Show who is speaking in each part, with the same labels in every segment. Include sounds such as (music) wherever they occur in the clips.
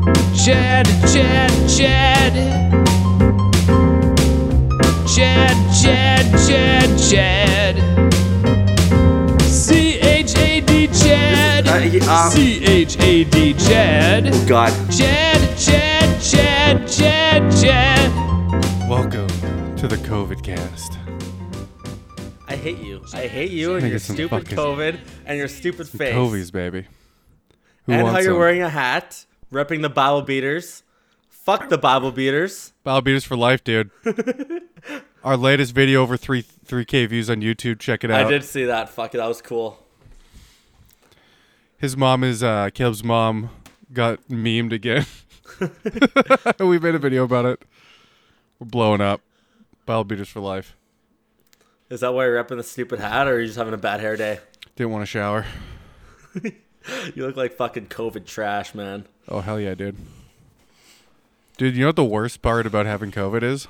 Speaker 1: Chad, Chad, Chad. Chad, Chad, Chad, Chad. C H A D,
Speaker 2: Uh,
Speaker 1: Chad.
Speaker 2: yeah, um,
Speaker 1: C H A D, Chad.
Speaker 2: God.
Speaker 1: Chad, Chad, Chad, Chad, Chad.
Speaker 3: Welcome to the COVID cast.
Speaker 2: I hate you. I hate you and
Speaker 3: Nigga,
Speaker 2: your
Speaker 3: some
Speaker 2: stupid
Speaker 3: fucking-
Speaker 2: COVID and your stupid face.
Speaker 3: Covies, baby. Who
Speaker 2: and how
Speaker 3: wants
Speaker 2: you're
Speaker 3: them?
Speaker 2: wearing a hat, repping the Bible beaters. Fuck the Bible beaters.
Speaker 3: Bob Beaters for
Speaker 2: (laughs)
Speaker 3: life, dude. Our latest video over three three k views on YouTube. Check it out.
Speaker 2: I did see that. Fuck it. That was cool.
Speaker 3: His mom is uh, Caleb's mom. Got
Speaker 2: (laughs)
Speaker 3: memed again. (laughs) we made a video about it. We're blowing up. Bob Beaters for life.
Speaker 2: Is that why you're repping the stupid hat or are you just having a bad hair day?
Speaker 3: Didn't want to shower.
Speaker 2: You look like fucking COVID trash, man.
Speaker 3: Oh hell yeah, dude. Dude, you know what the worst part about having COVID is?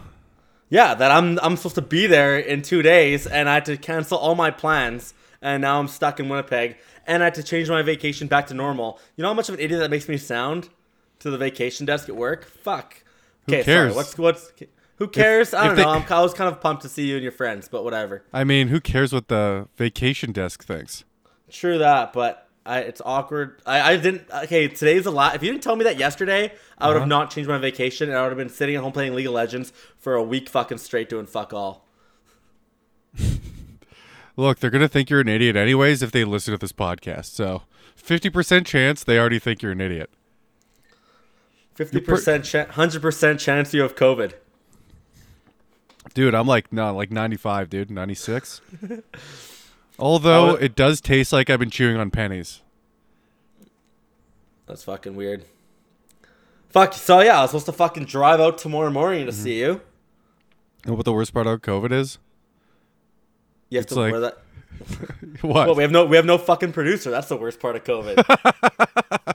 Speaker 2: Yeah, that I'm I'm supposed to be there in two days and I had to cancel all my plans and now I'm stuck in Winnipeg and I had to change my vacation back to normal. You know how much of an idiot that makes me sound to the vacation desk at work? Fuck. Who
Speaker 3: cares?
Speaker 2: What's what's who cares? I
Speaker 3: if
Speaker 2: don't
Speaker 3: they-
Speaker 2: know. I'm, I was kind of pumped to see you and your friends, but whatever.
Speaker 3: I mean, who cares what the vacation desk thinks?
Speaker 2: True that, but I, it's awkward. I, I didn't. Okay, today's a lot. If you didn't tell me that yesterday, I
Speaker 3: Uh-huh.
Speaker 2: would have not changed my vacation and I would have been sitting at home playing League of Legends for a week fucking straight doing fuck all.
Speaker 3: Look, they're going to think you're an idiot anyways if they listen to this podcast. So, 50% chance they already think you're an idiot.
Speaker 2: Fifty percent, hundred percent chance you have COVID.
Speaker 3: Dude, I'm like, no, like 95,
Speaker 2: (laughs)
Speaker 3: dude, 96. Although
Speaker 2: I would-
Speaker 3: it does taste like I've been chewing on pennies.
Speaker 2: That's fucking weird. Fuck. So yeah, I was supposed to fucking drive out tomorrow morning
Speaker 3: Mm-hmm.
Speaker 2: to see you.
Speaker 3: And what the worst part about COVID is? (laughs)
Speaker 2: You have
Speaker 3: It's
Speaker 2: to
Speaker 3: like-
Speaker 2: wear that.
Speaker 3: What?
Speaker 2: Well, we have no, we have no fucking producer. That's the worst part of
Speaker 3: (laughs)
Speaker 2: COVID.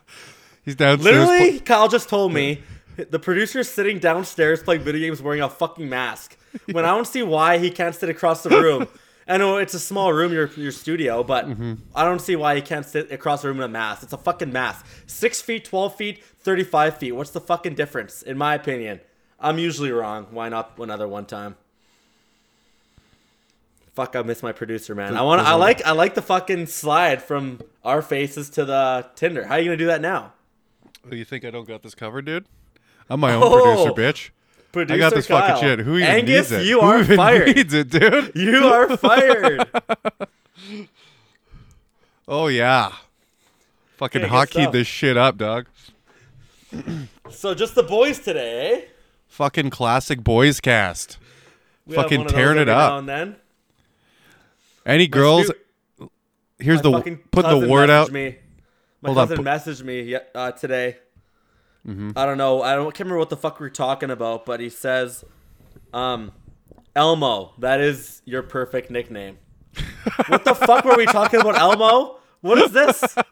Speaker 3: He's downstairs. pl-
Speaker 2: Literally, Kyle just told me the producer's sitting downstairs playing video games wearing a fucking mask. When I don't see why he can't sit across the room. I know it's a small room, your your studio, but I don't see why he can't sit across the room in a mask. It's a fucking mask. Six feet, twelve feet, thirty-five feet. What's the fucking difference? In my opinion, I'm usually wrong. Why not another one time? Fuck, I miss my producer, man. I want. to I like. I like the fucking slide from our faces to the Tinder. How you gonna do that now?
Speaker 3: Oh, you think I don't got this covered, dude? I'm my own
Speaker 2: Oh.
Speaker 3: producer, bitch.
Speaker 2: Producer
Speaker 3: I got this
Speaker 2: Kyle.
Speaker 3: fucking shit. Who even
Speaker 2: Angus,
Speaker 3: needs it?
Speaker 2: you
Speaker 3: Who
Speaker 2: are (laughs)
Speaker 3: even (laughs)
Speaker 2: fired.
Speaker 3: needs it, dude?
Speaker 2: You are fired.
Speaker 3: Oh yeah. Fucking
Speaker 2: Okay, good
Speaker 3: hotkeyed
Speaker 2: stuff.
Speaker 3: this shit up, dog.
Speaker 2: so just the boys today. eh?
Speaker 3: Fucking classic boys cast.
Speaker 2: We have
Speaker 3: Fucking
Speaker 2: one of those
Speaker 3: tearing it
Speaker 2: every
Speaker 3: up.
Speaker 2: Now and then.
Speaker 3: Any girls?
Speaker 2: dude,
Speaker 3: Here's the
Speaker 2: My fucking
Speaker 3: put the
Speaker 2: cousin
Speaker 3: word
Speaker 2: messaged
Speaker 3: out.
Speaker 2: Me. My
Speaker 3: Hold on,
Speaker 2: cousin
Speaker 3: put- Mm-hmm.
Speaker 2: messaged me ye- uh, today. I don't know. I don't can't remember what the fuck we are talking about, but he says, um, "Elmo, that is your perfect
Speaker 3: (laughs)
Speaker 2: nickname." what the fuck were we talking about, Elmo? What is this?
Speaker 3: (laughs)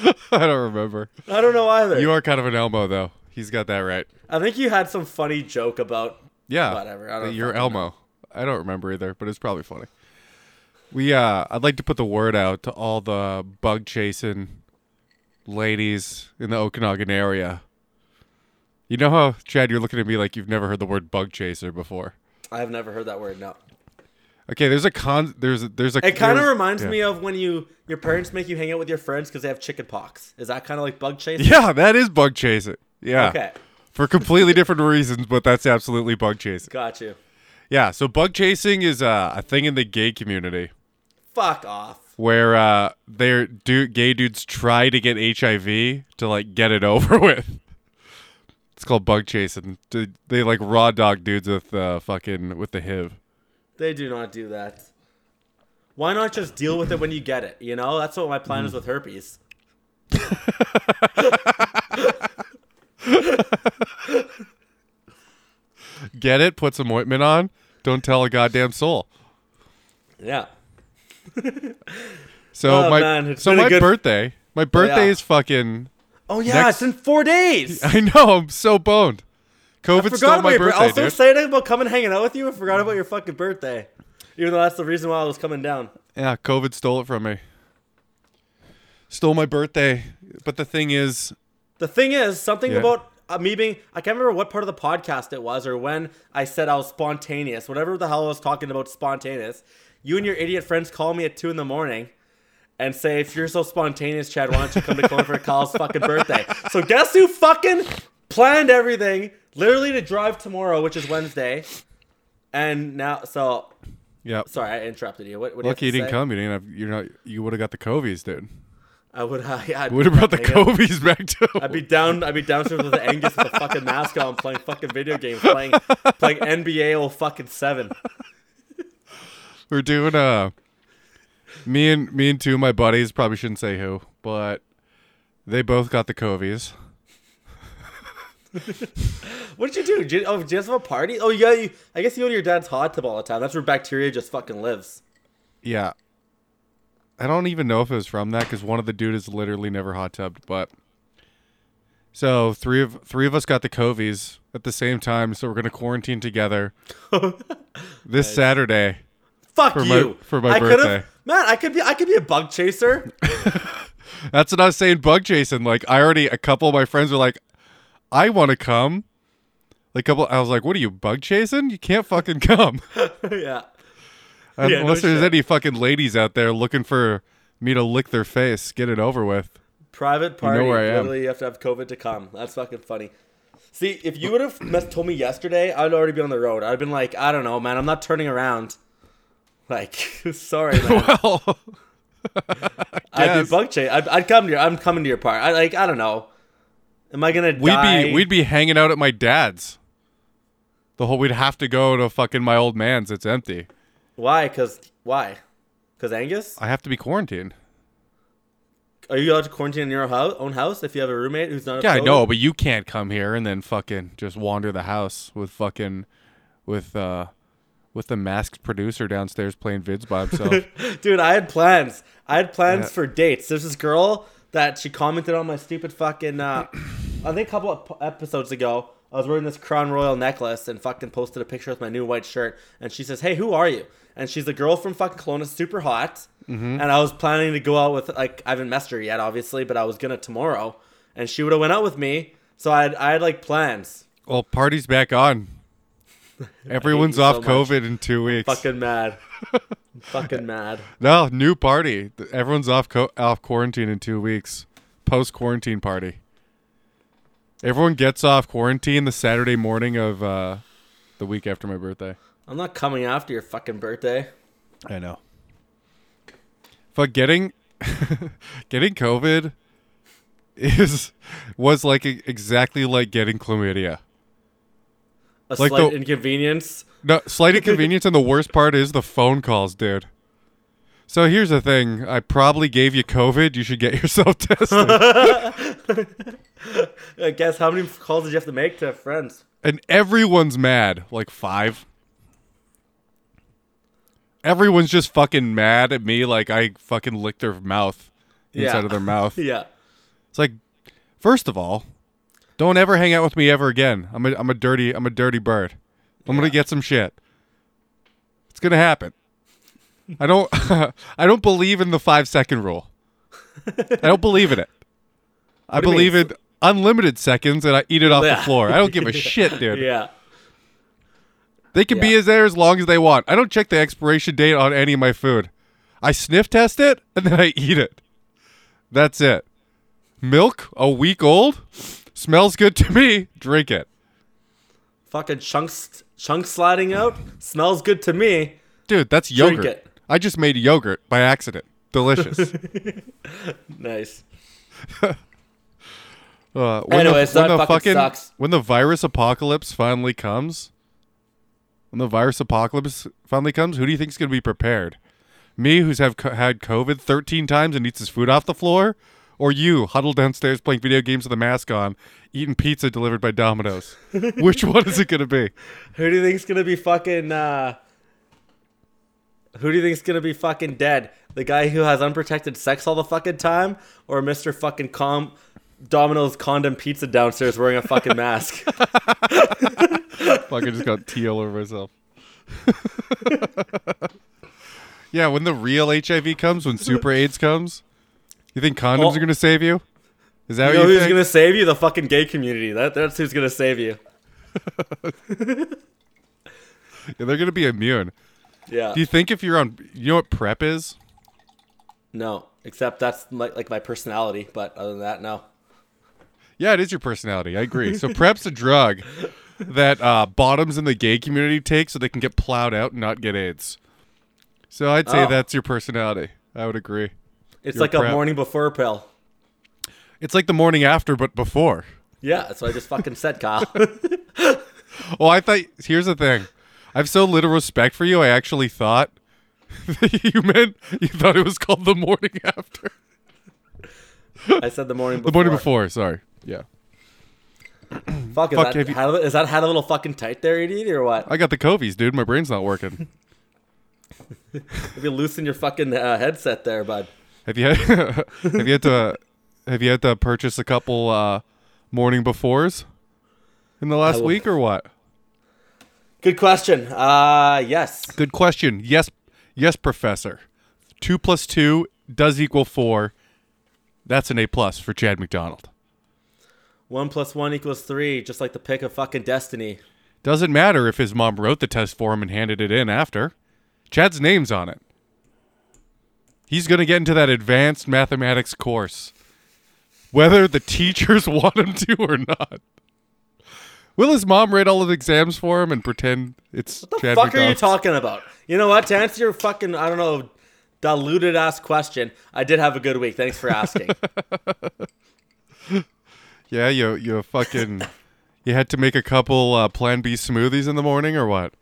Speaker 3: I don't remember.
Speaker 2: I don't know either.
Speaker 3: (laughs) You are kind of an Elmo though. He's got that right.
Speaker 2: I think you had some funny joke about
Speaker 3: Yeah.
Speaker 2: Whatever, I don't
Speaker 3: You're
Speaker 2: fucking
Speaker 3: Elmo. I don't remember either, but it's probably funny. We uh I'd like to put the word out to all the bug chasing ladies in the Okanagan area. You know how Chad, you're looking at me like you've never heard the word bug chaser before.
Speaker 2: I've never heard that word. No.
Speaker 3: Okay, there's a con. There's a, there's a.
Speaker 2: It kind of
Speaker 3: there's-
Speaker 2: reminds
Speaker 3: yeah.
Speaker 2: me of when you your parents make you hang out with your friends because they have chicken pox. Is that kind of like bug chasing?
Speaker 3: Yeah, that is bug chasing. Yeah.
Speaker 2: Okay,
Speaker 3: For completely different reasons, but that's absolutely bug chasing.
Speaker 2: got you.
Speaker 3: Yeah, so bug chasing is uh, a thing in the gay community
Speaker 2: Fuck off.
Speaker 3: where uh, their du- gay dudes try to get HIV to like get it (laughs) over with. It's called bug chasing. Dude, They like raw dog dudes with uh, fucking with the HIV.
Speaker 2: They do not do that. Why not just deal with it when you get it? You know, that's what my plan
Speaker 3: Mm.
Speaker 2: is with herpes.
Speaker 3: Get it? Put some ointment on. Don't tell a goddamn soul.
Speaker 2: Yeah.
Speaker 3: So
Speaker 2: Oh,
Speaker 3: my
Speaker 2: man, it's
Speaker 3: so
Speaker 2: been a
Speaker 3: my
Speaker 2: good- Oh,
Speaker 3: birthday. My birthday
Speaker 2: yeah.
Speaker 3: is fucking (laughs)
Speaker 2: Oh yeah,
Speaker 3: Next-
Speaker 2: it's in four days.
Speaker 3: I know. I'm so boned. COVID
Speaker 2: forgot
Speaker 3: (laughs) stole
Speaker 2: about
Speaker 3: my
Speaker 2: your bir- I
Speaker 3: birthday,
Speaker 2: was so
Speaker 3: dude.
Speaker 2: excited about coming hanging out with you. I forgot about your fucking birthday. Even though that's the reason why I was coming down.
Speaker 3: yeah, COVID stole it from me. Stole my birthday. But the thing is,
Speaker 2: The thing is, something
Speaker 3: Yeah.
Speaker 2: about uh, me being I can't remember what part of the podcast it was or when I said I was spontaneous, whatever the hell I was talking about spontaneous. You and your idiot friends call me at two in the morning and say, if you're so spontaneous, Chad, why don't you come to Kelowna for Kyle's fucking birthday? So guess who fucking planned everything literally to drive tomorrow, which is Wednesday. And now, so
Speaker 3: Yep.
Speaker 2: sorry, I interrupted you. What, what
Speaker 3: Lucky you
Speaker 2: you have to say?
Speaker 3: didn't come. You didn't have. You're not. You would have got the covies, dude.
Speaker 2: I would, uh, (laughs) yeah, I'd
Speaker 3: Would have brought the
Speaker 2: Hang on.
Speaker 3: covies (laughs) back to.
Speaker 2: I'd be down. I'd be downstairs with the Angus with a fucking mask on, playing fucking video games, playing playing NBA oh fucking seven.
Speaker 3: We're doing uh me and me and two of my buddies probably shouldn't say who, but they both got the covies.
Speaker 2: What did you do? Did you, oh, did you guys have a party? Oh yeah, you, I guess you go to your dad's hot tub all the time. That's where bacteria just fucking lives.
Speaker 3: Yeah. I don't even know if it was from that cuz one of the dude is literally never hot tubbed, but so three of three of us got the covies at the same time, so we're going to
Speaker 2: (laughs)
Speaker 3: quarantine together this Saturday.
Speaker 2: Fuck
Speaker 3: For my-
Speaker 2: you.
Speaker 3: for my
Speaker 2: I could've-
Speaker 3: birthday.
Speaker 2: man. I could be. I could be a bug chaser. (laughs)
Speaker 3: That's what I was saying, Bug Jason. Like, I already, a couple of my friends were like, I want to come. Like, couple, I was like, what are you, Bug Jason? You can't
Speaker 2: (laughs)
Speaker 3: fucking come.
Speaker 2: yeah.
Speaker 3: Un-
Speaker 2: Yeah, no
Speaker 3: Unless there's
Speaker 2: shit.
Speaker 3: any fucking ladies out there looking for me to lick their face, get it
Speaker 2: (laughs)
Speaker 3: over with.
Speaker 2: Private party.
Speaker 3: where I am.
Speaker 2: Literally, you have to have COVID to come. That's fucking funny. See, if you would have mess- told me yesterday, I'd already be on the road. I'd have been like, I don't know, man. I'm not turning around. Like, (laughs) sorry, man.
Speaker 3: Well,
Speaker 2: I'd
Speaker 3: guess.
Speaker 2: be bug chase. I'd, I'd come to your. I'm coming to your party. I like. I don't know. Am I gonna
Speaker 3: we'd
Speaker 2: die?
Speaker 3: be we'd be hanging out at my dad's. The whole we'd have to go to fucking my old man's. It's empty.
Speaker 2: Why? Cause why? Cause Angus.
Speaker 3: I have to be quarantined.
Speaker 2: Are you allowed to quarantine in your hou- own house if you have a roommate who's not? a
Speaker 3: Yeah, I
Speaker 2: COVID?
Speaker 3: know, but you can't come here and then fucking just wander the house with fucking with uh with the masked producer downstairs playing vids
Speaker 2: (laughs)
Speaker 3: by himself.
Speaker 2: Dude, I had plans. I had plans
Speaker 3: Yeah.
Speaker 2: for dates. There's this girl that she commented on my stupid fucking. Uh, (clears throat) I think a couple of episodes ago, I was wearing this Crown Royal necklace and fucking posted a picture with my new white shirt. And she says, "Hey, who are you?" And she's a girl from fucking Kelowna, super hot.
Speaker 3: Mm-hmm.
Speaker 2: And I was planning to go out with like I haven't messed her yet, obviously, but I was gonna tomorrow, and she would have went out with me. So I had, I had like plans.
Speaker 3: well, party's back
Speaker 2: (laughs)
Speaker 3: on. Everyone's
Speaker 2: so
Speaker 3: off
Speaker 2: much.
Speaker 3: COVID in two weeks.
Speaker 2: Fucking mad.
Speaker 3: (laughs)
Speaker 2: fucking mad.
Speaker 3: No, new party. Th- Everyone's off co- off quarantine in two weeks. Post quarantine party. Everyone gets off quarantine the Saturday morning of uh, the week after my birthday.
Speaker 2: I'm not coming after your fucking birthday.
Speaker 3: I know. But getting (laughs) getting COVID is was like e- exactly like getting chlamydia.
Speaker 2: A
Speaker 3: Like
Speaker 2: slight
Speaker 3: the-
Speaker 2: inconvenience.
Speaker 3: No, slight inconvenience, and the worst part is the phone calls, dude. So here's the thing: I probably gave you COVID. You should get (laughs) yourself tested.
Speaker 2: I guess how many calls did you have to make to friends?
Speaker 3: and everyone's mad. Like five. Everyone's just fucking mad at me. Like I fucking licked their mouth inside
Speaker 2: Yeah.
Speaker 3: of their
Speaker 2: (laughs)
Speaker 3: mouth.
Speaker 2: Yeah.
Speaker 3: It's like, first of all, don't ever hang out with me ever again. I'm a I'm a dirty I'm a dirty bird. I'm gonna get some shit. It's gonna happen. I don't (laughs) I don't believe in the five second
Speaker 2: (laughs)
Speaker 3: rule. I don't believe in it. I
Speaker 2: do you
Speaker 3: believe
Speaker 2: mean?
Speaker 3: in unlimited seconds and I eat it off
Speaker 2: Yeah.
Speaker 3: the floor. I
Speaker 2: (laughs)
Speaker 3: don't give a shit, dude.
Speaker 2: Yeah.
Speaker 3: They can be
Speaker 2: Yeah.
Speaker 3: as there as long as they want. I don't check the expiration date on any of my food. I sniff test it (laughs) and then I eat it. That's it. Milk a week old smells good to me. Drink it,
Speaker 2: Fucking chunks chunks sliding out smells good to me.
Speaker 3: dude. That's
Speaker 2: Drink
Speaker 3: yogurt.
Speaker 2: it.
Speaker 3: I just made yogurt by accident.
Speaker 2: (laughs)
Speaker 3: Delicious.
Speaker 2: Nice.
Speaker 3: uh, when
Speaker 2: Anyways, that fucking sucks.
Speaker 3: when the virus apocalypse finally comes, when the virus apocalypse finally comes, who do you think's gonna be prepared? Me, who's have co- had COVID thirteen times and eats his food off the floor, or you, huddled downstairs playing video games with a mask on, eating pizza delivered by Domino's? Which one is it gonna be?
Speaker 2: Who do you think's gonna be fucking uh who do you think's gonna be fucking dead? The guy who has unprotected sex all the fucking time, or Mr. fucking com Domino's condom pizza downstairs wearing a (laughs) fucking mask?
Speaker 3: Fuck, I just got tea all over myself. (laughs) yeah, when the real HIV comes, when super AIDS comes, you think condoms
Speaker 2: Oh.
Speaker 3: are gonna save you? Is that
Speaker 2: You know
Speaker 3: what you
Speaker 2: who's
Speaker 3: think?
Speaker 2: gonna save you? The fucking gay community. That that's who's gonna save you.
Speaker 3: Yeah, they're gonna be immune.
Speaker 2: Yeah.
Speaker 3: Do you think if you're on, you know what prep is?
Speaker 2: No, except that's my, like my personality. But other than that, no.
Speaker 3: Yeah, it is your personality. I agree. So prep's a drug that uh, bottoms in the gay community take so they can get plowed out and not get AIDS. So I'd say
Speaker 2: Oh.
Speaker 3: that's your personality. I would agree.
Speaker 2: It's
Speaker 3: You're
Speaker 2: like
Speaker 3: prep.
Speaker 2: a morning before pill.
Speaker 3: It's like the morning after, but before.
Speaker 2: Yeah, that's what I just fucking said,
Speaker 3: (laughs)
Speaker 2: Kyle.
Speaker 3: Well, I thought. Here's the thing. I have so little respect for you. I actually thought (laughs) that you meant you thought it was called the morning after.
Speaker 2: I said the morning before.
Speaker 3: The morning before. Sorry. Yeah.
Speaker 2: Fuck, is,
Speaker 3: Fuck,
Speaker 2: that,
Speaker 3: have you-
Speaker 2: had a- is that had a little fucking tight there, idiot, or what?
Speaker 3: I got the covies, dude. My brain's not working.
Speaker 2: If you loosen your fucking uh, headset there, bud.
Speaker 3: Have you had, (laughs) have you had to have you had to purchase a couple uh, morning befores in the last
Speaker 2: will-
Speaker 3: week or what?
Speaker 2: Good question. Uh, yes.
Speaker 3: Good question. Yes, yes, professor. Two plus two does equal four. That's an A plus for Chad McDonald.
Speaker 2: One plus one equals three, just like the pick of fucking destiny.
Speaker 3: Doesn't matter if his mom wrote the test for him and handed it in after. Chad's name's on it. He's going to get into that advanced mathematics course, whether the teachers (laughs) want him to or not. Will his mom write all of the exams for him and pretend it's
Speaker 2: What the
Speaker 3: Chad
Speaker 2: fuck are you
Speaker 3: McDonald's?
Speaker 2: talking about? You know what? To answer your fucking, I don't know, diluted ass question, I did have a good week. Thanks for
Speaker 3: (laughs)
Speaker 2: asking.
Speaker 3: yeah, you you fucking (laughs) you had to make a couple uh, Plan B smoothies in the morning or what?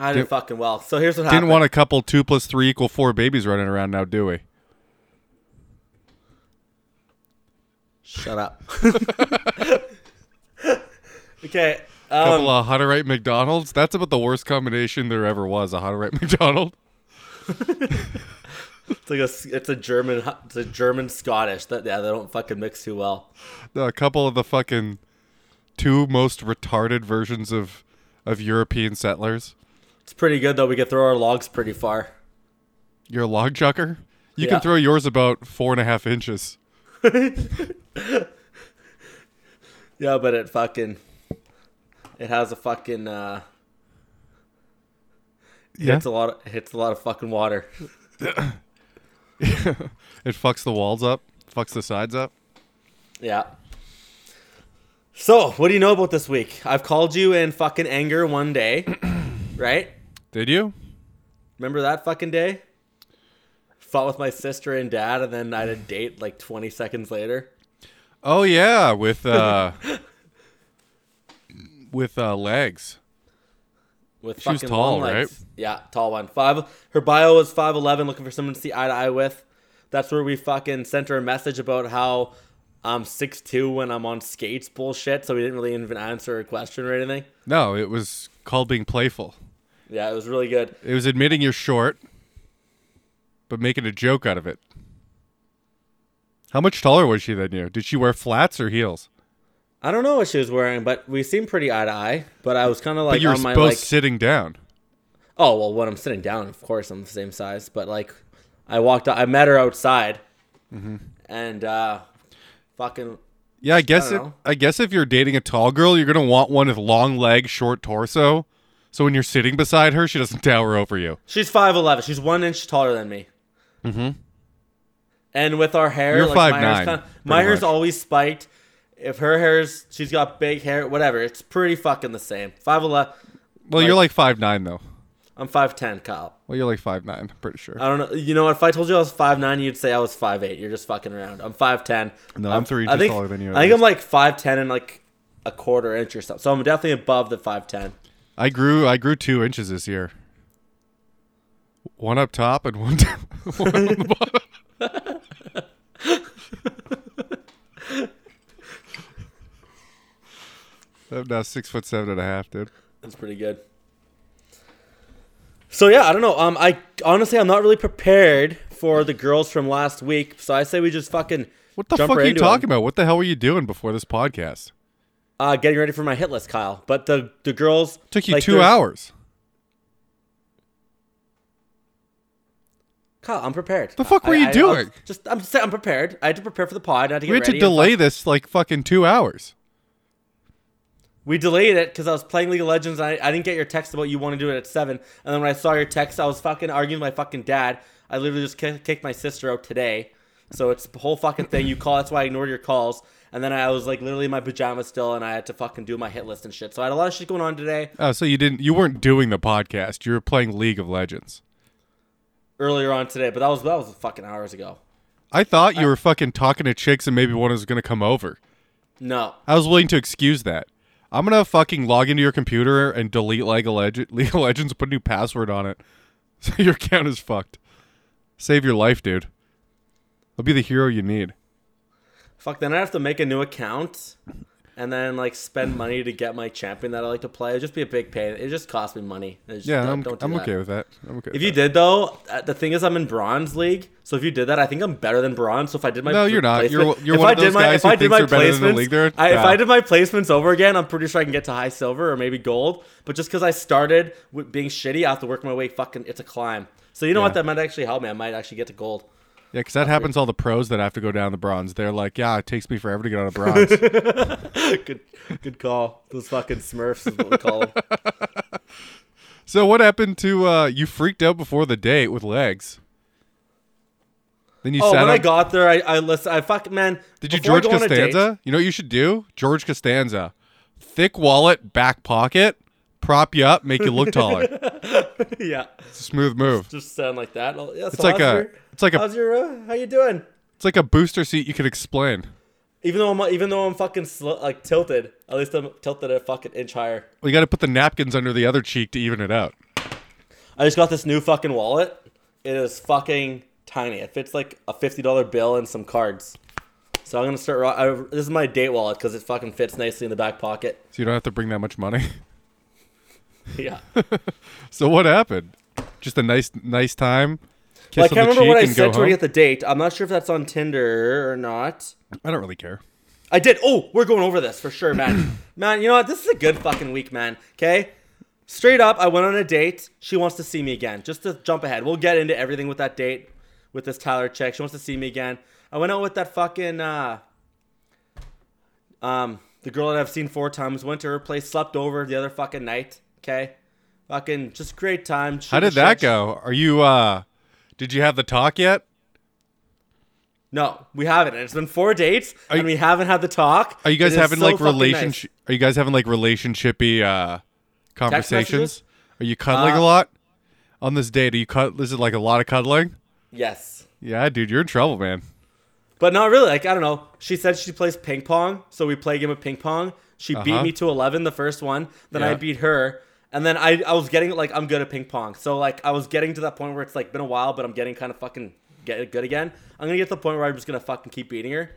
Speaker 2: I did
Speaker 3: Didn't-
Speaker 2: fucking well. So here's what
Speaker 3: Didn't
Speaker 2: happened.
Speaker 3: want a couple two plus three equal four babies running around now, do we?
Speaker 2: Shut up. (laughs) okay. Um,
Speaker 3: couple of Hutterite McDonald's. That's about the worst combination there ever was. A (laughs) Hutterite McDonald.
Speaker 2: it's like a, s- it's a German, it's a German Scottish. That yeah, they don't fucking mix too well.
Speaker 3: No, a couple of the fucking two most retarded versions of of European settlers.
Speaker 2: It's pretty good though. We could throw our logs pretty far.
Speaker 3: You're a log chucker. You
Speaker 2: Yeah.
Speaker 3: can throw yours about four and a half inches.
Speaker 2: Yeah, but it fucking, it has a fucking. uh
Speaker 3: Yeah,
Speaker 2: It's a lot. Of, it hits a lot of fucking water.
Speaker 3: it fucks the walls up, fucks the sides up.
Speaker 2: Yeah. So, what do you know about this week? I've called you in fucking anger one day, right?
Speaker 3: Did you?
Speaker 2: Remember that fucking day? Fought with my sister and dad, and then I had a date like 20 seconds later.
Speaker 3: Oh yeah, with (laughs) uh, with uh, legs.
Speaker 2: With
Speaker 3: She was
Speaker 2: fucking
Speaker 3: tall,
Speaker 2: long legs. Yeah, tall one. Five. Her bio was 5'11, looking for someone to see eye to eye with. That's where we fucking sent her a message about how I'm 6'2 when I'm on skates bullshit, so we didn't really even answer her question or anything.
Speaker 3: No, it was called being playful.
Speaker 2: Yeah, it was really good.
Speaker 3: It was admitting you're short, but making a joke out of it. How much taller was she than you? Did she wear flats or heels?
Speaker 2: I don't know what she was wearing, but we seemed pretty eye to eye. But I was kind of
Speaker 3: But
Speaker 2: like
Speaker 3: you were
Speaker 2: on my
Speaker 3: both
Speaker 2: like,
Speaker 3: sitting down.
Speaker 2: oh well, when I'm sitting down, of course I'm the same size. But like, I walked, I met her outside,
Speaker 3: Mm-hmm.
Speaker 2: and uh, fucking
Speaker 3: Yeah, I guess
Speaker 2: I
Speaker 3: it,
Speaker 2: don't know.
Speaker 3: I guess if you're dating a tall girl, you're gonna want one with long legs, short torso. So when you're sitting beside her, she doesn't (laughs) tower over you.
Speaker 2: she's five eleven. She's one inch taller than me. Mm-hmm. And with our hair,
Speaker 3: You're
Speaker 2: like,
Speaker 3: 5'9",
Speaker 2: my hair's, kinda-
Speaker 3: pretty
Speaker 2: my hair's
Speaker 3: much.
Speaker 2: always spiked. If her hair's, she's got big hair, whatever. It's pretty fucking the same. Five eleven.
Speaker 3: Well, you're like five nine though.
Speaker 2: I'm five ten, Kyle.
Speaker 3: Well, you're like five nine. Pretty sure.
Speaker 2: I don't know. You know what? If I told you I was five nine, you'd say I was five eight. You're just fucking around. I'm five ten.
Speaker 3: No, I'm three inches taller than you, at
Speaker 2: I think I'm like five ten and like a quarter inch or something. So I'm definitely above the five ten.
Speaker 3: I grew I grew two inches this year. One up top and one (laughs) down. one on the bottom. (laughs) I'm now six foot seven and a half, dude.
Speaker 2: That's pretty good. So yeah, I don't know. Um, I honestly I'm not really prepared for the girls from last week. So I say we just fucking
Speaker 3: What the
Speaker 2: jump
Speaker 3: fuck
Speaker 2: right
Speaker 3: are you
Speaker 2: into 'em.
Speaker 3: talking about? What the hell were you doing before this podcast?
Speaker 2: Uh, getting ready for my hit list, Kyle. But the the girls
Speaker 3: Took you
Speaker 2: like,
Speaker 3: two
Speaker 2: there's-
Speaker 3: hours.
Speaker 2: Kyle, I'm prepared. The
Speaker 3: fuck were you doing?
Speaker 2: Just I'm just I'm prepared. I had to prepare for the pod. I had to get
Speaker 3: We had to
Speaker 2: ready and-
Speaker 3: delay this like fucking two hours.
Speaker 2: We delayed it because I was playing League of Legends and I, I didn't get your text about you want to do it at 7. And then when I saw your text, I was fucking arguing with my fucking dad. I literally just ki- kicked my sister out today. So it's the whole fucking thing. You call, that's why I ignored your calls. And then I was like literally in my pajamas still and I had to fucking do my hit list and shit. So I had a lot of shit going on today.
Speaker 3: Oh, so you didn't you weren't doing the podcast. You were playing League of Legends.
Speaker 2: Earlier on today, but that was that was fucking hours ago.
Speaker 3: I thought you were fucking talking to chicks and maybe one was gonna come over.
Speaker 2: No.
Speaker 3: I was willing to excuse that. I'm gonna fucking log into your computer and delete League of, Legend, (laughs) League of Legends, put a new password on it, (laughs) so your account is fucked. Save your life, dude. I'll be the hero you need.
Speaker 2: Fuck, then I'd have to make a new account and then like spend money to get my champion that I like to play. It'd just be a big pain. It just cost me money. It's just-
Speaker 3: Yeah,
Speaker 2: don't-
Speaker 3: I'm,
Speaker 2: don't do
Speaker 3: I'm
Speaker 2: that.
Speaker 3: okay with that. I'm okay.
Speaker 2: If
Speaker 3: with
Speaker 2: you
Speaker 3: that.
Speaker 2: did though, uh, the thing is, I'm in bronze league. So if you did that, I think I'm better than bronze. So if I did my
Speaker 3: No,
Speaker 2: pl-
Speaker 3: you're not. You're-
Speaker 2: placement-
Speaker 3: you're
Speaker 2: if
Speaker 3: one
Speaker 2: I
Speaker 3: of
Speaker 2: did
Speaker 3: those
Speaker 2: my
Speaker 3: guys
Speaker 2: if
Speaker 3: who
Speaker 2: I did
Speaker 3: thinks
Speaker 2: my
Speaker 3: they're better than the
Speaker 2: placements,
Speaker 3: league they're in.
Speaker 2: I, if
Speaker 3: Yeah.
Speaker 2: I did my placements over again, I'm pretty sure I can get to high silver or maybe gold. But just because I started with being shitty, I have to work my way. Fucking, it's a climb. So you know
Speaker 3: Yeah.
Speaker 2: what? That might actually help me. I might actually get to
Speaker 3: (laughs)
Speaker 2: gold.
Speaker 3: yeah, because that happens to all the pros that have to go down the bronze. They're like, yeah, it takes me forever to get on
Speaker 2: (laughs)
Speaker 3: a bronze.
Speaker 2: good, good call. Those fucking Smurfs is what we call
Speaker 3: (laughs)
Speaker 2: them.
Speaker 3: so what happened to uh you freaked out before the date with legs? Then you
Speaker 2: Oh,
Speaker 3: sat
Speaker 2: when
Speaker 3: on.
Speaker 2: I got there, I, I listen. I fuck, man.
Speaker 3: Did you
Speaker 2: before I
Speaker 3: George
Speaker 2: go on a date-
Speaker 3: Costanza? You know what you should do? George Costanza. Thick wallet, back pocket, prop you up, make you look
Speaker 2: (laughs)
Speaker 3: taller. It's
Speaker 2: yeah,
Speaker 3: a smooth move.
Speaker 2: just sound like that. Oh, Yeah,
Speaker 3: It's like a it's like a
Speaker 2: How's your? Uh, how you doing?
Speaker 3: it's like a booster seat you could explain.
Speaker 2: Even though I'm even though I'm fucking sl- like tilted, at least I'm tilted a fucking inch higher.
Speaker 3: Well, you got to put the napkins under the other cheek to even it out.
Speaker 2: I just got this new fucking wallet. It is fucking tiny. It fits like a fifty dollar bill and some cards. So I'm gonna start. ro- I, this is my date wallet because it fucking fits nicely in the back pocket.
Speaker 3: So you don't have to bring that much money. (laughs)
Speaker 2: Yeah.
Speaker 3: So what happened? Just a nice nice time. Kiss
Speaker 2: Well, I
Speaker 3: on
Speaker 2: can't
Speaker 3: the
Speaker 2: remember
Speaker 3: cheek
Speaker 2: what I
Speaker 3: and go
Speaker 2: said to her
Speaker 3: home.
Speaker 2: at the date. I'm not sure if that's on Tinder or not.
Speaker 3: I don't really care.
Speaker 2: I did. Oh, we're going over this for sure, man. (clears throat) man, you know what? This is a good fucking week, man. Okay? Straight up, I went on a date. She wants to see me again. Just to jump ahead, we'll get into everything with that date with this Tyler chick. She wants to see me again. I went out with that fucking uh um the girl that I've seen four times, went to her place, slept over the other fucking night, okay? Fucking just great time.
Speaker 3: How did
Speaker 2: Shooting
Speaker 3: that
Speaker 2: shit.
Speaker 3: go? Are you uh did you have the talk yet?
Speaker 2: No, we haven't. It's been four dates
Speaker 3: Are
Speaker 2: and
Speaker 3: you-
Speaker 2: we haven't had the talk.
Speaker 3: Are you guys
Speaker 2: It is
Speaker 3: having
Speaker 2: so
Speaker 3: like
Speaker 2: fucking nice.
Speaker 3: relationship? Are you guys having like relationshipy uh, conversations?
Speaker 2: messages?
Speaker 3: Are you cuddling
Speaker 2: Uh,
Speaker 3: a lot on this date? Are you cut? Is it like a lot of cuddling?
Speaker 2: Yes.
Speaker 3: Yeah, dude, you're in trouble, man.
Speaker 2: But not really. Like I don't know. She said she plays ping pong, so we play a game of ping pong. She beat
Speaker 3: Uh-huh.
Speaker 2: me to eleven the first one. Then
Speaker 3: Yeah.
Speaker 2: I beat her, and then I I was getting like I'm good at ping pong. So like I was getting to that point where it's like been a while, but I'm getting kind of fucking get good again. I'm gonna get to the point where I'm just gonna fucking keep beating her.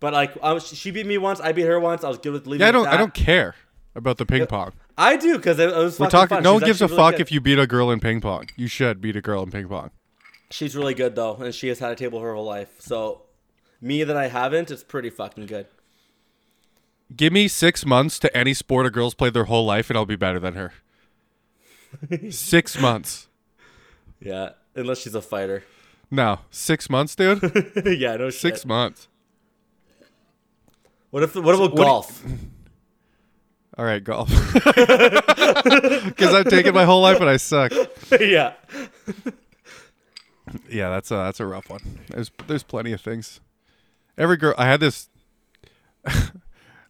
Speaker 2: But like I was, she beat me once, I beat her once. I was good with leaving.
Speaker 3: Yeah, I
Speaker 2: it at
Speaker 3: don't. I
Speaker 2: that.
Speaker 3: don't care about the ping pong.
Speaker 2: I do because it, it was.
Speaker 3: We're
Speaker 2: fucking
Speaker 3: talking.
Speaker 2: Fun.
Speaker 3: No
Speaker 2: She's
Speaker 3: one gives a
Speaker 2: actually really
Speaker 3: fuck
Speaker 2: good.
Speaker 3: if you beat a girl in ping pong. You should beat a girl in ping pong.
Speaker 2: She's really good though, and she has had a table her whole life. So me that I haven't, it's pretty fucking good.
Speaker 3: Give me six months to any sport a girl's played their whole life, and I'll be better than
Speaker 2: (laughs)
Speaker 3: her. six months.
Speaker 2: Yeah, unless she's a fighter.
Speaker 3: No, six months,
Speaker 2: (laughs)
Speaker 3: dude.
Speaker 2: yeah, no shit.
Speaker 3: Six months.
Speaker 2: What if what about
Speaker 3: do you-
Speaker 2: golf?
Speaker 3: All right, golf. (laughs) Because I've taken my whole life and I suck.
Speaker 2: (laughs) yeah.
Speaker 3: Yeah, that's a that's a rough one. There's there's plenty of things. Every girl I had this (laughs)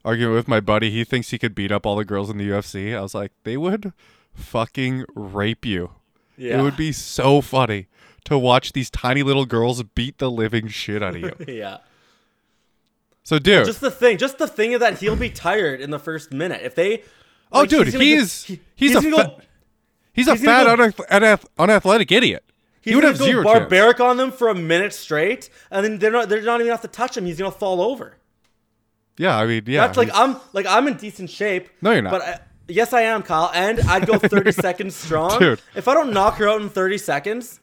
Speaker 3: argument with my buddy. He thinks he could beat up all the girls in the UFC. I was like, they would fucking rape you.
Speaker 2: Yeah.
Speaker 3: It would be so funny to watch these tiny little girls beat the living shit out of
Speaker 2: (laughs)
Speaker 3: you.
Speaker 2: Yeah.
Speaker 3: So, dude,
Speaker 2: Just the thing, just the thing of that he'll be tired in the first minute. If they
Speaker 3: oh,
Speaker 2: like,
Speaker 3: dude,
Speaker 2: gonna
Speaker 3: he
Speaker 2: go-
Speaker 3: is
Speaker 2: he-
Speaker 3: he's, a
Speaker 2: gonna
Speaker 3: fa-
Speaker 2: go,
Speaker 3: he's a
Speaker 2: he's gonna
Speaker 3: fat
Speaker 2: go-
Speaker 3: unath- unath- unathletic idiot.
Speaker 2: he's
Speaker 3: he would
Speaker 2: gonna
Speaker 3: have
Speaker 2: go
Speaker 3: zero chance.
Speaker 2: barbaric on them for a minute straight, and then they're not they're not even gonna have to touch him. He's gonna fall over.
Speaker 3: Yeah, I mean, yeah,
Speaker 2: That's like
Speaker 3: he's-
Speaker 2: I'm like I'm in decent shape.
Speaker 3: No, you're not.
Speaker 2: But I, yes, I am, Kyle. And I'd
Speaker 3: (laughs)
Speaker 2: go 30 seconds strong.
Speaker 3: Dude.
Speaker 2: If I don't knock her out in 30 seconds,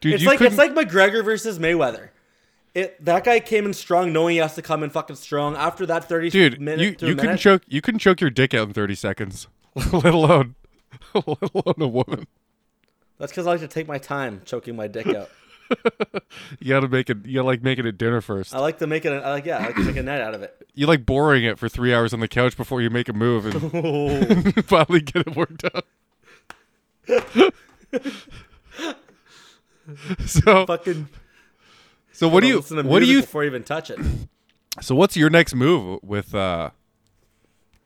Speaker 3: dude,
Speaker 2: It's
Speaker 3: you
Speaker 2: like
Speaker 3: couldn't-
Speaker 2: it's like McGregor versus Mayweather. It that guy came in strong, knowing he has to come in fucking strong. After that thirty
Speaker 3: dude
Speaker 2: minute
Speaker 3: you,
Speaker 2: to a
Speaker 3: you couldn't
Speaker 2: minute,
Speaker 3: choke you couldn't choke your dick out in 30 seconds (laughs) let alone (laughs) let alone a woman
Speaker 2: that's because I like to take my time choking my dick out.
Speaker 3: You gotta make it. You gotta like making it at dinner first.
Speaker 2: I like to make it. a- I like yeah. I like to make a night out of
Speaker 3: (laughs)
Speaker 2: it.
Speaker 3: You like boring it for three hours on the couch before you make a
Speaker 2: (laughs)
Speaker 3: move and (laughs)
Speaker 2: Oh,
Speaker 3: finally get it worked out. (laughs) so,
Speaker 2: fucking.
Speaker 3: so what do you?
Speaker 2: listen to
Speaker 3: What do
Speaker 2: music
Speaker 3: you?
Speaker 2: before you even touch it?
Speaker 3: So what's your next move with? uh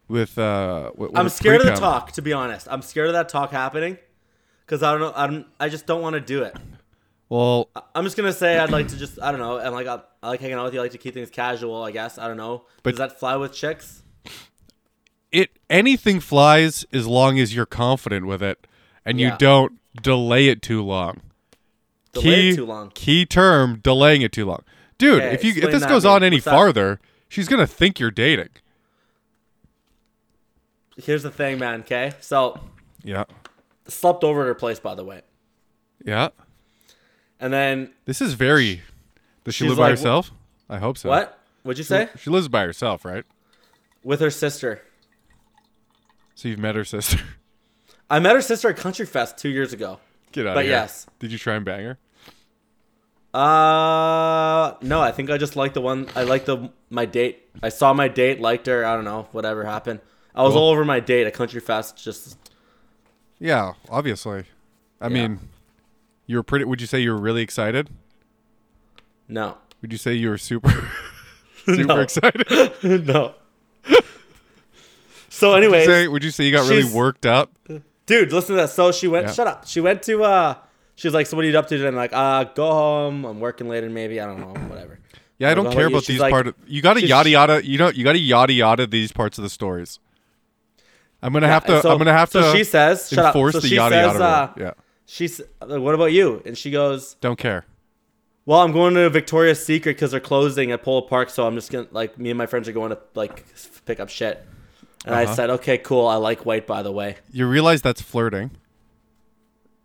Speaker 3: With uh, wi-
Speaker 2: I'm
Speaker 3: with
Speaker 2: scared of the
Speaker 3: pre-cum?
Speaker 2: talk. To be honest, I'm scared of that talk happening because I don't know. I'm. I just don't want to do it.
Speaker 3: Well,
Speaker 2: I'm just gonna say I'd like to just. I don't know. And like I, I like hanging out with you. I like to keep things casual. I guess. I don't know.
Speaker 3: But-
Speaker 2: Does that fly with chicks?
Speaker 3: it anything flies as long as you're confident with it and you
Speaker 2: Yeah.
Speaker 3: don't delay it too long.
Speaker 2: Delay it too long.
Speaker 3: Key term: delaying it too long, dude.
Speaker 2: Okay,
Speaker 3: if you if
Speaker 2: explain
Speaker 3: this
Speaker 2: that
Speaker 3: goes
Speaker 2: to me.
Speaker 3: on any
Speaker 2: What's that?
Speaker 3: farther, she's gonna think you're dating.
Speaker 2: Here's the thing, man. Okay, so
Speaker 3: Yeah,
Speaker 2: slept over at her place, by the way,
Speaker 3: yeah.
Speaker 2: and then
Speaker 3: This is very. Does she
Speaker 2: She's
Speaker 3: live by
Speaker 2: like,
Speaker 3: herself? I hope so.
Speaker 2: what? What'd you say?
Speaker 3: She lives by herself, right?
Speaker 2: With her sister.
Speaker 3: So you've met her sister. (laughs)
Speaker 2: I met her sister at Country Fest two years ago.
Speaker 3: Get out
Speaker 2: But
Speaker 3: of here.
Speaker 2: yes.
Speaker 3: Did you try and bang her?
Speaker 2: Uh, no, I think I just liked the one. I liked the my date. I saw my date, liked her. I don't know, whatever happened. I was
Speaker 3: Cool.
Speaker 2: all over my date at Country Fest. Just
Speaker 3: Yeah, obviously. I mean, you were pretty. Would you say you were really excited? (laughs)
Speaker 2: no,
Speaker 3: Would you say you were super, (laughs) super
Speaker 2: No.
Speaker 3: excited?
Speaker 2: no. (laughs) so,
Speaker 3: Would
Speaker 2: anyways,
Speaker 3: you say- would you say you got really
Speaker 2: she's-
Speaker 3: worked up?
Speaker 2: dude, listen to that. So she went.
Speaker 3: Yeah.
Speaker 2: Shut up. She went to. uh She's like, so what are you up to today? I'm like, uh, go home. I'm working later, maybe. I don't know, whatever.
Speaker 3: Yeah, I don't
Speaker 2: about
Speaker 3: care
Speaker 2: you?
Speaker 3: about
Speaker 2: She's
Speaker 3: these
Speaker 2: like-
Speaker 3: part of you gotta
Speaker 2: she's-
Speaker 3: yada yada you know you gotta yada yada these parts of the stories. I'm gonna have to
Speaker 2: so-
Speaker 3: I'm gonna have
Speaker 2: so
Speaker 3: to
Speaker 2: she says, shut up.
Speaker 3: enforce
Speaker 2: So
Speaker 3: the
Speaker 2: she
Speaker 3: yada
Speaker 2: says,
Speaker 3: yada
Speaker 2: uh,
Speaker 3: rule. Yeah.
Speaker 2: she's like, what about you? And she goes,
Speaker 3: Don't care.
Speaker 2: Well, I'm going to Victoria's Secret because they're closing at Polo Park, so I'm just gonna like me and my friends are going to like f- pick up shit. And I
Speaker 3: Uh-huh.
Speaker 2: said, okay, cool. I like white, by the way.
Speaker 3: You realize that's flirting.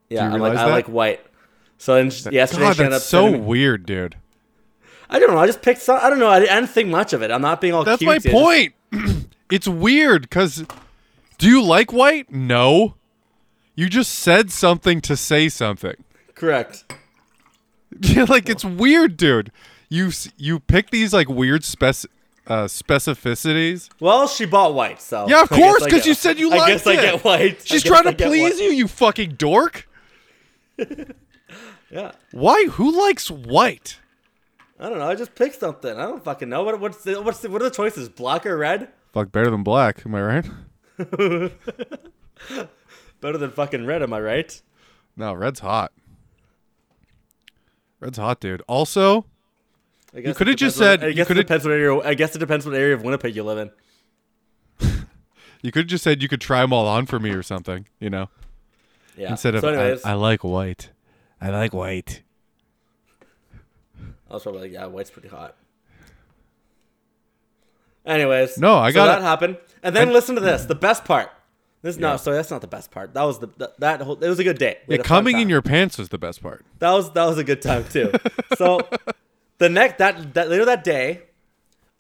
Speaker 2: Yeah,
Speaker 3: you
Speaker 2: I like
Speaker 3: realize
Speaker 2: I
Speaker 3: that?
Speaker 2: like white. So then sh- yesterday
Speaker 3: God,
Speaker 2: she ended up
Speaker 3: that's so
Speaker 2: sending me-
Speaker 3: weird, dude.
Speaker 2: I don't know. I just picked some. I don't know. I didn't I didn't think much of it. I'm not being all.
Speaker 3: That's
Speaker 2: cutesy.
Speaker 3: my
Speaker 2: I just-
Speaker 3: point. (clears throat) it's weird because do you like white? No. You just said something to say something.
Speaker 2: correct.
Speaker 3: (laughs) Yeah, like it's weird, dude. You s- you pick these like weird spec uh, specificities.
Speaker 2: Well, she bought white, so
Speaker 3: Yeah, of
Speaker 2: I guess
Speaker 3: course,
Speaker 2: I
Speaker 3: 'cause
Speaker 2: get-
Speaker 3: you said you
Speaker 2: I
Speaker 3: liked
Speaker 2: guess I
Speaker 3: it.
Speaker 2: get white. I guess
Speaker 3: She's trying
Speaker 2: I
Speaker 3: to
Speaker 2: get
Speaker 3: please
Speaker 2: white.
Speaker 3: you, you fucking dork.
Speaker 2: Yeah,
Speaker 3: Why? Who likes white?
Speaker 2: I don't know. I just picked something. I don't fucking know. What what's the, what's the, what are the choices? Black or red?
Speaker 3: Fuck, better than black. Am I right? (laughs)
Speaker 2: Better than fucking red, am I right?
Speaker 3: No, red's hot. Red's hot, dude. Also,
Speaker 2: I guess it
Speaker 3: coulda just
Speaker 2: depends what-
Speaker 3: said-
Speaker 2: I
Speaker 3: you
Speaker 2: guess it
Speaker 3: coulda-
Speaker 2: depends what area. I guess it depends what area of Winnipeg you live in.
Speaker 3: you could have just said you could try them all on for me or something, you know,
Speaker 2: Yeah.
Speaker 3: instead of
Speaker 2: Uh, so, anyways,
Speaker 3: I, I like white. I like white.
Speaker 2: I was probably like, yeah, white's pretty hot. Anyways,
Speaker 3: No, I
Speaker 2: so
Speaker 3: got
Speaker 2: that
Speaker 3: it.
Speaker 2: happened, and then
Speaker 3: I-
Speaker 2: listen to this. The best part. This
Speaker 3: Yeah.
Speaker 2: no, sorry, that's not the best part. That was the that, that whole. It was a good date. We
Speaker 3: Yeah,
Speaker 2: had a fun
Speaker 3: coming in
Speaker 2: time.
Speaker 3: your pants was the best part.
Speaker 2: That was that was a good time too. so the next that, that later that day,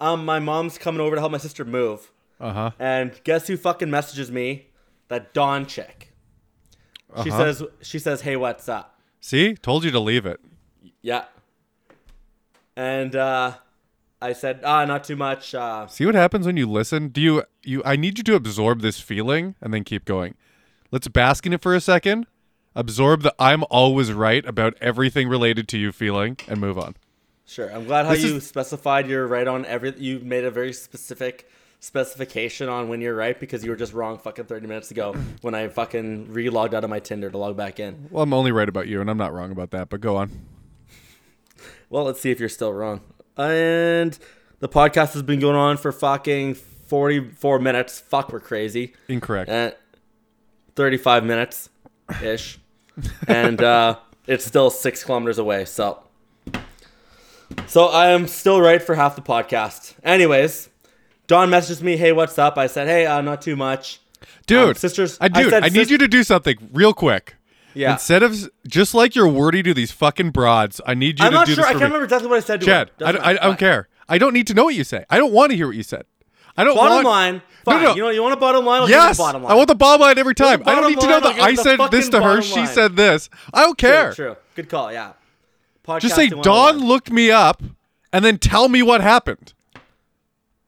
Speaker 2: um, my mom's coming over to help my sister move,
Speaker 3: Uh huh.
Speaker 2: and guess who fucking messages me? That Dawn chick. She
Speaker 3: Uh-huh.
Speaker 2: says she says, "Hey, what's up?"
Speaker 3: See, told you to leave it.
Speaker 2: Yeah. And uh, I said, ah, not too much. Uh,
Speaker 3: See what happens when you listen. Do you you? I need you to absorb this feeling and then keep going. Let's bask in it for a second. Absorb the "I'm always right about everything related to you" feeling and move on.
Speaker 2: sure. I'm glad how
Speaker 3: This
Speaker 2: you specified you're right on every. You made a very specific specification on when you're right because you were just wrong fucking 30 minutes ago (clears throat) when I fucking re-logged out of my Tinder to log back in.
Speaker 3: Well, I'm only right about you, and I'm not wrong about that. But go on.
Speaker 2: Well, let's see if you're still wrong. And the podcast has been going on for fucking 44 minutes. Fuck, we're crazy.
Speaker 3: Incorrect.
Speaker 2: Uh, 35 minutes ish. and uh, it's still six kilometers away. So, so I am still right for half the podcast. Anyways, Don messages me, hey, what's up? I said, hey, uh, not too much.
Speaker 3: dude,
Speaker 2: um, sisters-
Speaker 3: I
Speaker 2: I
Speaker 3: dude, I,
Speaker 2: said
Speaker 3: need
Speaker 2: sis-
Speaker 3: you to do something real quick.
Speaker 2: Yeah.
Speaker 3: Instead of s- just like you're wordy to these fucking broads, I need you
Speaker 2: I'm
Speaker 3: to
Speaker 2: not
Speaker 3: do
Speaker 2: sure. I
Speaker 3: this for
Speaker 2: can't
Speaker 3: me.
Speaker 2: remember exactly what I said to
Speaker 3: Chad,
Speaker 2: her.
Speaker 3: I,
Speaker 2: Doesn't
Speaker 3: I, I
Speaker 2: matter.
Speaker 3: don't care. I don't need to know what you say. I don't want to hear what you said. I don't
Speaker 2: Bottom
Speaker 3: want.
Speaker 2: line,
Speaker 3: No,
Speaker 2: fine.
Speaker 3: no.
Speaker 2: You know, you want a bottom line? I'll give you the
Speaker 3: Yes,
Speaker 2: bottom line.
Speaker 3: I want the bottom line every time. I don't
Speaker 2: bottom
Speaker 3: need to know
Speaker 2: line, I'll
Speaker 3: that
Speaker 2: give
Speaker 3: I
Speaker 2: the
Speaker 3: said this
Speaker 2: fucking
Speaker 3: to her,
Speaker 2: bottom
Speaker 3: she
Speaker 2: line.
Speaker 3: said this. I don't care.
Speaker 2: True, true. Good call. Yeah. Podcasting
Speaker 3: Just say
Speaker 2: 101.
Speaker 3: Don looked me up, and then tell me what happened.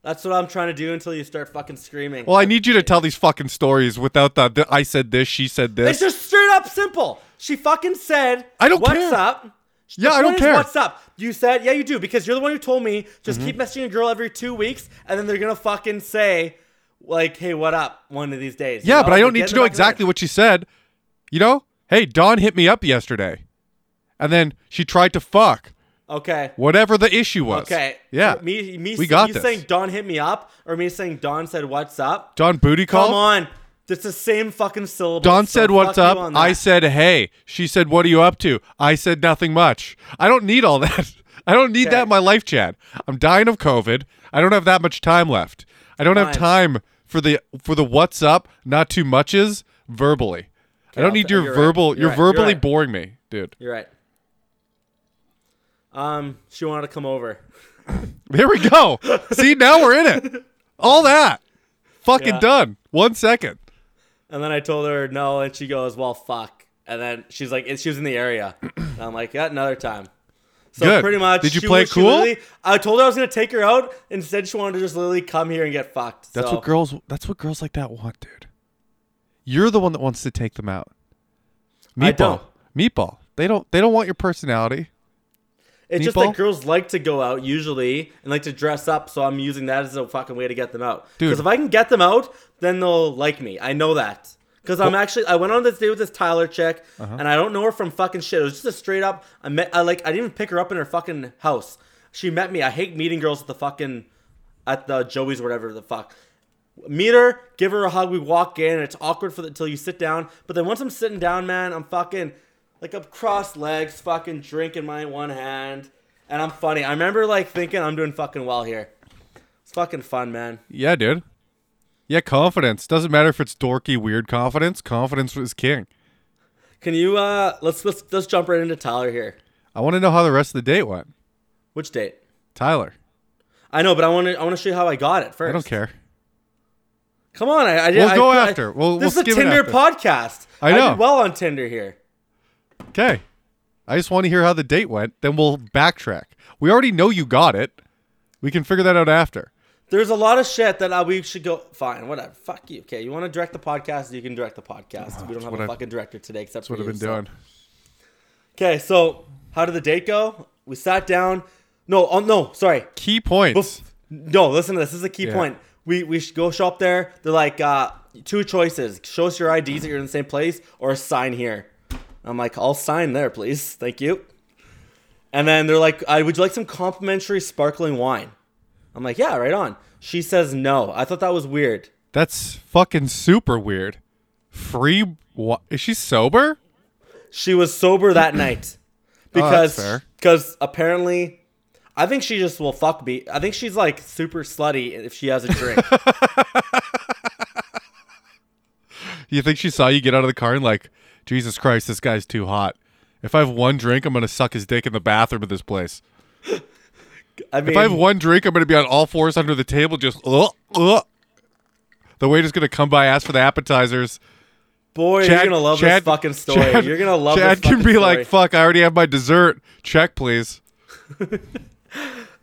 Speaker 2: That's what I'm trying to do until you start fucking screaming.
Speaker 3: Well, I need you to tell these fucking stories without the, the I said this, she said
Speaker 2: it's
Speaker 3: this.
Speaker 2: just straight up simple. She fucking said,
Speaker 3: I don't
Speaker 2: what's
Speaker 3: care."
Speaker 2: up?" The
Speaker 3: Yeah, I don't
Speaker 2: point is,
Speaker 3: care.
Speaker 2: What's up? You said, "Yeah, you do," because you're the one who told me just keep messaging a girl every two weeks, and then they're gonna fucking say, like, "Hey, what up?" One of these days. you
Speaker 3: yeah,
Speaker 2: know?
Speaker 3: but I
Speaker 2: Like,
Speaker 3: don't
Speaker 2: get
Speaker 3: need
Speaker 2: in
Speaker 3: to
Speaker 2: the
Speaker 3: know
Speaker 2: back of their
Speaker 3: exactly what she said. You know, hey, Don hit me up yesterday, and then she tried to fuck.
Speaker 2: head. Okay.
Speaker 3: Whatever the issue was.
Speaker 2: Okay.
Speaker 3: Yeah.
Speaker 2: Me, me,
Speaker 3: We got
Speaker 2: you
Speaker 3: this.
Speaker 2: saying Don hit me up, or me saying Don said, "What's up?"
Speaker 3: Don booty call.
Speaker 2: Come on. It's the same fucking syllable.
Speaker 3: Don
Speaker 2: so
Speaker 3: said, "What's
Speaker 2: fuck you
Speaker 3: up?"
Speaker 2: on
Speaker 3: I
Speaker 2: that.
Speaker 3: said, "Hey." She said, "What are you up to?" I said, "Nothing much." I don't need all (laughs) that. I don't need that in my life, Chad. I'm dying of COVID. I don't have that much time left. I don't have
Speaker 2: Fine.
Speaker 3: time for the for the what's up, not too muches verbally. I don't
Speaker 2: I'll
Speaker 3: need
Speaker 2: t-
Speaker 3: your
Speaker 2: you're right.
Speaker 3: verbal.
Speaker 2: You're
Speaker 3: You're,
Speaker 2: right. You're
Speaker 3: verbally
Speaker 2: right.
Speaker 3: boring me, dude.
Speaker 2: You're right. Um, she wanted to come over.
Speaker 3: There we go. See, now we're in it. All that. Fucking
Speaker 2: Yeah.
Speaker 3: done. One second.
Speaker 2: And then I told her no, and she goes, "Well, fuck." And then she's like, and "She was in the
Speaker 3: (clears throat)
Speaker 2: area." And I'm like, "Yeah, another time." So
Speaker 3: Good.
Speaker 2: pretty much,
Speaker 3: Did you
Speaker 2: she
Speaker 3: play
Speaker 2: was-
Speaker 3: it
Speaker 2: she
Speaker 3: cool?
Speaker 2: literally- I told her I was gonna take her out. Instead, she wanted to just literally come here and get fucked.
Speaker 3: That's
Speaker 2: So,
Speaker 3: what girls. That's what girls like that want, dude. You're the one that wants to take them out. Meatball.
Speaker 2: I don't.
Speaker 3: Meatball. They don't. They don't want your personality.
Speaker 2: It's just
Speaker 3: Meatball?
Speaker 2: that girls like to go out usually and like to dress up. So I'm using that as a fucking way to get them out.
Speaker 3: Dude.
Speaker 2: Because if I can get them out, then they'll like me. I know that. Because I'm actually, I went on this date with this Tyler chick,
Speaker 3: Uh-huh.
Speaker 2: and I don't know her from fucking shit. It was just a straight up. I met, I like, I didn't even pick her up in her fucking house. She met me. I hate meeting girls at the fucking, at the Joey's or whatever the fuck. Meet her, give her a hug. We walk in. It's awkward for the, until you sit down. But then once I'm sitting down, man, I'm fucking like up crossed legs, fucking drinking my one hand, and I'm funny. I remember like thinking I'm doing fucking well here. It's fucking fun, man.
Speaker 3: Yeah, dude. Yeah, confidence doesn't matter if it's dorky, weird confidence. Confidence is king.
Speaker 2: Can you uh let's let's let's jump right into Tyler here.
Speaker 3: I want to know how the rest of the date went,
Speaker 2: Which date?
Speaker 3: Tyler.
Speaker 2: I know, but I want to I want to show you how I got it first.
Speaker 3: I don't care.
Speaker 2: Come on, I, I did.
Speaker 3: We'll
Speaker 2: I,
Speaker 3: go
Speaker 2: I-
Speaker 3: after. We'll-
Speaker 2: this
Speaker 3: we'll
Speaker 2: is a
Speaker 3: skim it
Speaker 2: Tinder
Speaker 3: after.
Speaker 2: podcast.
Speaker 3: I
Speaker 2: I
Speaker 3: know.
Speaker 2: did well on Tinder here.
Speaker 3: Okay. I just want to hear how the date went. Then we'll backtrack. We already know you got it. We can figure that out after.
Speaker 2: There's a lot of shit that uh, we should go. Fine, whatever. Fuck you. Okay, you want to direct the podcast? You can direct the podcast. we don't have
Speaker 3: Ah, what
Speaker 2: a
Speaker 3: I-
Speaker 2: fucking director today, except
Speaker 3: That's what
Speaker 2: for
Speaker 3: I've
Speaker 2: you,
Speaker 3: been
Speaker 2: so-
Speaker 3: doing.
Speaker 2: Okay, so how did the date go? We sat down. No, oh no, sorry.
Speaker 3: Key points.
Speaker 2: Bef- no, listen to this. This is a key
Speaker 3: Yeah.
Speaker 2: point. We we should go shop there. They're like uh, two choices: show us your IDs that you're in the same place, or sign here. I'm like, I'll sign there, please. Thank you. And then they're like, uh, Would you like some complimentary sparkling wine? I'm like, Yeah, right on. She says no. I thought that was weird.
Speaker 3: That's fucking super weird. Free? What? Is she sober?
Speaker 2: She was sober
Speaker 3: (coughs)
Speaker 2: that night
Speaker 3: Oh,
Speaker 2: because
Speaker 3: that's fair.
Speaker 2: because apparently, I think she just will fuck me. I think she's like super slutty if she has a
Speaker 3: (laughs)
Speaker 2: drink.
Speaker 3: You think she saw you get out of the car and like, Jesus Christ, this guy's too hot. If I have one drink, I'm gonna suck his dick in the bathroom of this place.
Speaker 2: I mean,
Speaker 3: If I have one drink, I'm gonna be on all fours under the table, just ugh, ugh. The waiter's gonna come by, ask for the appetizers.
Speaker 2: Boy, you're gonna love this fucking story.
Speaker 3: Chad-
Speaker 2: you're gonna love
Speaker 3: Chad
Speaker 2: this
Speaker 3: can
Speaker 2: fucking
Speaker 3: be
Speaker 2: story.
Speaker 3: like, "Fuck, I already have my dessert. Check, please."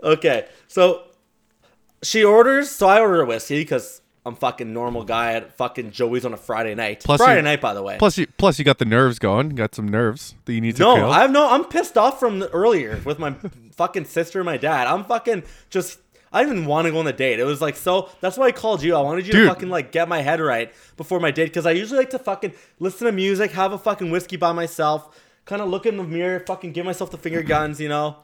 Speaker 2: okay, so she orders, so I order a whiskey because I'm fucking normal guy at fucking Joey's on a Friday night.
Speaker 3: Plus
Speaker 2: Friday
Speaker 3: you-
Speaker 2: night, by the way.
Speaker 3: Plus, you plus you got the nerves going. You got some nerves that you need to
Speaker 2: no,
Speaker 3: kill.
Speaker 2: I'm no, I'm pissed off from the, earlier with my (laughs) fucking sister and my dad. I'm fucking just. I didn't want to go on the date. It was like so. That's why I called you. I wanted you
Speaker 3: Dude.
Speaker 2: to fucking like get my head right before my date because I usually like to fucking listen to music, have a fucking whiskey by myself, kind of look in the mirror, fucking give myself the finger guns, you know.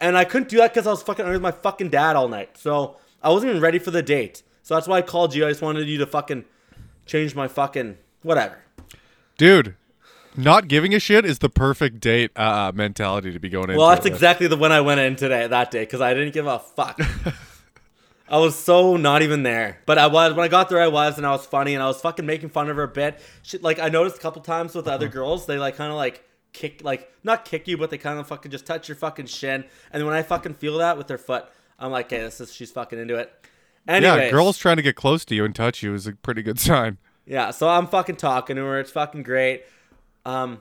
Speaker 2: And I couldn't do that because I was fucking under with my fucking dad all night. So I wasn't even ready for the date. So that's why I called you. I just wanted you to fucking change my fucking whatever.
Speaker 3: Dude, not giving a shit is the perfect date uh, mentality to be going into.
Speaker 2: Well, that's
Speaker 3: it with.
Speaker 2: exactly the one I went in today that day because I didn't give a
Speaker 3: (laughs)
Speaker 2: fuck. I was so not even there, but I was when I got there. I was and I was funny and I was fucking making fun of her a bit. She, like I noticed a couple times with the
Speaker 3: Uh-huh.
Speaker 2: other girls, they like kind of like kick, like not kick you, but they kind of fucking just touch your fucking shin. And when I fucking feel that with their foot, I'm like, hey, this is she's fucking into it.
Speaker 3: Yeah,
Speaker 2: Anyways,
Speaker 3: girls trying to get close to you and touch you is a pretty good sign.
Speaker 2: yeah, so I'm fucking talking to her. It's fucking great. Um,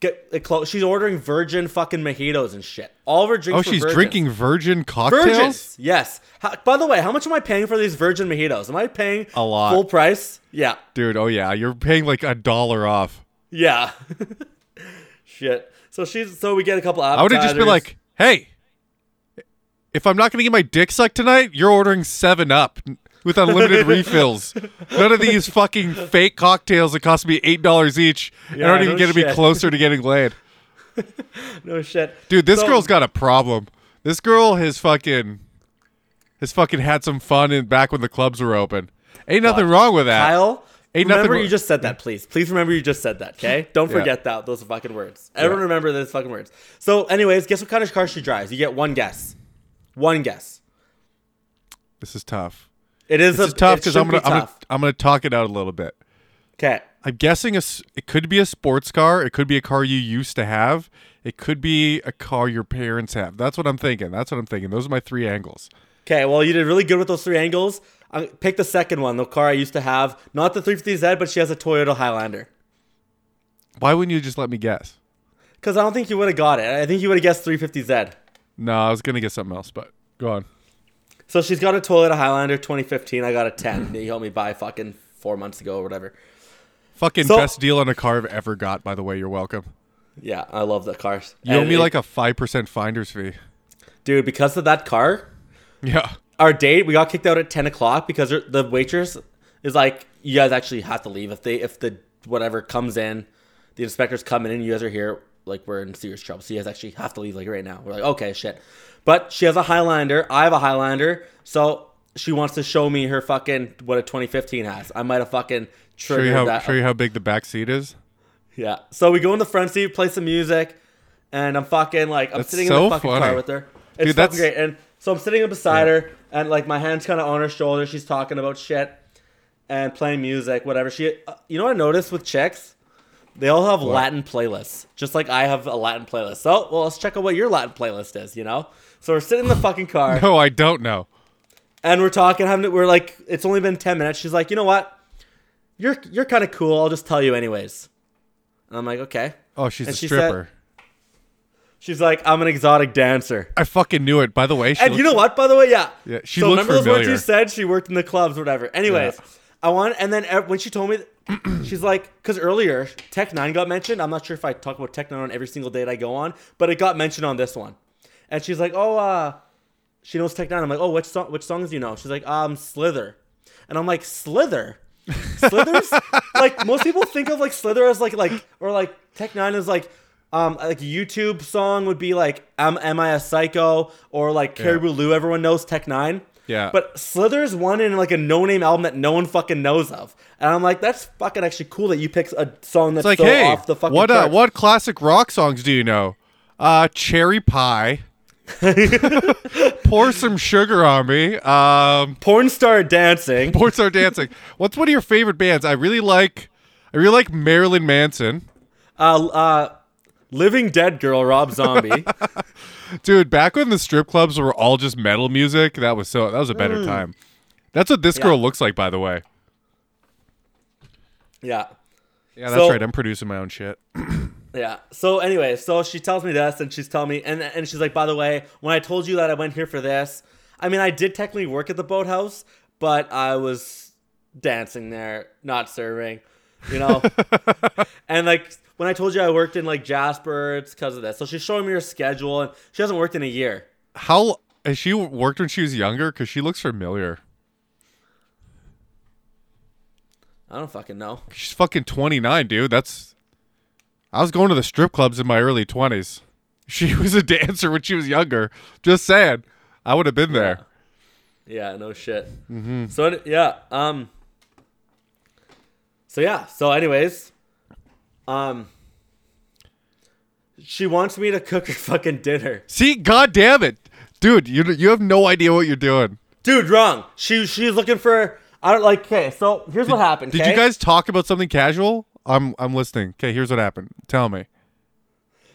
Speaker 2: get it close. She's ordering virgin fucking mojitos and shit. All of her drinks.
Speaker 3: Oh,
Speaker 2: were
Speaker 3: she's
Speaker 2: virgin.
Speaker 3: drinking virgin cocktails.
Speaker 2: virgins. Yes. How, by the way, how much am I paying for these virgin mojitos? Am I paying
Speaker 3: A lot.
Speaker 2: full price? Yeah.
Speaker 3: Dude, oh yeah, you're paying like a dollar off.
Speaker 2: Yeah. (laughs) Shit. So she's so we get a couple
Speaker 3: I would
Speaker 2: appetizers.
Speaker 3: have just been like, "Hey, if I'm not going to get my dick sucked tonight, you're ordering 7 up
Speaker 2: (laughs)
Speaker 3: with unlimited refills. None of these fucking fake cocktails that cost me $8 each. and
Speaker 2: Yeah,
Speaker 3: aren't even
Speaker 2: no
Speaker 3: going to be
Speaker 2: shit.
Speaker 3: closer to getting laid."
Speaker 2: no shit.
Speaker 3: Dude, this
Speaker 2: So-
Speaker 3: girl's got a problem. This girl has fucking has fucking had some fun in back when the clubs were open. Ain't nothing wrong with that.
Speaker 2: Kyle.
Speaker 3: Ain't nothing
Speaker 2: remember
Speaker 3: wr-
Speaker 2: you just said that, please. Please remember you just said that,
Speaker 3: (laughs)
Speaker 2: okay? Don't
Speaker 3: Yeah.
Speaker 2: forget that those fucking words. Everyone remember those fucking words. So, anyways, guess what kind of car she drives? You get one guess. One guess.
Speaker 3: This is tough.
Speaker 2: It is
Speaker 3: This
Speaker 2: a,
Speaker 3: is tough
Speaker 2: it
Speaker 3: because I'm
Speaker 2: should
Speaker 3: gonna,
Speaker 2: be
Speaker 3: I'm gonna
Speaker 2: tough.
Speaker 3: I'm gonna talk it out a little bit.
Speaker 2: Okay.
Speaker 3: I'm guessing a, s- it could be a sports car. It could be a car you used to have. It could be a car your parents have. That's what I'm thinking. That's what I'm thinking. Those are my three angles.
Speaker 2: Okay, well, you did really good with those three angles. I pick the second one, the car I used to have. Not the 350Z, but she has a Toyota Highlander.
Speaker 3: Why wouldn't you just let me guess?
Speaker 2: Because I don't think you would have got it. I think you would have guessed 350Z.
Speaker 3: No, I was gonna get something else, but go on.
Speaker 2: So she's got a Toyota Highlander 2015. I got a
Speaker 3: (clears throat)
Speaker 2: 10 that you helped me buy fucking four months ago or whatever.
Speaker 3: Fucking
Speaker 2: So-
Speaker 3: best deal on a car I've ever got. By the way, you're welcome.
Speaker 2: Yeah, I love the cars.
Speaker 3: You owe
Speaker 2: And
Speaker 3: me
Speaker 2: it-
Speaker 3: like a five percent finder's fee.
Speaker 2: dude, because of that car,
Speaker 3: Yeah.
Speaker 2: our date we got kicked out at 10 o'clock because her- the waitress is like you guys actually have to leave if they if the whatever comes in the inspectors coming in you guys are here like we're in serious trouble so you guys actually have to leave like right now we're like okay shit but she has a highlander i have a highlander so she wants to show me her fucking what a 2015 has i might have fucking
Speaker 3: Show
Speaker 2: triggered
Speaker 3: you how
Speaker 2: that
Speaker 3: show you how big the back seat is. (laughs)
Speaker 2: yeah so we go in the front seat play some music and i'm fucking like i'm
Speaker 3: That's
Speaker 2: sitting in
Speaker 3: so
Speaker 2: the fucking
Speaker 3: funny.
Speaker 2: car with her it's fucking
Speaker 3: Dude, that's-
Speaker 2: great and so i'm sitting beside her and like my hands kind of on her shoulder she's talking about shit and playing music whatever she uh, you know what i noticed with chicks they all have latin playlists just like i have a latin playlist so well let's check out what your latin playlist is you know so we're sitting in the fucking car
Speaker 3: (laughs) No, Oh, I don't know.
Speaker 2: and we're talking having we're like it's only been 10 minutes she's like you know what you're you're kind of cool i'll just tell you anyways and i'm like okay
Speaker 3: Oh, she's
Speaker 2: And
Speaker 3: a
Speaker 2: she said-
Speaker 3: stripper.
Speaker 2: She's like, I'm an exotic dancer.
Speaker 3: I fucking knew it. By the way, she
Speaker 2: And you know what, by the way? Yeah.
Speaker 3: Yeah, she
Speaker 2: so
Speaker 3: looked
Speaker 2: remember those words you
Speaker 3: familiar.
Speaker 2: said? She worked in the clubs, whatever. Anyways,
Speaker 3: Yeah.
Speaker 2: I want, and then ev- when she told me, (clears throat) she's like, because earlier, Tech 9 got mentioned. I'm not sure if I talk about Tech 9 on every single date I go on, but it got mentioned on this one. And she's like, oh, uh, she knows Tech 9. I'm like, oh, which, song, which songs do you know? She's like, um, Slither. And I'm like, Slither?
Speaker 3: (laughs)
Speaker 2: Slither's like most people think of like Slither as like like or like Tech Nine is like um like a YouTube song would be like am, am I a psycho or like Caribou Lou everyone knows Tech Nine
Speaker 3: Yeah.
Speaker 2: but Slither's one in like a no name album that no one fucking knows of and I'm like that's fucking actually cool that you picked a song that's
Speaker 3: It's like,
Speaker 2: so
Speaker 3: hey,
Speaker 2: off the fucking
Speaker 3: what uh,
Speaker 2: charts.
Speaker 3: what classic rock songs do you know? Uh,
Speaker 2: (laughs)
Speaker 3: Cherry Pie. Pour some sugar on me. Um, (laughs)
Speaker 2: porn star dancing
Speaker 3: Porn Star Dancing. What's one of your favorite bands? I really like. I really like Marilyn Manson,
Speaker 2: uh uh living dead girl Rob Zombie
Speaker 3: (laughs) dude. Back when the strip clubs were all just metal music, that was so. That was a better
Speaker 2: Mm.
Speaker 3: time. That's what this girl looks like, by the way.
Speaker 2: yeah
Speaker 3: Yeah, that's
Speaker 2: So-
Speaker 3: right. I'm producing my own shit.
Speaker 2: Yeah. So anyway, so she tells me this, and she's telling me, and and she's like, by the way, when I told you that I went here for this, I mean, I did technically work at the boathouse, but I was dancing there, not serving, you know. and like when I told you I worked in like Jasper, it's because of this. So she's showing me her schedule, and she hasn't worked in a year.
Speaker 3: How has she worked when she was younger? Because she looks familiar.
Speaker 2: I don't fucking know.
Speaker 3: She's fucking 29, dude. That's. I was going to the strip clubs in my early 20s. (laughs) She was a dancer when she was younger. Just saying. I would have been there.
Speaker 2: Yeah, no shit. Mm-hmm. So any- yeah, um. So yeah, so anyways, um. She wants me to cook her fucking dinner,
Speaker 3: See, god damn it. Dude, you you have no idea what you're doing.
Speaker 2: dude. Wrong. She she's looking for. I don't like. Okay, so here's what happened.
Speaker 3: Did
Speaker 2: 'kay?
Speaker 3: you guys talk about something casual? I'm I'm listening. Okay, here's what happened. Tell me.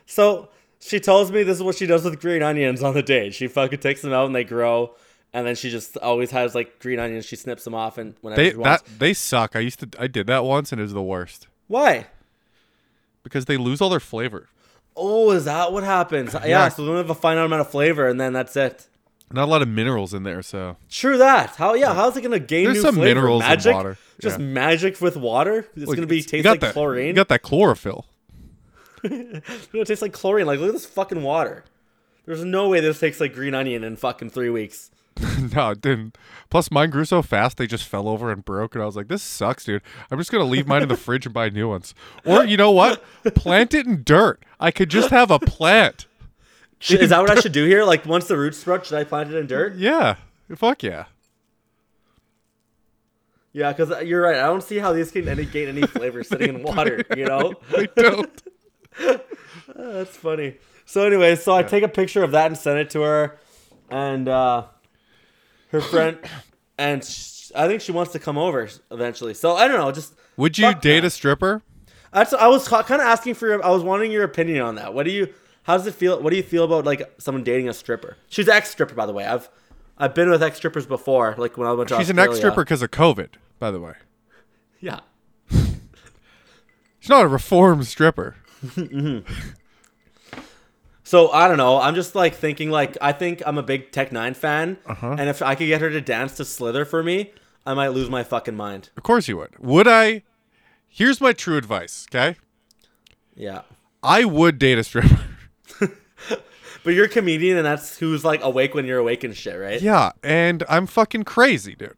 Speaker 2: So she tells me this is what she does with green onions on the day. She fucking takes them out and they grow, and then she just always has like green onions. She snips them off and whenever
Speaker 3: They
Speaker 2: she wants.
Speaker 3: that they suck. I used to I did that once and it was the worst.
Speaker 2: Why?
Speaker 3: because they lose all their flavor.
Speaker 2: Oh, is that what happens? Yeah,
Speaker 3: Yeah.
Speaker 2: so they don't have a finite amount of flavor, and then that's it.
Speaker 3: Not a lot of minerals in there, so
Speaker 2: True that. How? Yeah, how's it gonna gain
Speaker 3: There's
Speaker 2: new
Speaker 3: some
Speaker 2: flavor?
Speaker 3: minerals in
Speaker 2: magic?
Speaker 3: water.
Speaker 2: Just
Speaker 3: Yeah.
Speaker 2: magic with water. It's
Speaker 3: Look,
Speaker 2: gonna be
Speaker 3: it's- you
Speaker 2: taste
Speaker 3: got
Speaker 2: like
Speaker 3: that- You
Speaker 2: chlorine.
Speaker 3: got that chlorophyll.
Speaker 2: (laughs)
Speaker 3: (laughs)
Speaker 2: it's gonna taste like chlorine. Like look at this fucking water. There's no way this tastes like green onion in fucking three
Speaker 3: (laughs)
Speaker 2: weeks.
Speaker 3: no, it didn't. Plus, mine grew so fast they just fell over and broke, and I was like, "This sucks, dude. I'm just gonna
Speaker 2: (laughs)
Speaker 3: leave mine in the fridge and buy new ones." Or you know what? Plant it in dirt. I could just have a plant.
Speaker 2: Is that what I should do here? Like once the roots sprout, should I plant it in
Speaker 3: (laughs)
Speaker 2: dirt?
Speaker 3: Yeah, fuck yeah.
Speaker 2: Yeah, because you're right. I don't see how these can any gain any flavor sitting in water. You
Speaker 3: (laughs)
Speaker 2: know,
Speaker 3: I don't.
Speaker 2: that's funny. So anyway, so I take a picture of that and send it to her, and uh,
Speaker 3: (coughs)
Speaker 2: her friend, and sh I think she wants to come over eventually. So I don't know. Just
Speaker 3: Would you
Speaker 2: Fuck
Speaker 3: date
Speaker 2: that.
Speaker 3: a stripper?
Speaker 2: that's I was kind of asking for your. I was wanting your opinion on that. What do you? How does it feel? What do you feel about like someone dating a stripper? She's an ex stripper, by the way. I've I've been with ex strippers before. Like when I went to
Speaker 3: She's an
Speaker 2: Australia.
Speaker 3: ex stripper because of COVID, by the way.
Speaker 2: Yeah.
Speaker 3: She's not a reformed stripper.
Speaker 2: So I don't know. I'm just like thinking like I think I'm a big Tech Nine fan,
Speaker 3: Uh-huh.
Speaker 2: and if I could get her to dance to Slither for me, I might lose my fucking mind.
Speaker 3: Of course you would. Would I? Here's my true advice, okay?
Speaker 2: Yeah.
Speaker 3: I would date a stripper. (laughs)
Speaker 2: But you're a comedian, and that's who's like awake when you're awake and shit, right?
Speaker 3: Yeah, and I'm fucking crazy, dude.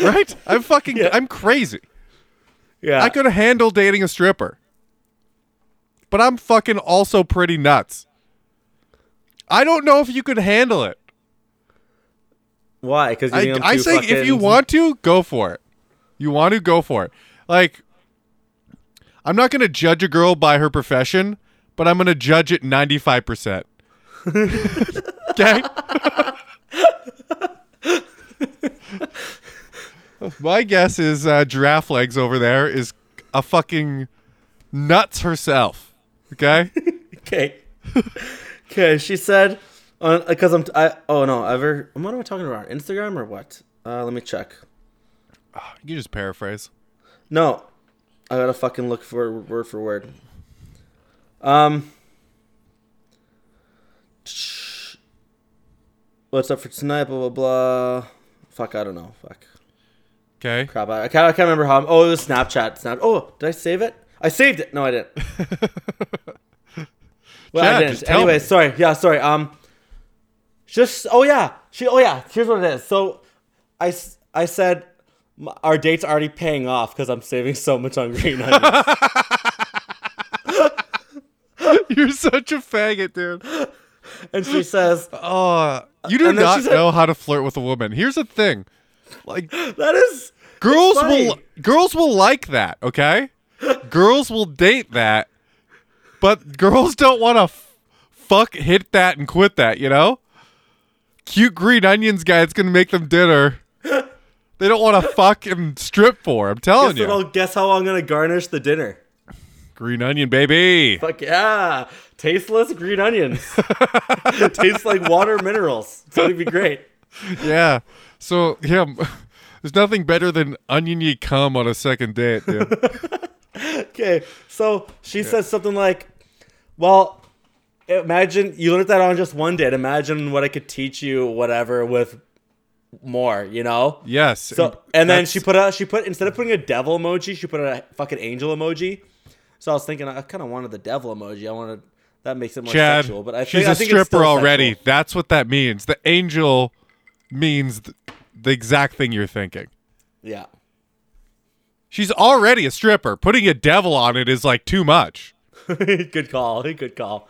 Speaker 3: right? I'm fucking I'm crazy.
Speaker 2: Yeah.
Speaker 3: I could handle dating a stripper. But I'm fucking also pretty nuts. I don't know if you could handle it.
Speaker 2: Why? Because
Speaker 3: I, I say if you want to, go for it. You want to, go for it. Like, I'm not going to judge a girl by her profession, but I'm going to judge it 95%. okay? My guess is uh, Giraffe Legs over there is a fucking nuts herself. Okay?
Speaker 2: (laughs) Okay. okay. She said, because I'm. I, oh no. Ever. What am I talking about? Instagram or what? Uh, let me check.
Speaker 3: you just paraphrase.
Speaker 2: No, I gotta fucking look for word for word. Um, (sniffs) what's up for tonight? Blah blah blah. Fuck, I don't know. Fuck,
Speaker 3: Okay?
Speaker 2: crap. I, I can't. I can't remember how. I'm, oh, it was Snapchat. Snap. Oh, did I save it? I saved it. No, I
Speaker 3: (laughs)
Speaker 2: didn't. well,
Speaker 3: Chad,
Speaker 2: I didn't.
Speaker 3: just tell
Speaker 2: Anyway,
Speaker 3: me.
Speaker 2: sorry. Yeah, sorry. Um, just. Oh yeah. She. Oh yeah. Here's what it is. So, I. s- I said. "M- Our date's already paying off because I'm saving so much on green
Speaker 3: (laughs)
Speaker 2: onions.
Speaker 3: You're such a faggot, dude.
Speaker 2: and she says,
Speaker 3: Oh, you do
Speaker 2: Uh, and then she
Speaker 3: not
Speaker 2: said-
Speaker 3: know how to flirt with a woman. Here's the thing,
Speaker 2: (gasps)
Speaker 3: like
Speaker 2: "That is
Speaker 3: girls
Speaker 2: funny.
Speaker 3: will girls will like that,
Speaker 2: (laughs)
Speaker 3: okay? girls will date that, but girls don't want to f- fuck hit that and quit that. You know, cute green onions guy. It's gonna make them
Speaker 2: (laughs)
Speaker 3: dinner. They don't want to fuck and strip for. I'm telling
Speaker 2: guess,
Speaker 3: you,
Speaker 2: what I'll- guess how I'm gonna garnish the dinner."
Speaker 3: green onion,
Speaker 2: (laughs)
Speaker 3: baby.
Speaker 2: Fuck yeah, tasteless green
Speaker 3: (laughs)
Speaker 2: onions. (laughs) Tastes like water minerals. It's gonna be great.
Speaker 3: Yeah. So yeah, (laughs) there's nothing better than onion you cum on a second date, dude.
Speaker 2: (laughs) Okay, so she says something like, "Well, imagine you learned that on just one date. Imagine what I could teach you, whatever, with more. You know."
Speaker 3: Yes.
Speaker 2: So and then
Speaker 3: that's-
Speaker 2: she put out she put instead of putting a devil emoji, she put out a fucking angel emoji. So I was thinking I kind of wanted the devil emoji. I wanted that makes it more
Speaker 3: Chad,
Speaker 2: sexual. But I
Speaker 3: she's
Speaker 2: think, I
Speaker 3: a
Speaker 2: think it's still
Speaker 3: stripper
Speaker 2: sexual.
Speaker 3: already. That's what that means. The angel means th- the exact thing you're thinking.
Speaker 2: Yeah. (laughs)
Speaker 3: She's already a stripper. Putting a devil on it is like too much.
Speaker 2: good call. Good call.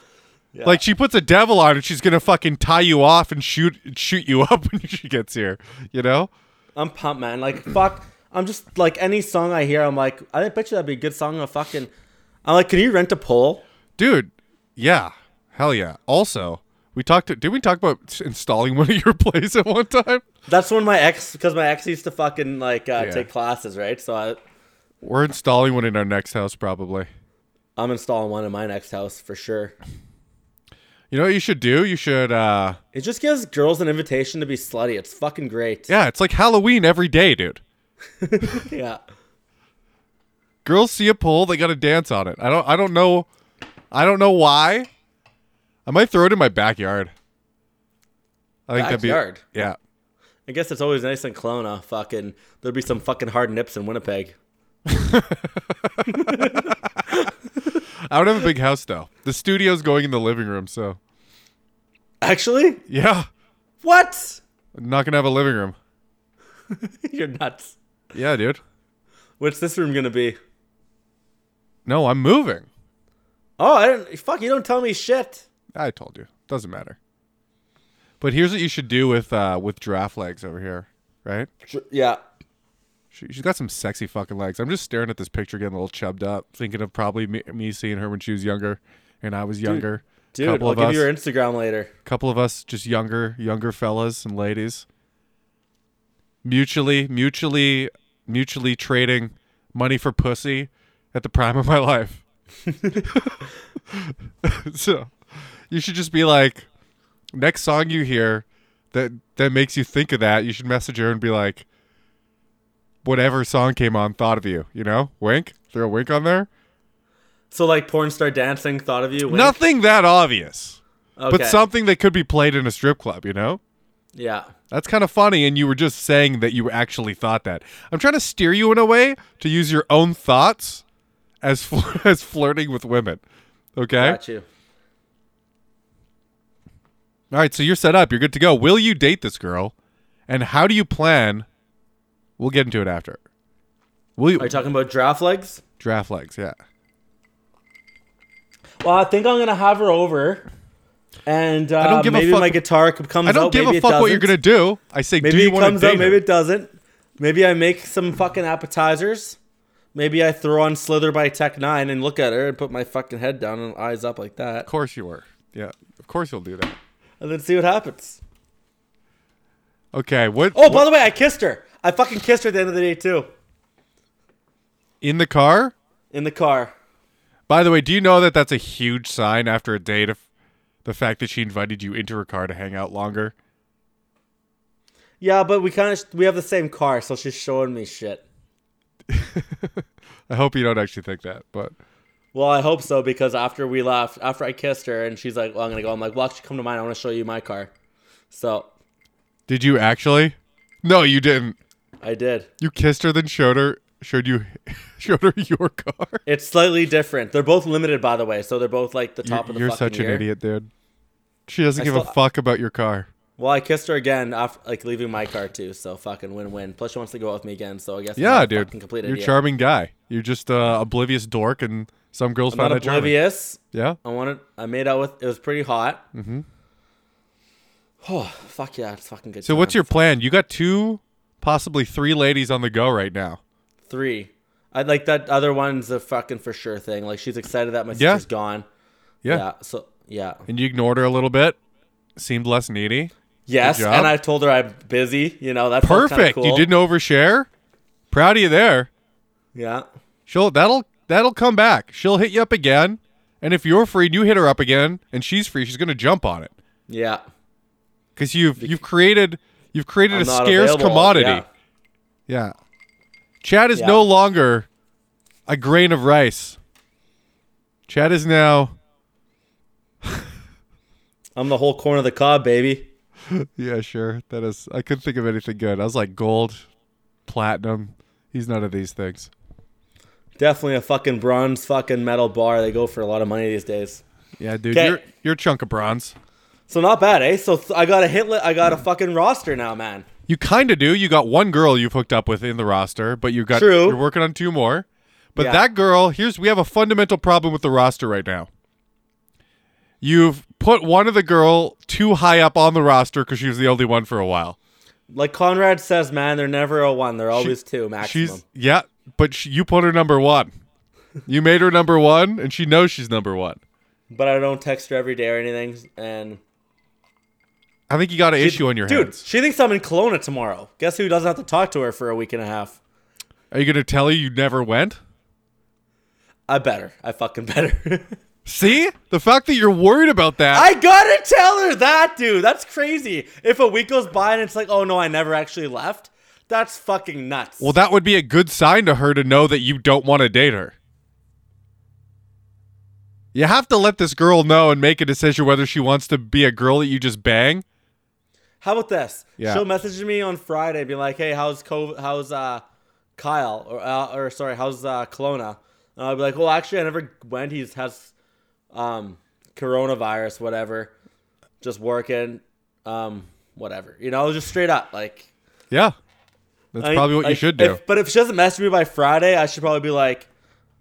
Speaker 3: Like she puts a devil on it, she's gonna fucking tie you off and shoot shoot you (laughs) up when she gets here. You know?
Speaker 2: I'm pumped, man. Like fuck. I'm just like any song I hear, I'm like, I bet you that'd be a good song. A fucking. I'm like, can you rent a pole?
Speaker 3: Dude, yeah. Hell yeah. Also, we talked to, did we talk about s- installing one at your (laughs) place at one time?
Speaker 2: That's when my ex, because my ex used to fucking like uh,
Speaker 3: Yeah.
Speaker 2: take classes, right? So I,
Speaker 3: We're installing one in our next house probably.
Speaker 2: I'm installing one in my next house for sure.
Speaker 3: You know what you should do? You should uh
Speaker 2: It just gives girls an invitation to be slutty. It's fucking great.
Speaker 3: yeah, it's like Halloween every day, dude.
Speaker 2: Yeah.
Speaker 3: Girls see a pole, they gotta dance on it. I don't I don't know I don't know why. I might throw it in my backyard. I think
Speaker 2: Backyard?
Speaker 3: that'd be Yeah.
Speaker 2: I guess it's always nice in Kelowna. Fucking, there'd be some fucking hard nips in Winnipeg.
Speaker 3: I would have a big house though. The studio's going in the living room, so
Speaker 2: Actually,
Speaker 3: yeah.
Speaker 2: what? (laughs)
Speaker 3: I'm not gonna have a living room.
Speaker 2: You're nuts.
Speaker 3: Yeah, dude.
Speaker 2: What's this room gonna be?
Speaker 3: No, I'm moving.
Speaker 2: Oh, I didn't. Fuck, you don't tell me shit.
Speaker 3: I told you. Doesn't matter. But here's what you should do with uh with giraffe legs over here, right?
Speaker 2: Sure, Yeah.
Speaker 3: She, she's got some sexy fucking legs. I'm just staring at this picture, getting a little chubbed up, thinking of probably me, me seeing her when she was younger, and I was younger.
Speaker 2: Dude,
Speaker 3: couple
Speaker 2: I'll
Speaker 3: of
Speaker 2: give
Speaker 3: us,
Speaker 2: you her Instagram later.
Speaker 3: couple of us, just younger, younger fellas and ladies, mutually, mutually, mutually trading money for pussy at the prime of my life. (laughs) so, you should just be like, next song you hear that that makes you think of that, you should message her and be like, whatever song came on, thought of you. You know, wink, throw a wink on there.
Speaker 2: So, like, porn star dancing thought of you. wink?
Speaker 3: Nothing that obvious,
Speaker 2: Okay.
Speaker 3: but something that could be played in a strip club. You know.
Speaker 2: Yeah.
Speaker 3: That's kind of funny, and you were just saying that you actually thought that. I'm trying to steer you in a way to use your own thoughts as fl- (laughs) as flirting with women. Okay.
Speaker 2: Got you.
Speaker 3: All right. So you're set up. You're good to go. Will you date this girl? And how do you plan? We'll get into it after. Will you
Speaker 2: Are you talking about draft legs?
Speaker 3: draft legs? Yeah.
Speaker 2: Well, I think I'm gonna have her over, and uh,
Speaker 3: don't give a
Speaker 2: maybe
Speaker 3: fuck-
Speaker 2: my guitar c- comes
Speaker 3: I don't
Speaker 2: out.
Speaker 3: give
Speaker 2: maybe
Speaker 3: a
Speaker 2: it
Speaker 3: fuck what you're
Speaker 2: doesn't.
Speaker 3: gonna do. I say, do
Speaker 2: Maybe
Speaker 3: you
Speaker 2: it
Speaker 3: want to
Speaker 2: comes
Speaker 3: date
Speaker 2: out.
Speaker 3: her?
Speaker 2: Maybe it doesn't. Maybe I make some fucking appetizers. Maybe I throw on Slither by Tech Nine and look at her and put my fucking head down and eyes up like that,
Speaker 3: Of course you were. Yeah. Of course you'll do that.
Speaker 2: and then see what happens.
Speaker 3: Okay. What?
Speaker 2: Oh, by the way, I kissed her. I fucking kissed her at the end of the day too,
Speaker 3: in the car?
Speaker 2: in the car.
Speaker 3: By the way, do you know that that's a huge sign after a date of the fact that she invited you into her car to hang out longer?
Speaker 2: Yeah, but we kind of we have the same car, so she's showing me shit.
Speaker 3: I hope you don't actually think that, but
Speaker 2: Well, I hope so because after we left, after I kissed her and she's like, "Well, I'm gonna go," I'm like, "Well, actually, come to mine. I want to show you my car." So
Speaker 3: did you actually? No, you didn't.
Speaker 2: I did.
Speaker 3: You kissed her, then showed her, showed you, (laughs) showed her your car.
Speaker 2: It's slightly different. They're both limited, by the way, so they're both like the top
Speaker 3: you're
Speaker 2: of the
Speaker 3: you're
Speaker 2: fucking
Speaker 3: such an
Speaker 2: year.
Speaker 3: idiot, dude. She doesn't
Speaker 2: I
Speaker 3: give a
Speaker 2: still-
Speaker 3: fuck about your car.
Speaker 2: Well, I kissed her again, after, like leaving my car too. So fucking win-win. Plus, she wants to go out with me again. So I guess I'm not
Speaker 3: Yeah,
Speaker 2: a
Speaker 3: dude.
Speaker 2: fucking
Speaker 3: You're
Speaker 2: complete
Speaker 3: a
Speaker 2: idiot.
Speaker 3: charming guy. You're just uh, oblivious dork, and some girls
Speaker 2: I'm
Speaker 3: find
Speaker 2: not
Speaker 3: that charming.
Speaker 2: oblivious.
Speaker 3: Yeah.
Speaker 2: I wanted. I made out with. It was pretty hot. Mm-hmm. Oh (sighs) fuck yeah, it's fucking good.
Speaker 3: So what's
Speaker 2: time.
Speaker 3: your plan? You got two, possibly three ladies on the go right now.
Speaker 2: three? I like that other one's a fucking for sure thing. Like she's excited that my
Speaker 3: Yeah.
Speaker 2: sister's gone.
Speaker 3: Yeah.
Speaker 2: Yeah. So yeah.
Speaker 3: and you ignored her a little bit. Seemed less needy.
Speaker 2: Yes,
Speaker 3: job.
Speaker 2: and I told her I'm busy. You know that's
Speaker 3: Perfect. You didn't overshare. Proud of you there.
Speaker 2: Yeah.
Speaker 3: She'll that'll that'll come back. She'll hit you up again. And if you're free and you hit her up again and she's free, she's gonna jump on it.
Speaker 2: Yeah.
Speaker 3: Because you've you've created you've created a
Speaker 2: I'm not
Speaker 3: scarce
Speaker 2: available.
Speaker 3: commodity.
Speaker 2: Yeah.
Speaker 3: Yeah. Chad is
Speaker 2: Yeah.
Speaker 3: no longer a grain of rice. Chad is now
Speaker 2: I'm the whole corn of the cob, baby.
Speaker 3: Yeah, sure. That is I couldn't think of anything good. I was like gold, platinum. He's none of these things.
Speaker 2: Definitely a fucking bronze fucking metal bar. They go for a lot of money these days.
Speaker 3: Yeah, dude,
Speaker 2: 'Kay.
Speaker 3: you're you're a chunk of bronze.
Speaker 2: So not bad, eh? So th- I got a hit. Li- I got a fucking roster now, man.
Speaker 3: You kind of do. You got one girl you've hooked up with in the roster, but you got
Speaker 2: True.
Speaker 3: you're working on two more. But
Speaker 2: Yeah.
Speaker 3: that girl, here's we have a fundamental problem with the roster right now. You've put one of the girl too high up on the roster because she was the only one for a while.
Speaker 2: Like Conrad says, man, they're never a one. They're always two maximum.
Speaker 3: She's yeah, but she, you put her number one. you made her number one, and she knows she's number one.
Speaker 2: But I don't text her every day or anything. And
Speaker 3: I think you got an issue on your
Speaker 2: dude,
Speaker 3: hands.
Speaker 2: she thinks I'm in Kelowna tomorrow. Guess who doesn't have to talk to her for a week and a half?
Speaker 3: Are you gonna tell her you never went?
Speaker 2: I better. I fucking (laughs) better.
Speaker 3: See the fact that you're worried about that.
Speaker 2: I gotta tell her that, dude. That's crazy. If a week goes by and it's like, oh no, I never actually left, That's fucking nuts.
Speaker 3: Well, that would be a good sign to her to know that you don't want to date her. You have to let this girl know and make a decision whether she wants to be a girl that you just bang.
Speaker 2: How about this?
Speaker 3: Yeah.
Speaker 2: She'll message me on Friday and be like, "Hey, how's Co- how's uh, Kyle or uh, or sorry, how's uh, Kelowna?" And I'll be like, "Well, actually, I never went. He has um, coronavirus, whatever. Just working, um, whatever. You know, just straight up like."
Speaker 3: Yeah. That's
Speaker 2: I-
Speaker 3: probably what you
Speaker 2: like,
Speaker 3: should do.
Speaker 2: if- but if she doesn't message me by Friday, I should probably be like,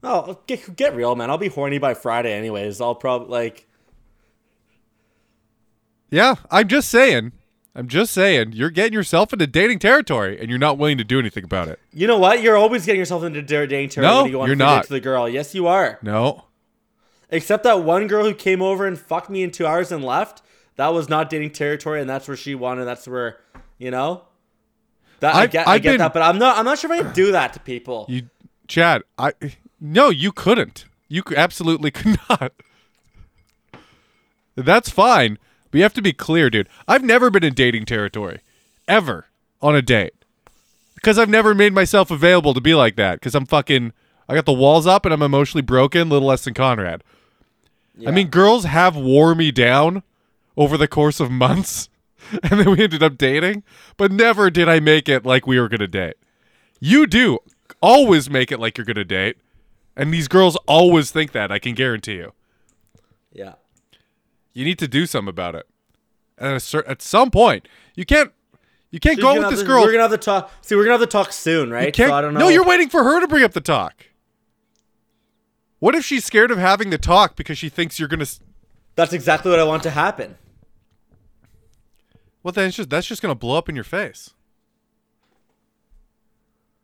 Speaker 2: "No, get get real, man. I'll be horny by Friday, anyways. I'll probably like."
Speaker 3: yeah. I'm just saying. I'm just saying. You're getting yourself into dating territory and you're not willing to do anything about it.
Speaker 2: You know what? You're always getting yourself into dare dating territory
Speaker 3: No,
Speaker 2: when you go on
Speaker 3: you're
Speaker 2: a first date
Speaker 3: not.
Speaker 2: to the girl. Yes, you are.
Speaker 3: No.
Speaker 2: Except that one girl who came over and fucked me in two hours and left. That was not dating territory, and that's where she won, and that's where, you know. That I
Speaker 3: I've-
Speaker 2: get, I
Speaker 3: I've
Speaker 2: get
Speaker 3: been-
Speaker 2: that, but I'm not. I'm not sure if I do that to people.
Speaker 3: You Chad, I No, you couldn't. You c- absolutely (laughs) could not. That's fine. But you have to be clear, dude. I've never been in dating territory ever on a date. Because I've never made myself available to be like that cuz I'm fucking I got the walls up and I'm emotionally broken, little less than Conrad.
Speaker 2: Yeah.
Speaker 3: I mean, girls have wore me down over the course of months, (laughs) and then we ended up dating, but never did I make it like we were going to date. You do always make it like you're going to date, and these girls always think that, I can guarantee you.
Speaker 2: yeah.
Speaker 3: You need to do something about it. And at, a cer- at some point, you can't you can't
Speaker 2: She's
Speaker 3: go
Speaker 2: gonna
Speaker 3: out with
Speaker 2: have
Speaker 3: this
Speaker 2: to-
Speaker 3: girl.
Speaker 2: We're gonna have to talk. See, we're gonna have to talk soon,
Speaker 3: You
Speaker 2: right?
Speaker 3: can't-
Speaker 2: So I don't know.
Speaker 3: No, you're waiting for her to bring up the talk. What if she's scared of having the talk because she thinks you're going to
Speaker 2: That's exactly what I want to happen.
Speaker 3: Well, then it's just that's just going to blow up in your face.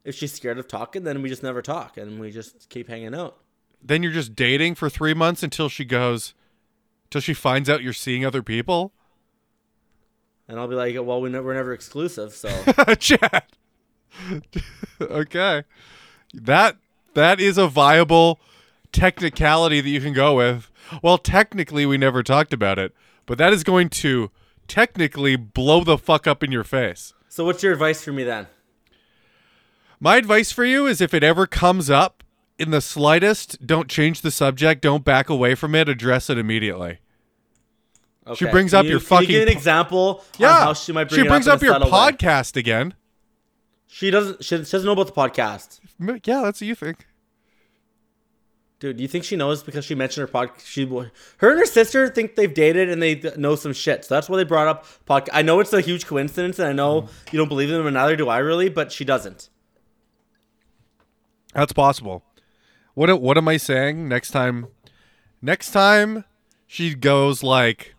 Speaker 2: If she's scared of talking, then we just never talk, and we just keep hanging out.
Speaker 3: then you're just dating for three months until she goes till she finds out you're seeing other people
Speaker 2: And I'll be like, well, we ne- we're never exclusive,
Speaker 3: (laughs)
Speaker 2: so
Speaker 3: chad okay that that is a viable technicality that you can go with well technically we never talked about it but that is going to technically blow the fuck up in your face
Speaker 2: so what's your advice for me then?
Speaker 3: My advice for you is if it ever comes up in the slightest, don't change the subject, don't back away from it, address it immediately. She
Speaker 2: Okay.
Speaker 3: brings
Speaker 2: Can
Speaker 3: up
Speaker 2: you-
Speaker 3: your
Speaker 2: can you
Speaker 3: fucking
Speaker 2: give an
Speaker 3: po-
Speaker 2: example.
Speaker 3: Yeah,
Speaker 2: on how she might bring. it
Speaker 3: brings
Speaker 2: up, in a
Speaker 3: your
Speaker 2: subtle way?
Speaker 3: podcast again.
Speaker 2: She doesn't. She, she doesn't know about the podcast,
Speaker 3: M- Yeah, that's what you think.
Speaker 2: dude. Do you think she knows because she mentioned her pod? She, her and her sister think they've dated and they th- know some shit, so that's why they brought up podcast. I know it's a huge coincidence, and I know you don't believe in them, and neither do I really. But she doesn't.
Speaker 3: That's possible. What a- what am I saying next time? Next time she goes like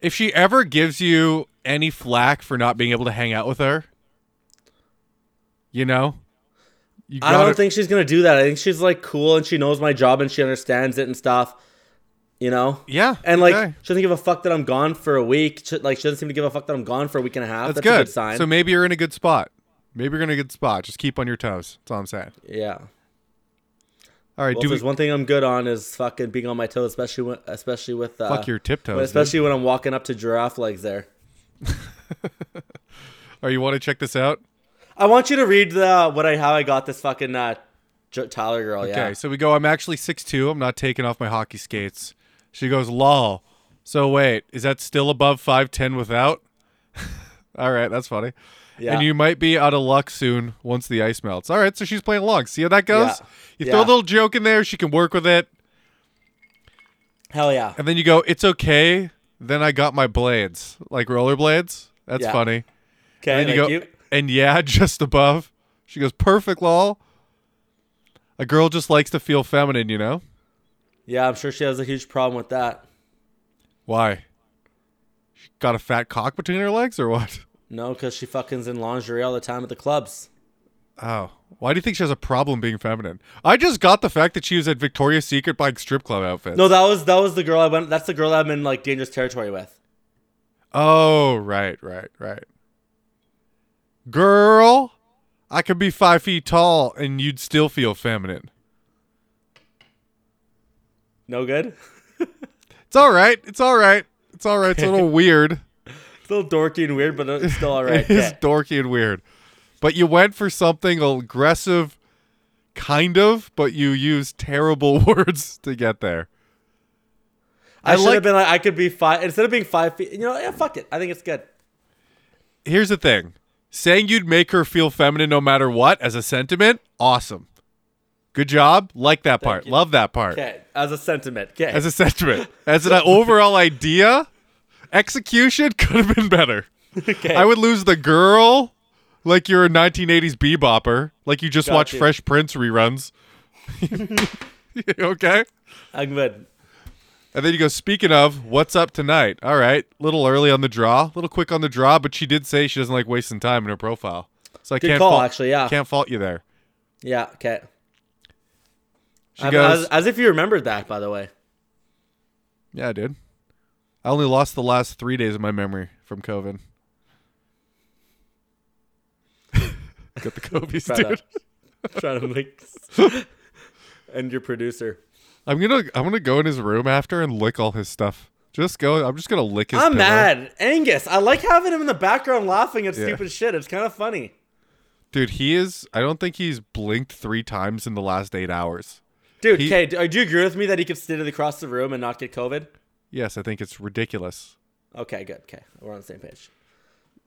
Speaker 3: if she ever gives you any flack for not being able to hang out with her, you know? You
Speaker 2: I
Speaker 3: gotta-
Speaker 2: don't think she's gonna do that. I think she's like cool and she knows my job and she understands it and stuff. You know.
Speaker 3: Yeah.
Speaker 2: And like
Speaker 3: okay.
Speaker 2: she doesn't give a fuck that I'm gone for a week. She, like she doesn't seem to give a fuck that I'm gone for a week and a half.
Speaker 3: That's,
Speaker 2: That's,
Speaker 3: good.
Speaker 2: a good sign.
Speaker 3: So maybe you're in a good spot. Maybe you're in a good spot. Just keep on your toes. That's all I'm saying.
Speaker 2: yeah.
Speaker 3: All right,
Speaker 2: Well,
Speaker 3: do
Speaker 2: if
Speaker 3: we
Speaker 2: there's one thing I'm good on is fucking being on my toes, especially when, especially with uh,
Speaker 3: fuck your
Speaker 2: But
Speaker 3: tiptoes? dude.
Speaker 2: especially when I'm walking up to giraffe legs there.
Speaker 3: Or oh, you want to check this out?
Speaker 2: I want you to read the what I how I got this fucking uh, J- Tyler girl.
Speaker 3: Okay,
Speaker 2: Yeah.
Speaker 3: so we go. I'm actually 6'2". I'm not taking off my hockey skates. She goes, lol. So wait, is that still above 5'10 without? (laughs) All right, that's funny.
Speaker 2: Yeah.
Speaker 3: And you might be out of luck soon once the ice melts. All right, so she's playing along. See how that goes?
Speaker 2: Yeah.
Speaker 3: You
Speaker 2: Yeah.
Speaker 3: throw a little joke in there. She can work with it.
Speaker 2: Hell yeah.
Speaker 3: And then you go, it's okay. Then I got my blades, like rollerblades. That's
Speaker 2: Yeah.
Speaker 3: funny.
Speaker 2: Okay.
Speaker 3: And
Speaker 2: Thank
Speaker 3: you go,
Speaker 2: you.
Speaker 3: and yeah, (laughs) just above. She goes, perfect, lol. A girl just likes to feel feminine, you know?
Speaker 2: Yeah, I'm sure she has a huge problem with that.
Speaker 3: Why? She got a fat cock between her legs or what?
Speaker 2: No, because she fucking's in lingerie all the time at the clubs.
Speaker 3: Oh. Why do you think she has a problem being feminine? I just got the fact that she was at Victoria's Secret buying strip club outfits.
Speaker 2: No, that was that was the girl I went. That's the girl I'm in like dangerous territory with.
Speaker 3: oh, right, right, right. Girl, I could be five feet tall and you'd still feel feminine.
Speaker 2: No good. (laughs)
Speaker 3: It's all right. It's all right. It's all right. It's a little weird.
Speaker 2: Still dorky and weird, but it's still all (laughs)
Speaker 3: (laughs)
Speaker 2: right.
Speaker 3: It is
Speaker 2: Yeah.
Speaker 3: dorky and weird. But you went for something aggressive, kind of, but you used terrible (laughs) words to get there.
Speaker 2: I,
Speaker 3: I
Speaker 2: should
Speaker 3: like-
Speaker 2: have been like, I could be five instead of being five feet. You know, yeah, fuck it. I think it's good.
Speaker 3: Here's the thing saying you'd make her feel feminine no matter what as a sentiment, awesome. Good job. Like that part.
Speaker 2: you.
Speaker 3: Love that part.
Speaker 2: Okay, as a sentiment. Okay,
Speaker 3: As a sentiment, as an overall idea, execution (laughs) could have been better.
Speaker 2: okay.
Speaker 3: I would lose the girl like you're a 1980s bebopper, like you just
Speaker 2: Got
Speaker 3: watch
Speaker 2: you.
Speaker 3: Fresh Prince reruns. (laughs) okay?
Speaker 2: I'm good.
Speaker 3: And then you go, speaking of, what's up tonight? All right, little early on the draw, a little quick on the draw, but she did say she doesn't like wasting time in her profile. So I
Speaker 2: Good
Speaker 3: can't
Speaker 2: call,
Speaker 3: fault,
Speaker 2: actually, yeah.
Speaker 3: Can't fault you there.
Speaker 2: Yeah. Okay.
Speaker 3: She
Speaker 2: I'm-
Speaker 3: goes,
Speaker 2: as, as if you remembered that, by the
Speaker 3: (laughs)
Speaker 2: way.
Speaker 3: Yeah, I did. I only lost the last three days of my memory from COVID. (laughs)
Speaker 2: (laughs)
Speaker 3: Got the Kobe's,
Speaker 2: Try
Speaker 3: dude.
Speaker 2: to, trying to mix. and your producer.
Speaker 3: I'm gonna I'm gonna go in his room after and lick all his stuff. Just go. I'm just gonna lick his.
Speaker 2: I'm
Speaker 3: pillow.
Speaker 2: mad, Angus. I like having him in the background laughing at
Speaker 3: Yeah.
Speaker 2: stupid shit. It's kind of funny.
Speaker 3: dude. He is. I don't think he's blinked three times in the last eight hours.
Speaker 2: Dude,
Speaker 3: He-
Speaker 2: okay, do, do you agree with me that he could sit across the room and not get COVID?
Speaker 3: Yes, I think it's ridiculous.
Speaker 2: Okay, good. Okay, we're on the same page. (laughs)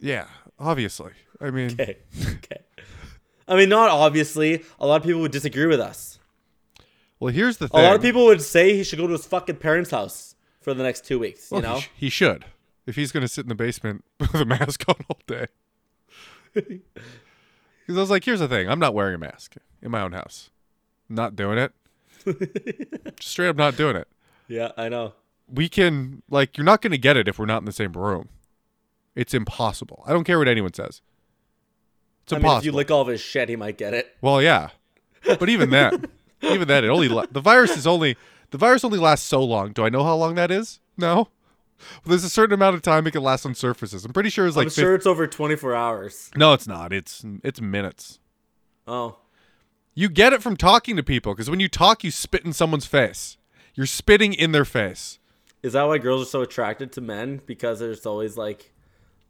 Speaker 3: Yeah, obviously. I mean,
Speaker 2: Okay, okay. I mean, not obviously. A lot of people would disagree with us.
Speaker 3: well, here's the
Speaker 2: A
Speaker 3: thing.
Speaker 2: lot of people would say he should go to his fucking parents' house for the next two weeks. You
Speaker 3: Well,
Speaker 2: know,
Speaker 3: he, sh- he should. If he's gonna sit in the basement (laughs) with a mask on all
Speaker 2: (laughs)
Speaker 3: day. Because I was like, here's the thing. I'm not wearing a mask in my own house. Not doing it.
Speaker 2: (laughs)
Speaker 3: Just straight up not doing it.
Speaker 2: yeah, I know.
Speaker 3: we can like you're not going to get it if we're not in the same room. It's impossible. I don't care what anyone says. It's
Speaker 2: I mean,
Speaker 3: impossible.
Speaker 2: if you lick all of his shit, he might get it.
Speaker 3: well, yeah, but even then, even then, it only la- the virus is only the virus only lasts so long. Do I know how long that is? No. Well, there's a certain amount of time it can last on surfaces. I'm pretty sure it's like
Speaker 2: I'm
Speaker 3: fif-
Speaker 2: sure it's over 24 hours.
Speaker 3: no, it's not. It's it's minutes.
Speaker 2: Oh,
Speaker 3: You get it from talking to people because when you talk, you spit in someone's face. You're spitting in their face.
Speaker 2: is that why girls are so attracted to men? Because there's always like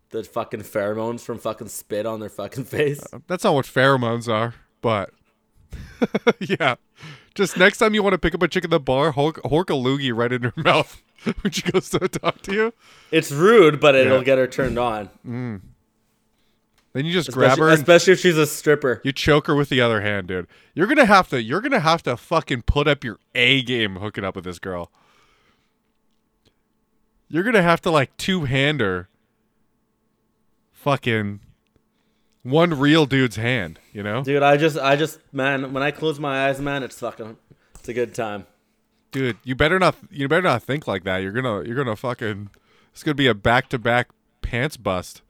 Speaker 2: the fucking pheromones from fucking spit on their fucking (laughs) face.
Speaker 3: That's not what pheromones are, but (laughs) yeah. Just next time you want to pick up a chick at the bar, hork, hork a loogie right in her (laughs) mouth when she goes to talk to you.
Speaker 2: It's rude, but it'll
Speaker 3: Yeah.
Speaker 2: get her turned on.
Speaker 3: Then you just grab
Speaker 2: Especially,
Speaker 3: her and
Speaker 2: especially if she's a stripper.
Speaker 3: you choke her with the other hand, dude. You're gonna have to. You're gonna have to fucking put up your A game hooking up with this girl. You're gonna have to like two hander. Fucking one real dude's hand, you know,
Speaker 2: Dude, I just, I just, man, when I close my eyes, man, it's fucking, it's a good time.
Speaker 3: dude you better not you better not think like that you're gonna you're gonna fucking it's gonna be a back-to-back pants bust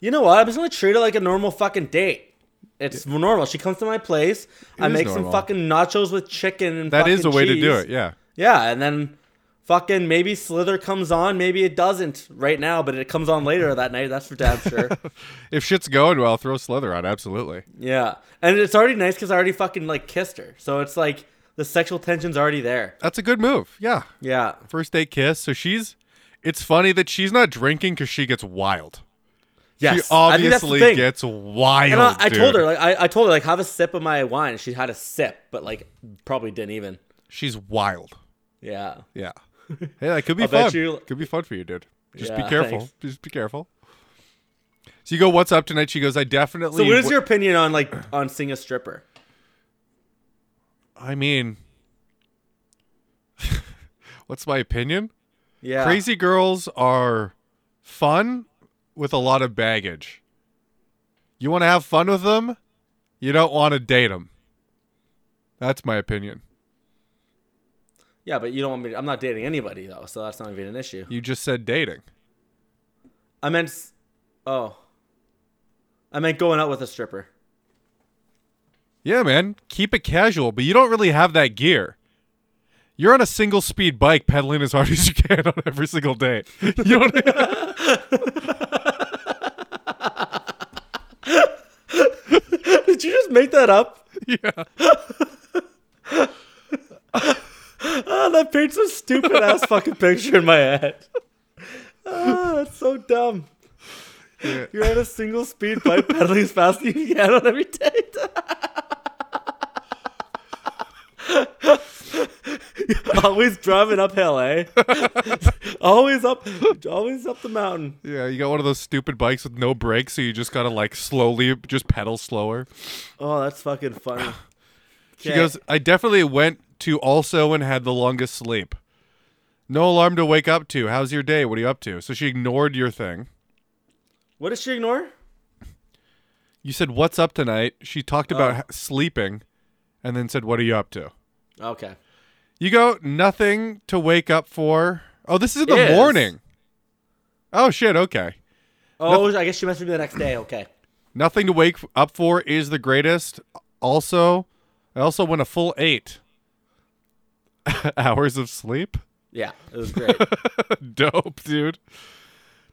Speaker 2: You know what? I'm just gonna treat it like a normal fucking date. It's normal. She comes to my place. I
Speaker 3: is
Speaker 2: make some
Speaker 3: normal.
Speaker 2: fucking nachos with chicken and
Speaker 3: That is
Speaker 2: fucking
Speaker 3: a way to do
Speaker 2: cheese.
Speaker 3: it yeah
Speaker 2: Yeah, and then fucking maybe Slither comes on, maybe it doesn't right now, but it comes on later that night. That's for damn
Speaker 3: (laughs)
Speaker 2: sure.
Speaker 3: if shit's going well throw slither on absolutely
Speaker 2: yeah, and it's already nice because I already fucking like kissed her, so it's like the sexual tension's already there.
Speaker 3: that's a good move yeah
Speaker 2: Yeah,
Speaker 3: first date kiss so she's it's funny that she's not drinking because she gets wild
Speaker 2: yes,
Speaker 3: she
Speaker 2: I think that's the
Speaker 3: obviously
Speaker 2: thing.
Speaker 3: gets wild
Speaker 2: And I, I told
Speaker 3: dude.
Speaker 2: her, like, I, I told her, like, have a sip of my wine. She had a sip, but like, probably didn't even.
Speaker 3: she's wild
Speaker 2: Yeah. (laughs)
Speaker 3: yeah hey that could be
Speaker 2: I'll bet
Speaker 3: fun
Speaker 2: you-
Speaker 3: could be fun for you dude just
Speaker 2: Yeah,
Speaker 3: be careful
Speaker 2: thanks.
Speaker 3: just be careful so you go what's up tonight she goes i definitely
Speaker 2: So, what is
Speaker 3: w-
Speaker 2: your opinion on like on seeing a stripper?
Speaker 3: I mean, (laughs) what's my opinion?
Speaker 2: Yeah.
Speaker 3: Crazy girls are fun with a lot of baggage. You want to have fun with them, you don't want to date them. That's my opinion.
Speaker 2: Yeah, but you don't want me. To, I'm not dating anybody though, so that's not even an issue.
Speaker 3: You just said dating.
Speaker 2: I meant, s- oh, I meant going out with a stripper. (laughs)
Speaker 3: Yeah, man, keep it casual, but you don't really have that gear. You're on a single speed bike pedaling as hard (laughs) as you can on every single day. You don't
Speaker 2: Did you just make
Speaker 4: (laughs)
Speaker 2: that up? (laughs)
Speaker 3: yeah.
Speaker 2: Oh, that paints a stupid ass fucking picture in my head. Ah, that's so dumb. You're at a single speed
Speaker 4: (laughs)
Speaker 2: bike pedaling as fast as you can on every day. always driving uphill, eh? (laughs) always up, always up the mountain.
Speaker 3: Yeah, you got one of those stupid bikes with no brakes, so you just gotta like slowly just pedal slower.
Speaker 2: Oh, that's fucking funny.
Speaker 3: She goes, I definitely went to also and had the longest sleep. No alarm to wake up to. How's your day? What are you up to? So she ignored your thing.
Speaker 2: What does she ignore?
Speaker 3: You said, What's up tonight? She talked about h- sleeping and then said, What are you up to?
Speaker 2: Okay.
Speaker 3: You go, Nothing to wake up for. Oh, this is in the
Speaker 2: Yes.
Speaker 3: morning. Oh, shit. Okay.
Speaker 2: Oh, I guess she messaged me the next day. Okay.
Speaker 3: Nothing to wake f- up for is the greatest. Also, I also went a full eight (laughs) hours of sleep.
Speaker 2: Yeah, it was great.
Speaker 3: (laughs) Dope, dude.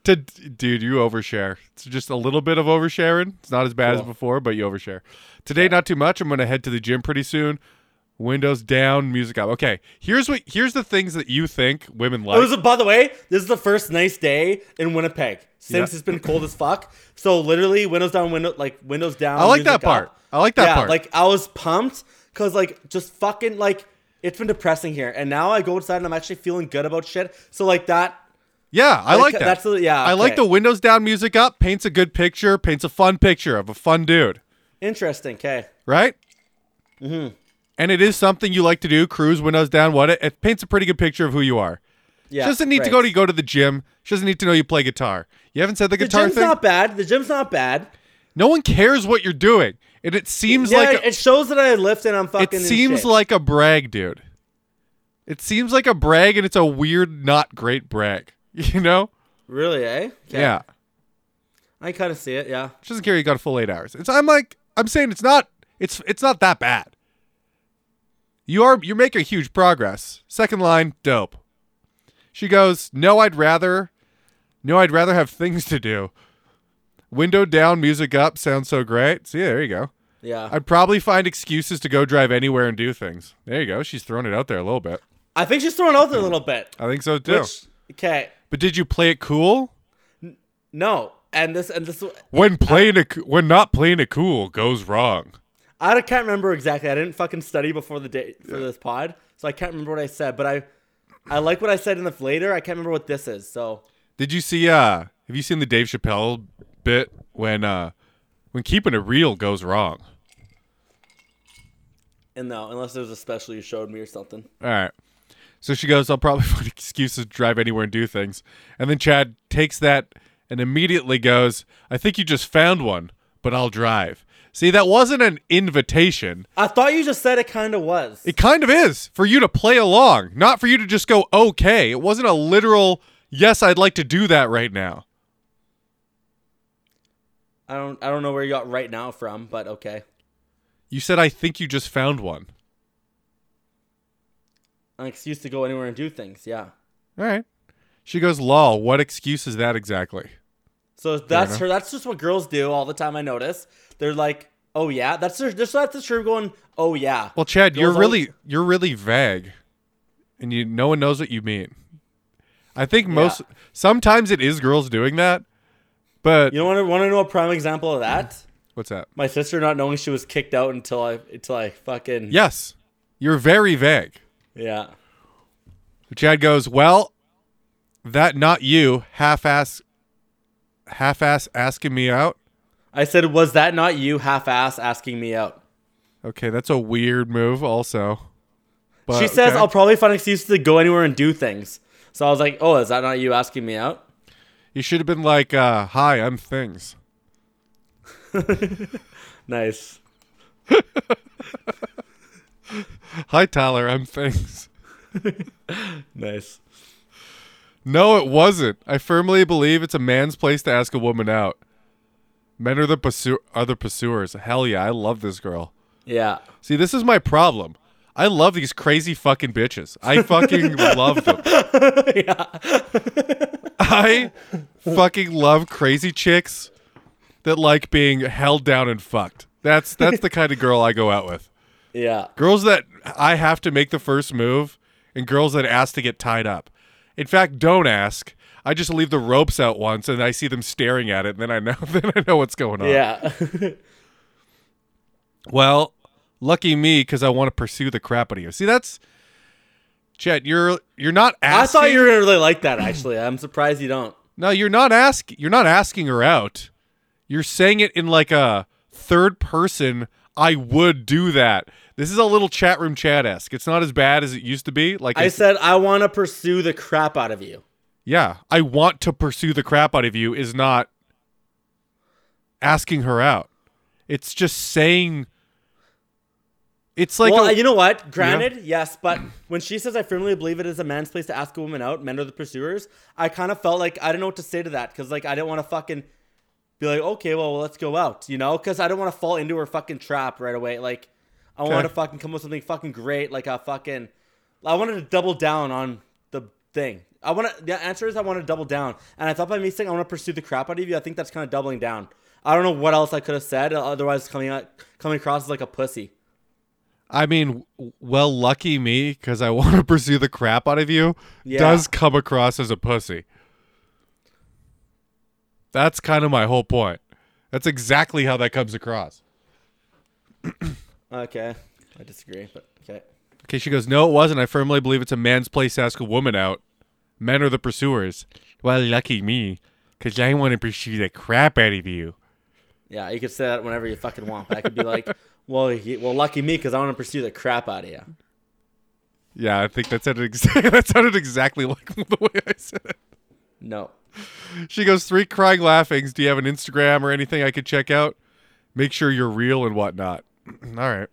Speaker 3: To dude, you overshare. It's just a little bit of oversharing. It's not as bad as
Speaker 2: Cool.
Speaker 3: before, but you overshare. Today, not too much. I'm gonna head to the gym pretty soon. Windows down, music up. Okay, here's what. Here's the things that you think women like.
Speaker 2: It was, by the way, this is the first nice day in Winnipeg since
Speaker 3: Yeah.
Speaker 2: it's been cold as fuck. So literally, windows down, window like windows down.
Speaker 3: I like
Speaker 2: music
Speaker 3: that part.
Speaker 2: up.
Speaker 3: I like that
Speaker 2: yeah,
Speaker 3: part.
Speaker 2: Like I was pumped because like just fucking like it's been depressing here, and now I go outside and I'm actually feeling good about shit. So like that.
Speaker 3: yeah, I like that.
Speaker 2: That's the- yeah.
Speaker 3: I like
Speaker 2: okay.
Speaker 3: the windows down, music up. Paints a good picture. Paints a fun picture of a fun dude.
Speaker 2: interesting. Okay.
Speaker 3: right? Mm-hmm. And it is something you like to do. Cruise windows down. What it, it paints a pretty good picture of who you are.
Speaker 2: Yeah.
Speaker 3: she doesn't need to
Speaker 2: right.
Speaker 3: go to go to the gym. She doesn't need to know you play guitar. You haven't said the,
Speaker 2: The
Speaker 3: guitar
Speaker 2: gym's
Speaker 3: thing.
Speaker 2: not bad. The gym's not bad.
Speaker 3: no one cares what you're doing, and it seems
Speaker 2: Yeah,
Speaker 3: like a-
Speaker 2: it shows that I lift and I'm fucking. in
Speaker 3: it seems
Speaker 2: shape.
Speaker 3: like a brag, dude. It seems like a brag, and it's a weird, not great brag. (laughs) You know?
Speaker 2: really, eh? 'Kay.
Speaker 3: Yeah.
Speaker 2: I kind of see it. Yeah.
Speaker 3: She doesn't care. You got a full eight hours. It's, I'm like, I'm saying it's not. It's it's not that bad. You are you're making huge progress. Second line, dope. She goes, no, I'd rather, no, I'd rather have things to do. Window down, music up, sounds so great. See, there you go.
Speaker 2: Yeah.
Speaker 3: I'd probably find excuses to go drive anywhere and do things. There you go. She's throwing it out there a little bit.
Speaker 2: I think she's throwing out there a little bit.
Speaker 3: I think so too.
Speaker 2: Which okay.
Speaker 3: but did you play it cool?
Speaker 2: No. And this and this
Speaker 3: When playing it, c- when not playing it cool goes wrong.
Speaker 2: I don't- can't remember exactly. I didn't fucking study before the day for this pod, so I can't remember what I said. But I, I like what I said in the later. I can't remember what this is. So
Speaker 3: Did you see uh have you seen the Dave Chappelle bit when uh when keeping it real goes wrong?
Speaker 2: and no, unless there's a special you showed me or something.
Speaker 3: All right. So she goes, I'll probably (laughs) find excuses to drive anywhere and do things. And then Chad takes that and immediately goes, I think you just found one, but I'll drive. See, that wasn't an invitation.
Speaker 2: I thought you just said it kind of was.
Speaker 3: It kind of is for you to play along, not for you to just go, okay. It wasn't a literal, yes, I'd like to do that right now.
Speaker 2: I don't. I don't know where you got right now from, but okay.
Speaker 3: You said, I think you just found one.
Speaker 2: An excuse to go anywhere and do things. Yeah.
Speaker 3: All right. She goes, lol, what excuse is that exactly?
Speaker 2: So that's her. That's just what girls do all the time. I notice they're like, "Oh yeah," that's her. That's that's the true going. Oh yeah.
Speaker 3: Well, Chad, you're
Speaker 2: Girls
Speaker 3: really you're really vague, and you no one knows what you mean. I think most sometimes it is girls doing that, but
Speaker 2: you don't want to want to know a prime example of that?
Speaker 3: what's that?
Speaker 2: My sister not knowing she was kicked out until I until I fucking
Speaker 3: Yes, you're very vague.
Speaker 2: yeah.
Speaker 3: Chad goes, well, that not you half ass half ass asking me out.
Speaker 2: I said, was that not you, half ass, asking me out?
Speaker 3: Okay, that's a weird move, also. But,
Speaker 2: she says,
Speaker 3: Uh, okay.
Speaker 2: I'll probably find excuses to go anywhere and do things. So I was like, oh, is that not you asking me out?
Speaker 3: you should have been like, uh, "Hi, I'm things."
Speaker 2: Nice.
Speaker 3: Hi, Tyler, I'm things.
Speaker 2: Nice.
Speaker 3: No, it wasn't. I firmly believe it's a man's place to ask a woman out. Men are the pursu- are the pursuers. Hell yeah, I love this girl.
Speaker 2: Yeah.
Speaker 3: See, this is my problem. I love these crazy fucking bitches. I fucking love them. I fucking love crazy chicks that like being held down and fucked. That's that's the kind of girl I go out with.
Speaker 2: Yeah.
Speaker 3: Girls that I have to make the first move and girls that ask to get tied up. In fact, don't ask. I just leave the ropes out once, and I see them staring at it, and then I know (laughs) then I know what's going on.
Speaker 2: Yeah. (laughs)
Speaker 3: Well, lucky me, because I want to pursue the crap out of you. See, that's Chet. You're you're not
Speaker 2: I
Speaker 3: asking.
Speaker 2: thought you were gonna really like that. Actually, I'm surprised you don't.
Speaker 3: No, you're not ask. You're not asking her out. You're saying it in like a third person. I would do that. This is a little chat room chat esque. It's not as bad as it used to be. Like
Speaker 2: I
Speaker 3: I-
Speaker 2: said I want to pursue the crap out of you.
Speaker 3: yeah, I want to pursue the crap out of you is not asking her out. It's just saying. It's like
Speaker 2: well,
Speaker 3: a-
Speaker 2: you know what? Granted, yes, but when she says I firmly believe it is a man's place to ask a woman out, men are the pursuers. I kind of felt like I didn't know what to say to that because like I didn't want to fucking be like, okay, well, let's go out, you know? Because I don't want to fall into her fucking trap right away. Like I want to fucking come up with something fucking great, like a fucking. I wanted to double down on the thing. I want to. The answer is I want to double down, and I thought by me saying I want to pursue the crap out of you, I think that's kind of doubling down. I don't know what else I could have said, otherwise coming out, coming across as like a pussy.
Speaker 3: I mean, w- well, lucky me, because I (laughs) want to pursue the crap out of you,
Speaker 2: Yeah.
Speaker 3: does come across as a pussy. That's kind of my whole point. That's exactly how that comes across.
Speaker 2: Okay. I disagree, but okay.
Speaker 3: Okay, she goes, No, it wasn't. I firmly believe it's a man's place to ask a woman out. Men are the pursuers. Well, lucky me, because I want to pursue the crap out of you.
Speaker 2: Yeah, you could say that whenever you fucking want, but I could be like, (laughs) well, he, well, lucky me, because I want to pursue the crap out of you.
Speaker 3: Yeah, I think that sounded, ex- (laughs) that sounded exactly like (laughs) the way I said it.
Speaker 2: No.
Speaker 3: She goes, three crying laughings. Do you have an Instagram or anything I could check out? Make sure you're real and whatnot. (clears throat) All right.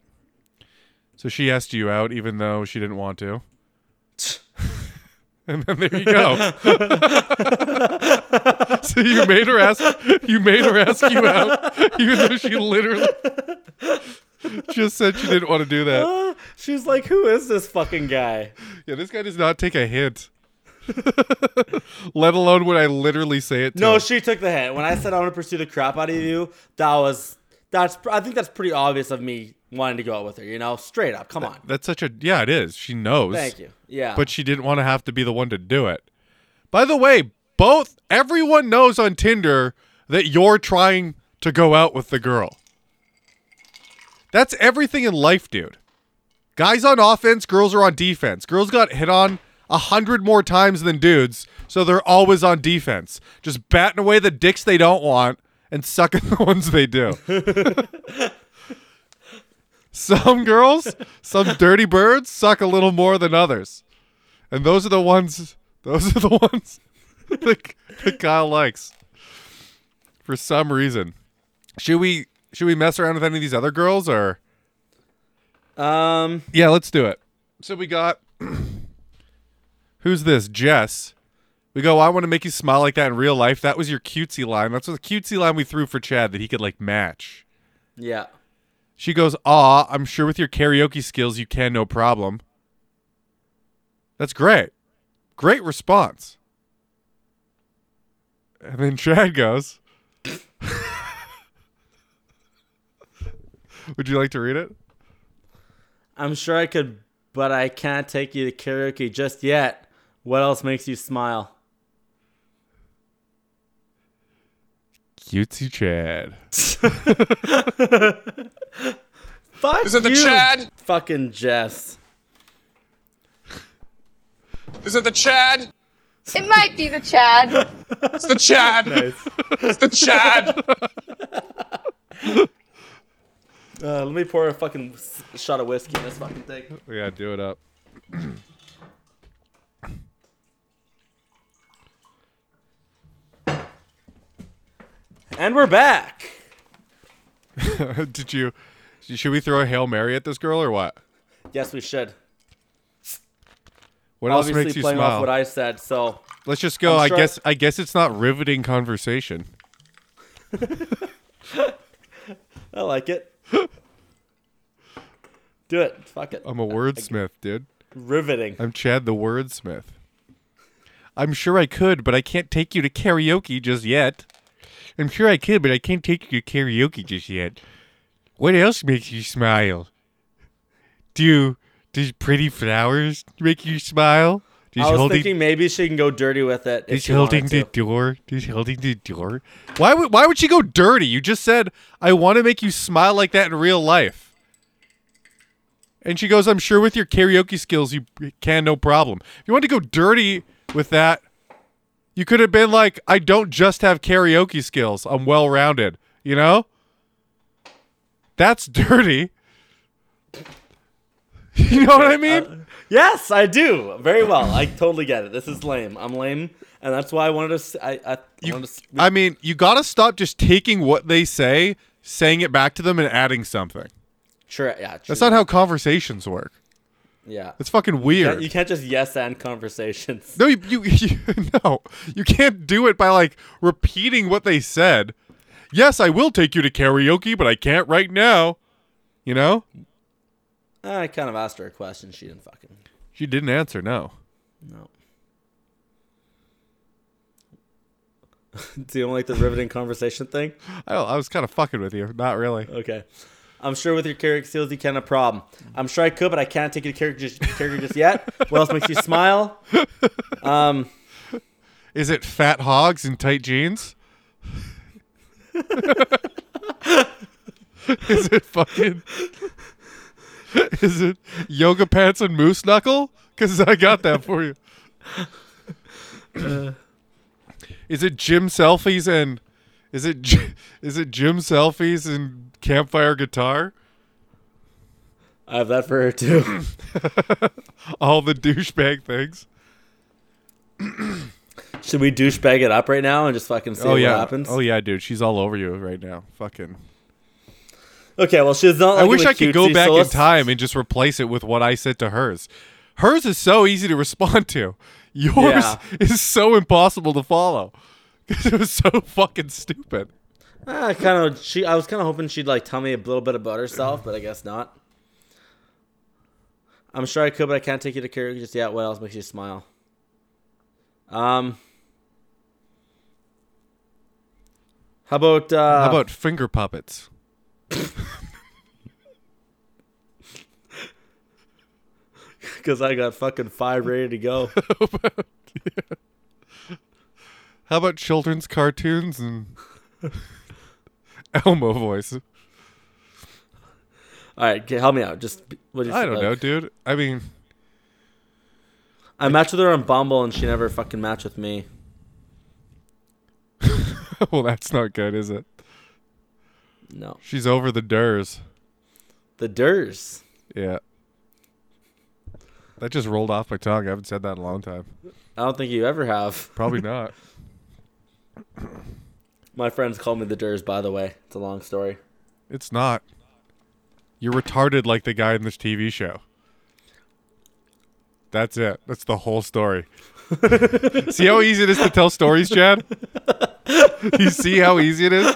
Speaker 3: So she asked you out, even though she didn't want to. (laughs) and then there you go. (laughs) so you made her ask. You made her ask you out, even though she literally (laughs) just said she didn't want to do that.
Speaker 2: Ah, (laughs) she's like, who is this fucking guy?
Speaker 3: Yeah, this guy does not take a hint. (laughs) Let alone when I literally say it. To
Speaker 2: No,
Speaker 3: him.
Speaker 2: she took the hit. When I said I want to pursue the crap out of you, that was, that's, I think that's pretty obvious of me wanting to go out with her, you know? Straight up. Come on.
Speaker 3: That's such a yeah. It is. She knows.
Speaker 2: Thank you. Yeah.
Speaker 3: but she didn't want to have to be the one to do it. By the way, both everyone knows on Tinder that you're trying to go out with the girl. That's everything in life, dude. Guys on offense, girls are on defense. Girls got hit on a hundred more times than dudes, so they're always on defense, just batting away the dicks they don't want and sucking (laughs) the ones they do. some girls, some dirty birds suck a little more than others. And those are the ones those are the (laughs) ones that, that Kyle likes. For some reason. Should we should we mess around with any of these other girls or
Speaker 2: um,
Speaker 3: Yeah, let's do it. So we got (clears throat) Who's this? Jess. We go, I want to make you smile like that in real life. That was your cutesy line. That's what the cutesy line we threw for Chad that he could like match.
Speaker 2: yeah.
Speaker 3: She goes, "Ah, I'm sure with your karaoke skills you can, no problem." That's great. Great response. And then Chad goes, (laughs) "Would you like to read it?"
Speaker 2: I'm sure I could, but I can't take you to karaoke just yet. What else makes you smile?
Speaker 3: Cutesy Chad.
Speaker 2: Fuck
Speaker 4: Is it the
Speaker 2: you,
Speaker 4: Chad?
Speaker 2: Fucking Jess.
Speaker 4: Is it the Chad?
Speaker 5: It might be the Chad.
Speaker 4: It's the Chad. It's the Chad.
Speaker 2: Uh, let me pour a fucking s- shot of whiskey in this fucking thing.
Speaker 3: (laughs) Yeah, do it up.
Speaker 2: And we're back.
Speaker 3: (laughs) Did you? Should we throw a hail mary at this girl or what?
Speaker 2: Yes, we should.
Speaker 3: What
Speaker 2: Obviously,
Speaker 3: else makes you
Speaker 2: playing
Speaker 3: smile?
Speaker 2: off what I said. So
Speaker 3: Let's just go. I
Speaker 2: sure-
Speaker 3: guess. I guess it's not riveting conversation.
Speaker 2: I like
Speaker 3: (laughs)
Speaker 2: it. Do it. Fuck it.
Speaker 3: I'm a wordsmith, dude.
Speaker 2: Riveting.
Speaker 3: I'm Chad the wordsmith. I'm sure I could, but I can't take you to karaoke just yet. I'm sure I could, but I can't take you to karaoke just yet. What else makes you smile? Do does pretty flowers make you smile? He's
Speaker 2: I was
Speaker 3: holding-
Speaker 2: thinking maybe she can go dirty with it. If
Speaker 3: He's
Speaker 2: she wanted
Speaker 3: holding the
Speaker 2: to.
Speaker 3: door. He's holding the door. Why would why would she go dirty? You just said I want to make you smile like that in real life. And she goes, "I'm sure with your karaoke skills you can no problem." If you want to go dirty with that, you could have been like, "I don't just have karaoke skills. I'm well-rounded." You know? That's (laughs) dirty. You know what I mean?
Speaker 2: Uh, Yes, I do very well. I totally get it. This is lame. I'm lame, and that's why I wanted to. s- I I,
Speaker 3: You-
Speaker 2: wanted to, s-
Speaker 3: I mean, you gotta stop just taking what they say, saying it back to them, and adding something.
Speaker 2: sure. Yeah, true.
Speaker 3: That's not how conversations work.
Speaker 2: Yeah,
Speaker 3: That's fucking weird.
Speaker 2: you can't just yes and conversations.
Speaker 3: no, you, (laughs) you, you no, you can't do it by like repeating what they said. Yes, I will take you to karaoke, but I can't right now. You know,
Speaker 2: I kind of asked her a question. She didn't fucking.
Speaker 3: she didn't answer. No,
Speaker 2: No. (laughs) Do you don't like the riveting conversation thing?
Speaker 3: I, I was kind of fucking with you. Not really.
Speaker 2: Okay. I'm sure with your character skills you can a problem. I'm sure I could, but I can't take your character just, character just yet. What else makes you smile? Um,
Speaker 3: Is it fat hogs in tight (laughs) jeans? is it fucking? Is it yoga pants and moose knuckle? Because I got that for (coughs) you. is it gym selfies and? Is it gy- is it gym selfies and campfire guitar?
Speaker 2: I have that for her too.
Speaker 3: All the douchebag things.
Speaker 2: Should we douchebag it up right now and just fucking see
Speaker 3: oh
Speaker 2: what
Speaker 3: yeah.
Speaker 2: happens?
Speaker 3: Oh yeah, dude. She's all over you right now. Fucking.
Speaker 2: Okay, well she's not.
Speaker 3: I
Speaker 2: Like
Speaker 3: wish I could go back in
Speaker 2: let's,
Speaker 3: time and just replace it with what I said to hers. Hers is so easy to respond to. Yours
Speaker 2: Yeah.
Speaker 3: is so impossible to follow. (laughs) 'Cause it was so fucking stupid.
Speaker 2: Ah, kind of. She. I was kind of hoping she'd like tell me a little bit about herself, but I guess not. I'm sure I could, but I can't take you to karaoke just yet. What else makes you smile? Um. How about uh, (laughs)
Speaker 3: How about finger puppets? (laughs)
Speaker 2: Because I got fucking five ready to
Speaker 3: (laughs)
Speaker 2: go.
Speaker 3: How about children's cartoons and (laughs) Elmo voice?
Speaker 2: All right, g- help me out. Just what do you
Speaker 3: I don't
Speaker 2: like,
Speaker 3: know, dude. I mean, (laughs)
Speaker 2: I matched with her on Bumble, and she never fucking matched with me.
Speaker 3: well, that's not good, is it?
Speaker 2: No,
Speaker 3: She's over the durs.
Speaker 2: the Durs.
Speaker 3: Yeah. That just rolled off my tongue. I haven't said that in a long time.
Speaker 2: I don't think you ever have.
Speaker 3: Probably not.
Speaker 2: My friends call me the Durs. By the way, it's a long story.
Speaker 3: It's not. You're retarded like the guy in this TV show. That's it. That's the whole story. (laughs) see how easy it is to tell stories, Chad? you see how easy it is?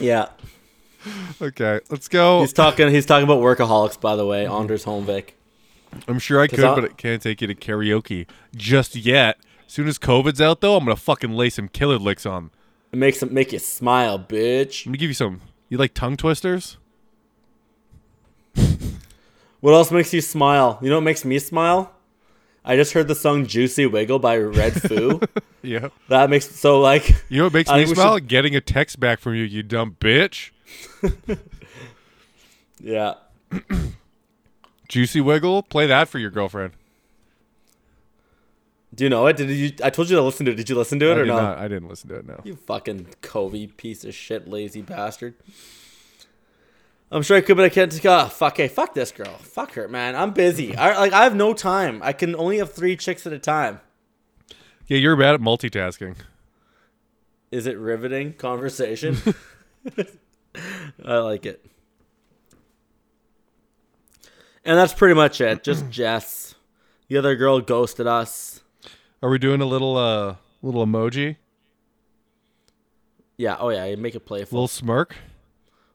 Speaker 2: Yeah,
Speaker 3: Okay, let's go.
Speaker 2: he's talking. He's talking about workaholics. By the way, Anders Holmvik.
Speaker 3: I'm sure I could,
Speaker 2: I'll-
Speaker 3: but it can't take you to karaoke just yet. Soon as COVID's out, though, I'm gonna fucking lay some killer licks on.
Speaker 2: It makes him make you smile, bitch.
Speaker 3: Let me give you some. You like tongue twisters?
Speaker 2: What else makes you smile? You know what makes me smile? I just heard the song "Juicy Wiggle" by Red Foo.
Speaker 3: (laughs) Yeah.
Speaker 2: that makes so like.
Speaker 3: You know what makes
Speaker 2: I
Speaker 3: me
Speaker 2: think we
Speaker 3: smile?
Speaker 2: should-
Speaker 3: Getting a text back from you, you dumb bitch.
Speaker 2: Yeah.
Speaker 3: Juicy Wiggle, play that for your girlfriend.
Speaker 2: Do you know it? Did you? I told you to listen to it. Did you listen to it
Speaker 3: I
Speaker 2: or
Speaker 3: did
Speaker 2: no?
Speaker 3: not. I didn't listen to it. No.
Speaker 2: You fucking Covey piece of shit, lazy bastard. I'm sure I could, but I can't. Just, ah, fuck. Hey, fuck this girl. Fuck her, man. I'm busy. I like. I have no time. I can only have three chicks at a time.
Speaker 3: Yeah, you're bad at multitasking.
Speaker 2: Is it riveting conversation? I like it. And that's pretty much it. Just Jess. The other girl ghosted us.
Speaker 3: Are we doing a little uh little emoji,
Speaker 2: Yeah. Oh yeah. Make it playful.
Speaker 3: little smirk?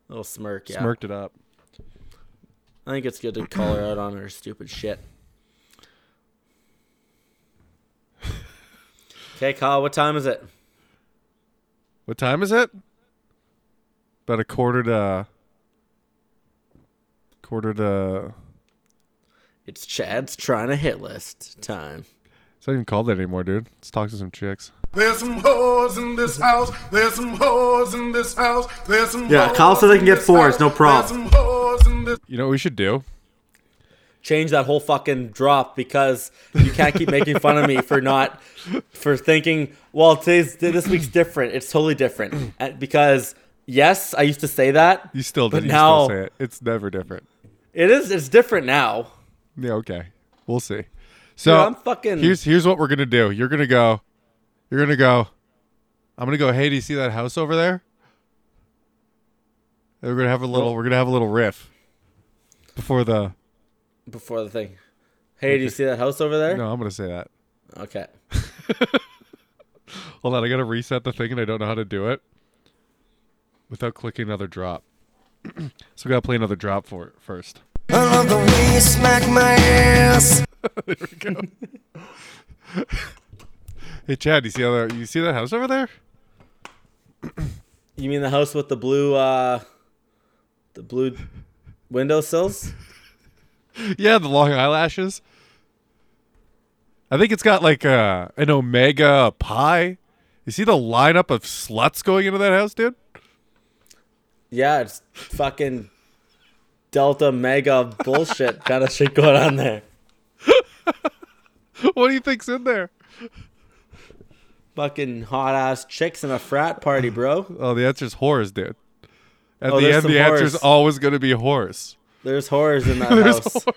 Speaker 2: Little smirk. Yeah.
Speaker 3: Smirked it up.
Speaker 2: I think it's good to call her out on her stupid shit. Okay, Kyle, what time is it?
Speaker 3: What time is it? About a quarter to quarter to
Speaker 2: It's Chad's trying a hit list time.
Speaker 3: It's not even called that anymore, dude. Let's talk to some chicks.
Speaker 6: There's some hoes in this house. There's some hoes in this house. There's some
Speaker 2: Yeah,
Speaker 6: hoes
Speaker 2: Kyle said they
Speaker 6: in
Speaker 2: can get
Speaker 6: this
Speaker 2: fours,
Speaker 6: house.
Speaker 2: no problem.
Speaker 6: There's some hoes in this
Speaker 3: You know what we should do?
Speaker 2: Change that whole fucking drop because you can't keep making fun of me for not for thinking. Well, today's this week's different. It's totally different And because yes, I used to say that.
Speaker 3: You still
Speaker 2: But
Speaker 3: did. You
Speaker 2: now-
Speaker 3: still say it. It's never different.
Speaker 2: It is. It's different now.
Speaker 3: Yeah, okay. We'll see. So
Speaker 2: Dude, I'm fucking-
Speaker 3: Here's here's what we're gonna do. You're gonna go. You're gonna go. I'm gonna go. Hey, do you see that house over there? And we're gonna have a little. We're gonna have a little riff before the.
Speaker 2: Before the thing. Hey, do you see that house over there?
Speaker 3: No, I'm gonna say that.
Speaker 2: Okay.
Speaker 3: Hold on, I gotta reset the thing, and I don't know how to do it without clicking another drop. (clears throat) so we gotta play another drop for it first. I love the way you smack my ass. there we go. hey Chad, you see other? You see that house over there?
Speaker 2: You mean the house with the blue, uh, the blue windowsills?
Speaker 3: Yeah, the long eyelashes. I think it's got like uh an omega pie. You see the lineup of sluts going into that house, dude? (laughs)
Speaker 2: Yeah, it's fucking Delta Mega bullshit kind of shit going on there.
Speaker 3: What do you think's in there?
Speaker 2: Fucking hot ass chicks in a frat party, bro.
Speaker 3: Oh, the answer's horse, dude. At
Speaker 2: Oh,
Speaker 3: the
Speaker 2: there's
Speaker 3: end,
Speaker 2: some
Speaker 3: the answer's
Speaker 2: whores.
Speaker 3: always going to be horse.
Speaker 2: There's horrors (laughs) in that house.
Speaker 6: (laughs)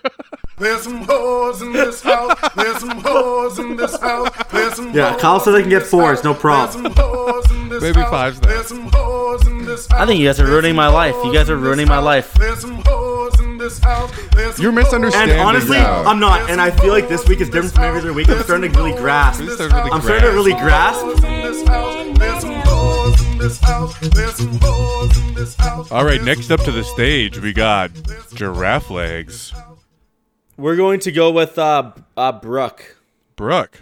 Speaker 6: There's some hoes in this house. There's some hoes in this house. There's some
Speaker 2: Yeah,
Speaker 6: hoes
Speaker 2: Kyle said
Speaker 6: in
Speaker 2: they can get
Speaker 6: this
Speaker 2: fours,
Speaker 6: house.
Speaker 2: no problem.
Speaker 6: There's some hoes in this
Speaker 3: Maybe
Speaker 6: house.
Speaker 3: fives then.
Speaker 6: There's some hoes in this house.
Speaker 2: I think you guys are
Speaker 6: There's
Speaker 2: ruining
Speaker 6: some
Speaker 2: my life. You
Speaker 6: hoes
Speaker 2: guys are
Speaker 6: in this
Speaker 2: ruining my
Speaker 6: house.
Speaker 2: life.
Speaker 6: There's some hoes in this house. There's some
Speaker 3: You're
Speaker 6: hoes in
Speaker 3: misunderstanding.
Speaker 6: this
Speaker 3: And honestly, Yeah. I'm
Speaker 6: house. There's some hoes in
Speaker 3: Please
Speaker 6: this
Speaker 3: start with the
Speaker 6: house.
Speaker 3: I'm starting to
Speaker 2: really grasp.
Speaker 6: There's some hoes in this house. There's some hoes in this house. There's some hoes in this house.
Speaker 3: All right,
Speaker 6: There's
Speaker 3: next
Speaker 6: some
Speaker 3: up to the
Speaker 6: hoes in
Speaker 3: stage, we got
Speaker 6: this house.
Speaker 3: giraffe legs.
Speaker 2: We're going to go with uh, uh Brooke.
Speaker 3: Brooke.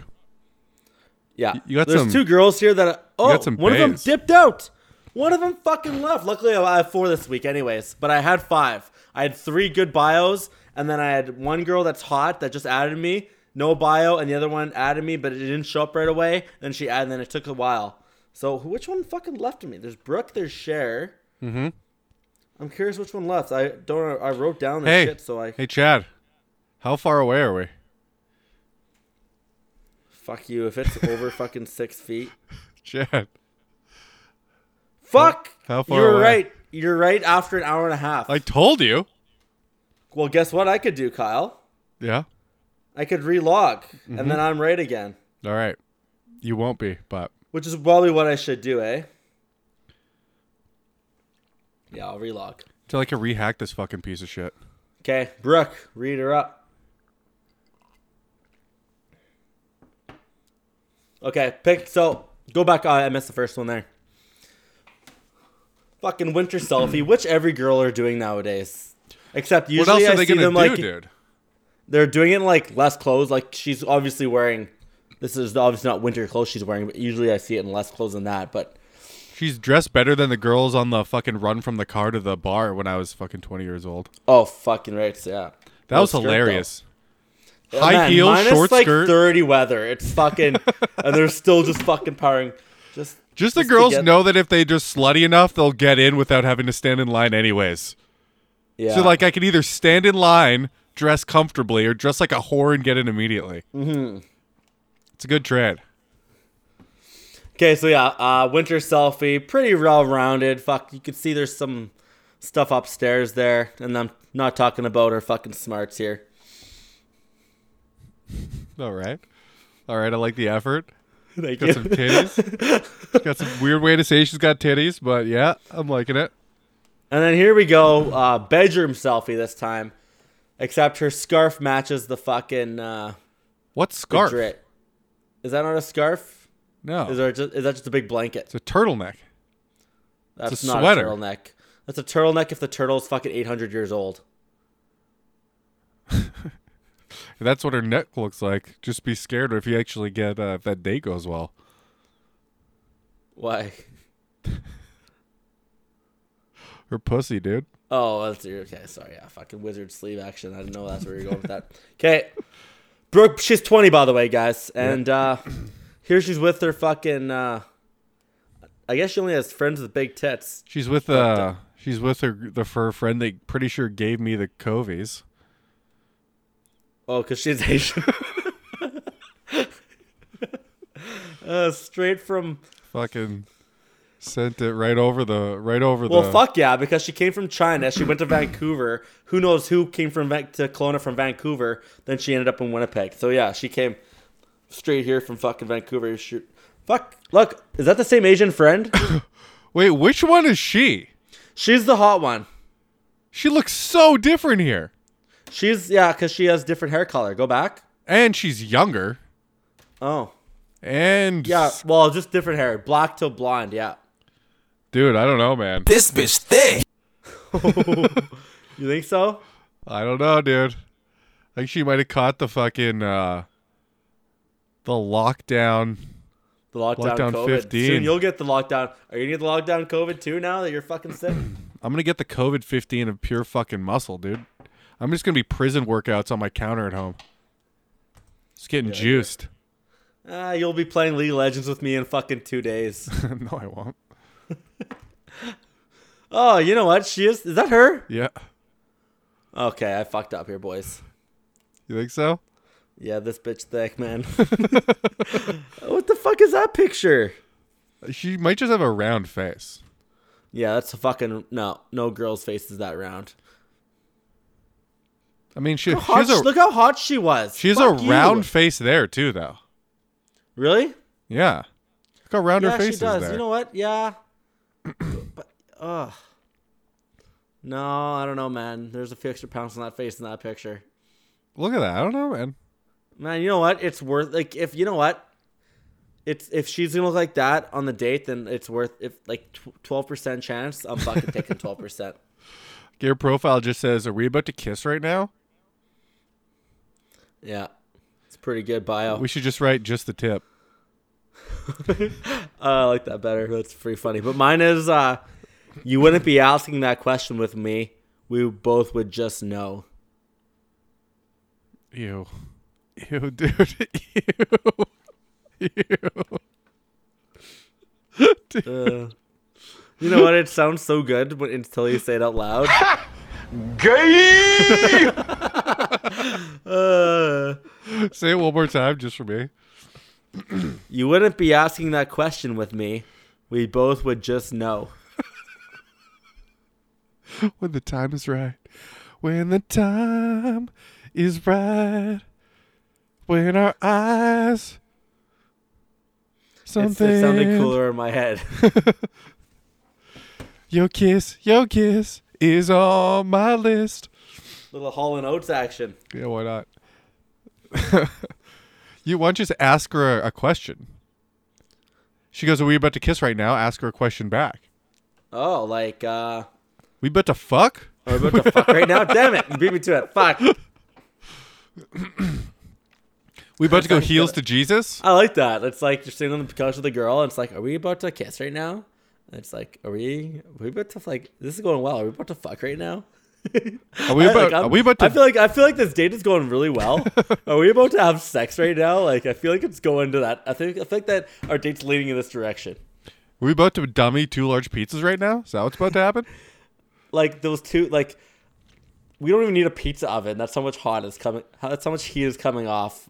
Speaker 2: Yeah,
Speaker 3: you got
Speaker 2: there's
Speaker 3: some-
Speaker 2: two girls here that oh,
Speaker 3: got some
Speaker 2: one of them
Speaker 3: bays.
Speaker 2: dipped out. One of them fucking left. Luckily, I had four this week, anyways. But I had five. I had three good bios, and then I had one girl that's hot that just added me, no bio, and the other one added me, but it didn't show up right away. Then she added, and then it took a while. So who- which one fucking left me? There's Brooke. There's Cher. Mm-hmm. I'm curious which one left. I don't. I wrote down this
Speaker 3: Hey,
Speaker 2: shit, so I
Speaker 3: hey Chad, how far away are we? (laughs)
Speaker 2: fuck you if it's over (laughs) fucking six feet.
Speaker 3: Chad,
Speaker 2: Fuck.
Speaker 3: How far
Speaker 2: You're
Speaker 3: away?
Speaker 2: right. You're right. After an hour and a half.
Speaker 3: I told you.
Speaker 2: Well, guess what I could do, Kyle?
Speaker 3: Yeah.
Speaker 2: I could relog,
Speaker 3: Mm-hmm.
Speaker 2: and then I'm right again,
Speaker 3: All right. You won't be, but
Speaker 2: which is probably what I should do, eh? Yeah, I'll relog.
Speaker 3: until I can rehack this fucking piece of shit.
Speaker 2: Okay, Brooke, read her up. Okay, pick. So go back. oh, I missed the first one there. Fucking winter selfie, which every girl are doing nowadays. Except
Speaker 3: What
Speaker 2: usually
Speaker 3: else are
Speaker 2: I
Speaker 3: they
Speaker 2: see
Speaker 3: gonna
Speaker 2: them
Speaker 3: do,
Speaker 2: like
Speaker 3: dude?
Speaker 2: they're doing it in, like less clothes. Like she's obviously wearing. This is obviously not winter clothes she's wearing, but usually I see it in less clothes than that. But
Speaker 3: She's dressed better than the girls on the fucking run from the car to the bar when I was fucking 20 years old.
Speaker 2: oh fucking right, yeah.
Speaker 3: That was
Speaker 2: skirt, though.
Speaker 3: hilarious.
Speaker 2: And
Speaker 3: High
Speaker 2: man,
Speaker 3: heels,
Speaker 2: minus,
Speaker 3: short
Speaker 2: like
Speaker 3: skirt.
Speaker 2: thirty weather. It's
Speaker 3: (laughs)
Speaker 2: fucking, and they're still just fucking powering. Just
Speaker 3: Just the
Speaker 2: Just to
Speaker 3: girls
Speaker 2: get-
Speaker 3: know that if they just slutty enough, they'll get in without having to stand in line anyways.
Speaker 2: yeah.
Speaker 3: So like I can either stand in line, dress comfortably, or dress like a whore and get in immediately. Mm-hmm. It's a good trend.
Speaker 2: Okay, so yeah, uh, winter selfie, pretty well rounded. Fuck, you could see there's some stuff upstairs there, and I'm not talking about her fucking smarts here. (laughs)
Speaker 3: All right. All right, I like the effort.
Speaker 2: Thank
Speaker 3: Got some
Speaker 2: you.
Speaker 3: titties.
Speaker 2: (laughs)
Speaker 3: got some weird way to say she's got titties, but yeah, I'm liking it.
Speaker 2: And then here we go, uh, bedroom selfie this time, except her scarf matches the fucking uh,
Speaker 3: What scarf?
Speaker 2: drit. Is that not a scarf?
Speaker 3: No.
Speaker 2: Is there just, is that just a big blanket?
Speaker 3: it's a turtleneck.
Speaker 2: That's
Speaker 3: a
Speaker 2: not
Speaker 3: sweater.
Speaker 2: a turtleneck. That's a turtleneck if the turtle's fucking 800 years old.
Speaker 3: If that's what her neck looks like. Just be scared if you actually get uh, if that date goes well.
Speaker 2: Why?
Speaker 3: Her pussy, dude.
Speaker 2: (laughs) Oh, that's okay. Sorry, yeah, fucking wizard sleeve action. I didn't know that's where you're going with
Speaker 3: (laughs)
Speaker 2: that. Okay, Brooke, she's 20 by the way, guys, and uh here she's with her fucking. uh I guess she only has friends with big tits.
Speaker 3: She's with uh she's with her the fur friend they pretty sure gave me the covies.
Speaker 2: Oh, because she's Asian. (laughs) uh, straight from
Speaker 3: Fucking sent it right over the right over
Speaker 2: well,
Speaker 3: the
Speaker 2: fuck yeah, because she came from China. She went to Vancouver. Who knows who came from Van- to Kelowna from Vancouver? Then she ended up in Winnipeg. So yeah, she came straight here from fucking Vancouver. Shoot, fuck. Look, is that the same Asian friend?
Speaker 3: Wait, which one is she?
Speaker 2: She's the hot one.
Speaker 3: She looks so different here.
Speaker 2: She's yeah, because she has different hair color. Go back.
Speaker 3: And she's younger.
Speaker 2: Oh
Speaker 3: And
Speaker 2: yeah, well, just different hair, black to blonde. Yeah.
Speaker 3: dude, I don't know, man.
Speaker 7: This bitch thick.
Speaker 2: You think so?
Speaker 3: I don't know, dude. I think she might have caught the fucking uh the lockdown.
Speaker 2: The lockdown,
Speaker 3: Lockdown
Speaker 2: COVID.
Speaker 3: 15.
Speaker 2: Soon you'll get the lockdown. Are you gonna get the lockdown COVID too now that you're fucking
Speaker 3: (clears throat)
Speaker 2: sick?
Speaker 3: I'm gonna get the COVID fifteen of pure fucking muscle, dude. I'm just gonna be prison workouts on my counter at home. Just getting juiced.
Speaker 2: Ah, you'll be playing League of Legends with me in fucking two days. (laughs)
Speaker 3: no, I won't.
Speaker 2: Oh, you know what? She is. Is that her?
Speaker 3: Yeah.
Speaker 2: Okay, I fucked up here, boys.
Speaker 3: You think so?
Speaker 2: Yeah, this bitch thick,
Speaker 3: (laughs)
Speaker 2: man. what the fuck is that picture?
Speaker 3: She might just have a round face.
Speaker 2: Yeah, that's a fucking no. No girl's face is that round.
Speaker 3: I mean, she, she
Speaker 2: Hot,
Speaker 3: has a
Speaker 2: look how hot she was.
Speaker 3: she has a
Speaker 2: Fuck you.
Speaker 3: round face there too, though.
Speaker 2: Really?
Speaker 3: Yeah. Look how round
Speaker 2: Yeah,
Speaker 3: her face
Speaker 2: she does.
Speaker 3: is there.
Speaker 2: You know what? Yeah. (coughs) but ugh. No, I don't know, man. There's a fixture pounce on that face in that picture.
Speaker 3: Look at that. I don't know, man.
Speaker 2: Man, you know what? It's worth like if you know what. It's if she's gonna look like that on the date, then it's worth if like twelve percent chance. I'm fucking
Speaker 3: (laughs)
Speaker 2: taking twelve percent.
Speaker 3: Your profile just says, "Are we about to kiss right now?"
Speaker 2: Yeah, it's a pretty good bio.
Speaker 3: We should just write just the tip.
Speaker 2: Oh, I like that better. That's pretty funny. But mine is uh, you wouldn't be asking that question with me. We both would just know.
Speaker 3: Ew. Ew, (laughs) dude. Ew. Ew. Dude,
Speaker 2: Uh, you know what? It sounds so good but until you say it out loud. (laughs) Uh,
Speaker 3: say it one more time just for me.
Speaker 2: you wouldn't be asking that question with me. We both would just know.
Speaker 3: When the time is right. When the time is right. When our eyes.
Speaker 2: It's,
Speaker 3: Something.
Speaker 2: it sounded cooler in my head.
Speaker 3: Your kiss, your kiss is on my list.
Speaker 2: Little Hall and Oates action.
Speaker 3: Yeah, why not? (laughs) you why don't you just ask her a, a question? She goes, Are we about to kiss right now? Ask her a question back.
Speaker 2: Oh, like uh,
Speaker 3: We about to fuck?
Speaker 2: are we about to fuck right now? Damn it! You beat me to it. Fuck.
Speaker 3: We about to go heels to Jesus?
Speaker 2: I like that. It's like you're sitting on the couch with a girl, and it's like, are we about to kiss right now? And it's like, are we? Are we about to like? This is going well. Are we about to fuck right now?
Speaker 3: (laughs) Are we
Speaker 2: I-
Speaker 3: about,
Speaker 2: like, I'm-
Speaker 3: are we about to
Speaker 2: I feel like I feel like this date is going really
Speaker 3: (laughs)
Speaker 2: well. are we about to have sex right now? Like I feel like it's going to that. I think I think that our date's leading in this direction.
Speaker 3: are we about to dummy two large pizzas right now? Is that what's about to happen?
Speaker 2: Like those two. Like we don't even need a pizza oven. That's how much hot is coming. how- That's how much heat is coming off.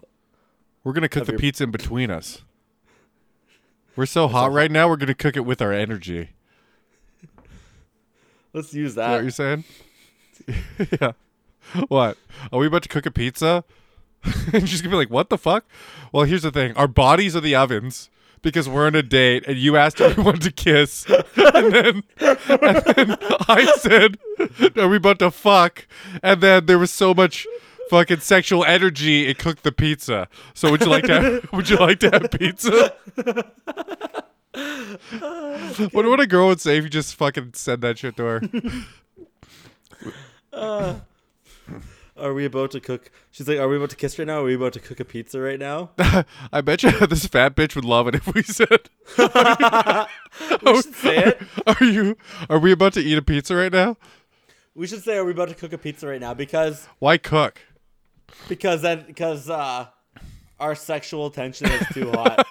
Speaker 3: We're gonna cook the
Speaker 2: your-
Speaker 3: pizza in between us. We're so hot right now, we're gonna cook it with our energy.
Speaker 2: Let's use
Speaker 3: Is that what
Speaker 2: that.
Speaker 3: you're saying? (laughs) yeah. What? Are we about to cook a pizza? (laughs) and she's gonna be like, "What the fuck?" Well, here's the thing: our bodies are the ovens because we're on a date, and you asked (laughs) if we wanted to kiss, (laughs) and then, and then I said, "Are we about to fuck?" And then there was so much fucking sexual energy, it cooked the pizza. So would you like to? Have, (laughs) would you like to have pizza? What would a girl would say if you just fucking said that shit to her?
Speaker 2: Are we about to cook? She's like, Are we about to kiss right now? Are we about to cook a pizza right now?
Speaker 3: I bet you (laughs) this fat bitch would love it if we said, (laughs)
Speaker 2: We should say it.
Speaker 3: "Are you? Are we about to eat a pizza right now?
Speaker 2: We should say, Are we about to cook a pizza right now? Because
Speaker 3: Why cook?"
Speaker 2: because then because uh, our sexual tension is too
Speaker 3: (laughs)
Speaker 2: hot.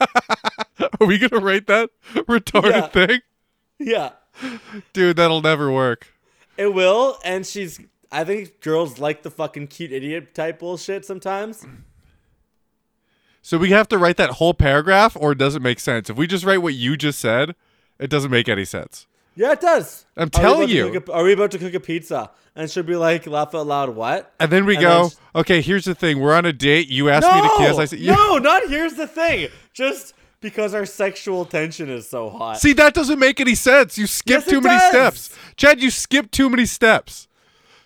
Speaker 3: Are we gonna rate that retarded
Speaker 2: Yeah.
Speaker 3: thing,
Speaker 2: yeah,
Speaker 3: dude? That'll never work.
Speaker 2: it will. And she's. I think girls like the fucking cute idiot type bullshit sometimes.
Speaker 3: So we have to write that whole paragraph, or it doesn't make sense. If we just write what you just said, it doesn't make any sense.
Speaker 2: Yeah, it does.
Speaker 3: I'm
Speaker 2: Are we
Speaker 3: telling
Speaker 2: about to
Speaker 3: you.
Speaker 2: cook a- are we about to cook a pizza? And she'll be like, laugh out loud, what?
Speaker 3: And then we
Speaker 2: And
Speaker 3: go,
Speaker 2: then s-
Speaker 3: okay, here's the thing. We're on a date. You asked me to kiss. I said, yeah.
Speaker 2: no, not here's the thing. Just because our sexual tension is so hot.
Speaker 3: See, that doesn't make any sense. You skip
Speaker 2: Yes, it
Speaker 3: too many
Speaker 2: does.
Speaker 3: steps. Chad, you skip too many steps.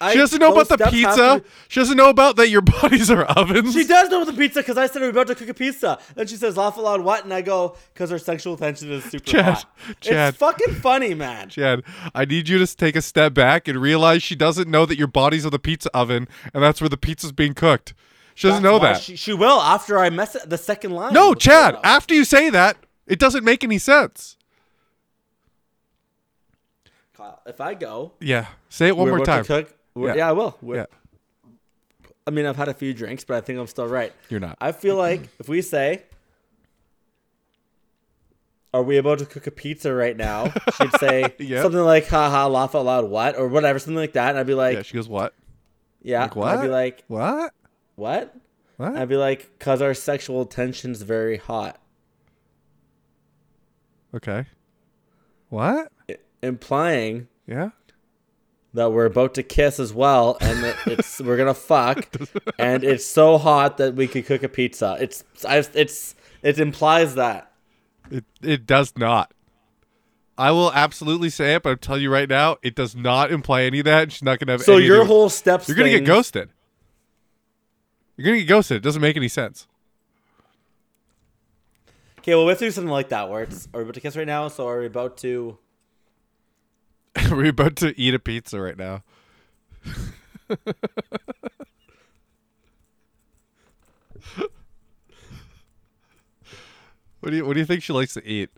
Speaker 2: I-
Speaker 3: She doesn't know
Speaker 2: those
Speaker 3: about the
Speaker 2: steps
Speaker 3: pizza.
Speaker 2: happen-
Speaker 3: She doesn't know about that your (laughs) bodies are ovens.
Speaker 2: She does know about the pizza because I said we're about to cook a pizza. Then she says, laugh out loud, what? And I go, because her sexual tension is super
Speaker 3: Chad,
Speaker 2: hot.
Speaker 3: Chad.
Speaker 2: It's fucking funny, man.
Speaker 3: Chad, I need you to take a step back and realize she doesn't know that your body's on the pizza oven and that's where the pizza's being cooked. She doesn't know
Speaker 2: Why
Speaker 3: that.
Speaker 2: She, she will after I mess it, the second line.
Speaker 3: no,
Speaker 2: Look it
Speaker 3: Chad,
Speaker 2: up.
Speaker 3: after you say that, it doesn't make any sense.
Speaker 2: Kyle, if I go.
Speaker 3: Yeah. Say it one
Speaker 2: we're
Speaker 3: more
Speaker 2: about
Speaker 3: time.
Speaker 2: to cook- we're-
Speaker 3: Yeah.
Speaker 2: yeah. I will. We're-
Speaker 3: Yeah.
Speaker 2: I mean, I've had a few drinks, but I think I'm still right.
Speaker 3: You're not.
Speaker 2: I feel
Speaker 3: (clears throat)
Speaker 2: like if we say, "Are we about to cook a pizza right now?" she'd say
Speaker 3: (laughs) Yep.
Speaker 2: something like "Ha ha, laugh out loud, what?" or whatever, something like that, and I'd be like,
Speaker 3: yeah, she goes, what?
Speaker 2: "Yeah,"
Speaker 3: Like,
Speaker 2: And
Speaker 3: what?
Speaker 2: I'd be like,
Speaker 3: what?
Speaker 2: "What?"
Speaker 3: What?
Speaker 2: I'd be like, "Cause our sexual tension's very hot,"
Speaker 3: okay. What?
Speaker 2: implying
Speaker 3: Yeah.
Speaker 2: that we're about to kiss as well, and
Speaker 3: (laughs)
Speaker 2: that it's we're gonna fuck, and it's so hot that we could cook a pizza. It's I, it's it implies that.
Speaker 3: It it does not. I will absolutely say it, but I'm telling you right now, it does not imply any of that. and She's not gonna have.
Speaker 2: So
Speaker 3: any to do
Speaker 2: your
Speaker 3: with-
Speaker 2: whole steps.
Speaker 3: you're gonna
Speaker 2: thing-
Speaker 3: get ghosted. You're gonna get ghosted. It doesn't make any sense. (laughs)
Speaker 2: Okay, well, we have to do something like that where it's are we about to kiss right now? So are we about to?
Speaker 3: We're about to eat a pizza right now. what do you What do you think she likes to eat?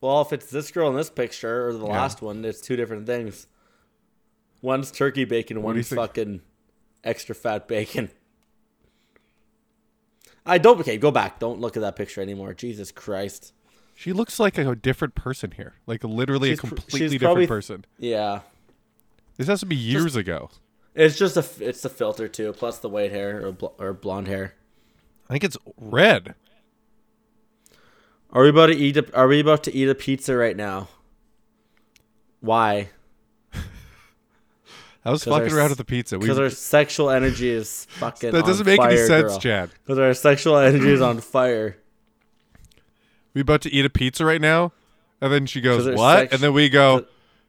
Speaker 2: Well, if it's this girl in this picture or the last one, it's two different things. One's turkey bacon,
Speaker 3: do you
Speaker 2: one's
Speaker 3: think?
Speaker 2: fucking extra fat bacon. I don't. Okay, go back. Don't look at that picture anymore. Jesus Christ.
Speaker 3: She looks like a different person here, like literally
Speaker 2: She's
Speaker 3: a
Speaker 2: pr- she's
Speaker 3: completely different
Speaker 2: probably-
Speaker 3: person.
Speaker 2: Yeah,
Speaker 3: This has to be years ago.
Speaker 2: it's just a. f- It's the filter too, plus the white hair or, bl- or blonde hair.
Speaker 3: I think it's red.
Speaker 2: Are we about to eat? A, are we about to eat a pizza right now? Why?
Speaker 3: I was
Speaker 2: 'Cause our
Speaker 3: fucking around
Speaker 2: s-
Speaker 3: with the pizza. We,
Speaker 2: Because our sexual energy is fucking.
Speaker 3: that doesn't make any sense, Chad.
Speaker 2: Because our sexual energy is on fire.
Speaker 3: We about to eat a pizza right now, and then she goes,
Speaker 2: there's
Speaker 3: "What?"
Speaker 2: sex-
Speaker 3: and then we go,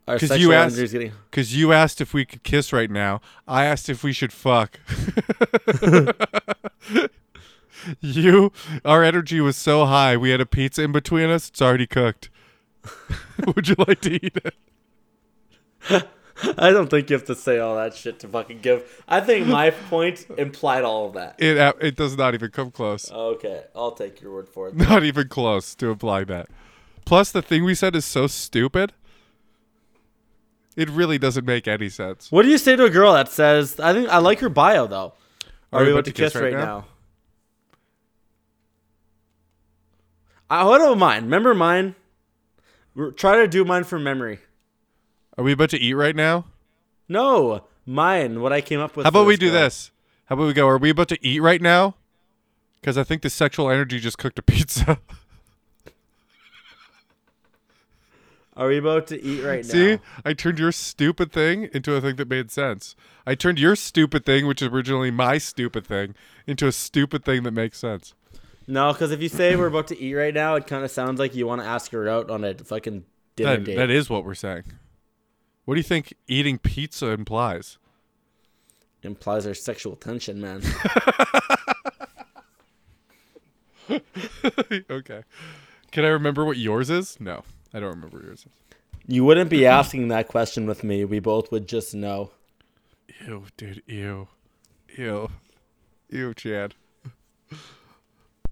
Speaker 2: Our
Speaker 3: 'Cause
Speaker 2: sexual
Speaker 3: you asked-
Speaker 2: energy is getting.
Speaker 3: "Cause you asked if we could kiss right now. I asked if we should fuck." (laughs) you, our energy was so high. We had a pizza in between us. It's already cooked. (laughs) Would you like to eat it?
Speaker 2: I don't think you have to say all that shit to fucking give. I think (laughs) my point implied all of that.
Speaker 3: It uh, it does not even come close. (laughs)
Speaker 2: Okay, I'll take your word for it.
Speaker 3: Not even close to implying that. Plus, the thing we said is so stupid. It really doesn't make any sense.
Speaker 2: What do you say to a girl that says, "I think I like her bio though"? Are, we about, to kiss, right now? I hold on mine. Remember mine. R- Try to do mine from memory.
Speaker 3: Are we about to eat right now?
Speaker 2: No, mine. What I came up with.
Speaker 3: How about
Speaker 2: for
Speaker 3: we do
Speaker 2: girl.
Speaker 3: this? How about we go? Are we about to eat right now? Because I think the sexual energy just cooked a pizza. (laughs)
Speaker 2: Are we about to eat right
Speaker 3: See,
Speaker 2: now?
Speaker 3: I turned your stupid thing into a thing that made sense. I turned your stupid thing, which is originally my stupid thing, into a stupid thing that makes sense.
Speaker 2: No, because if you say we're about to eat right now, it kind of sounds like you want to ask her out on a fucking dinner
Speaker 3: That,
Speaker 2: date.
Speaker 3: that is what we're saying. What do you think eating pizza implies? (laughs)
Speaker 2: Implies there's sexual tension, man. (laughs)
Speaker 3: okay. Can I remember what yours is? No, I don't remember what yours. Is.
Speaker 2: You wouldn't be asking that question with me. We both would just know.
Speaker 3: Ew, dude. Ew. Ew. Ew, Chad.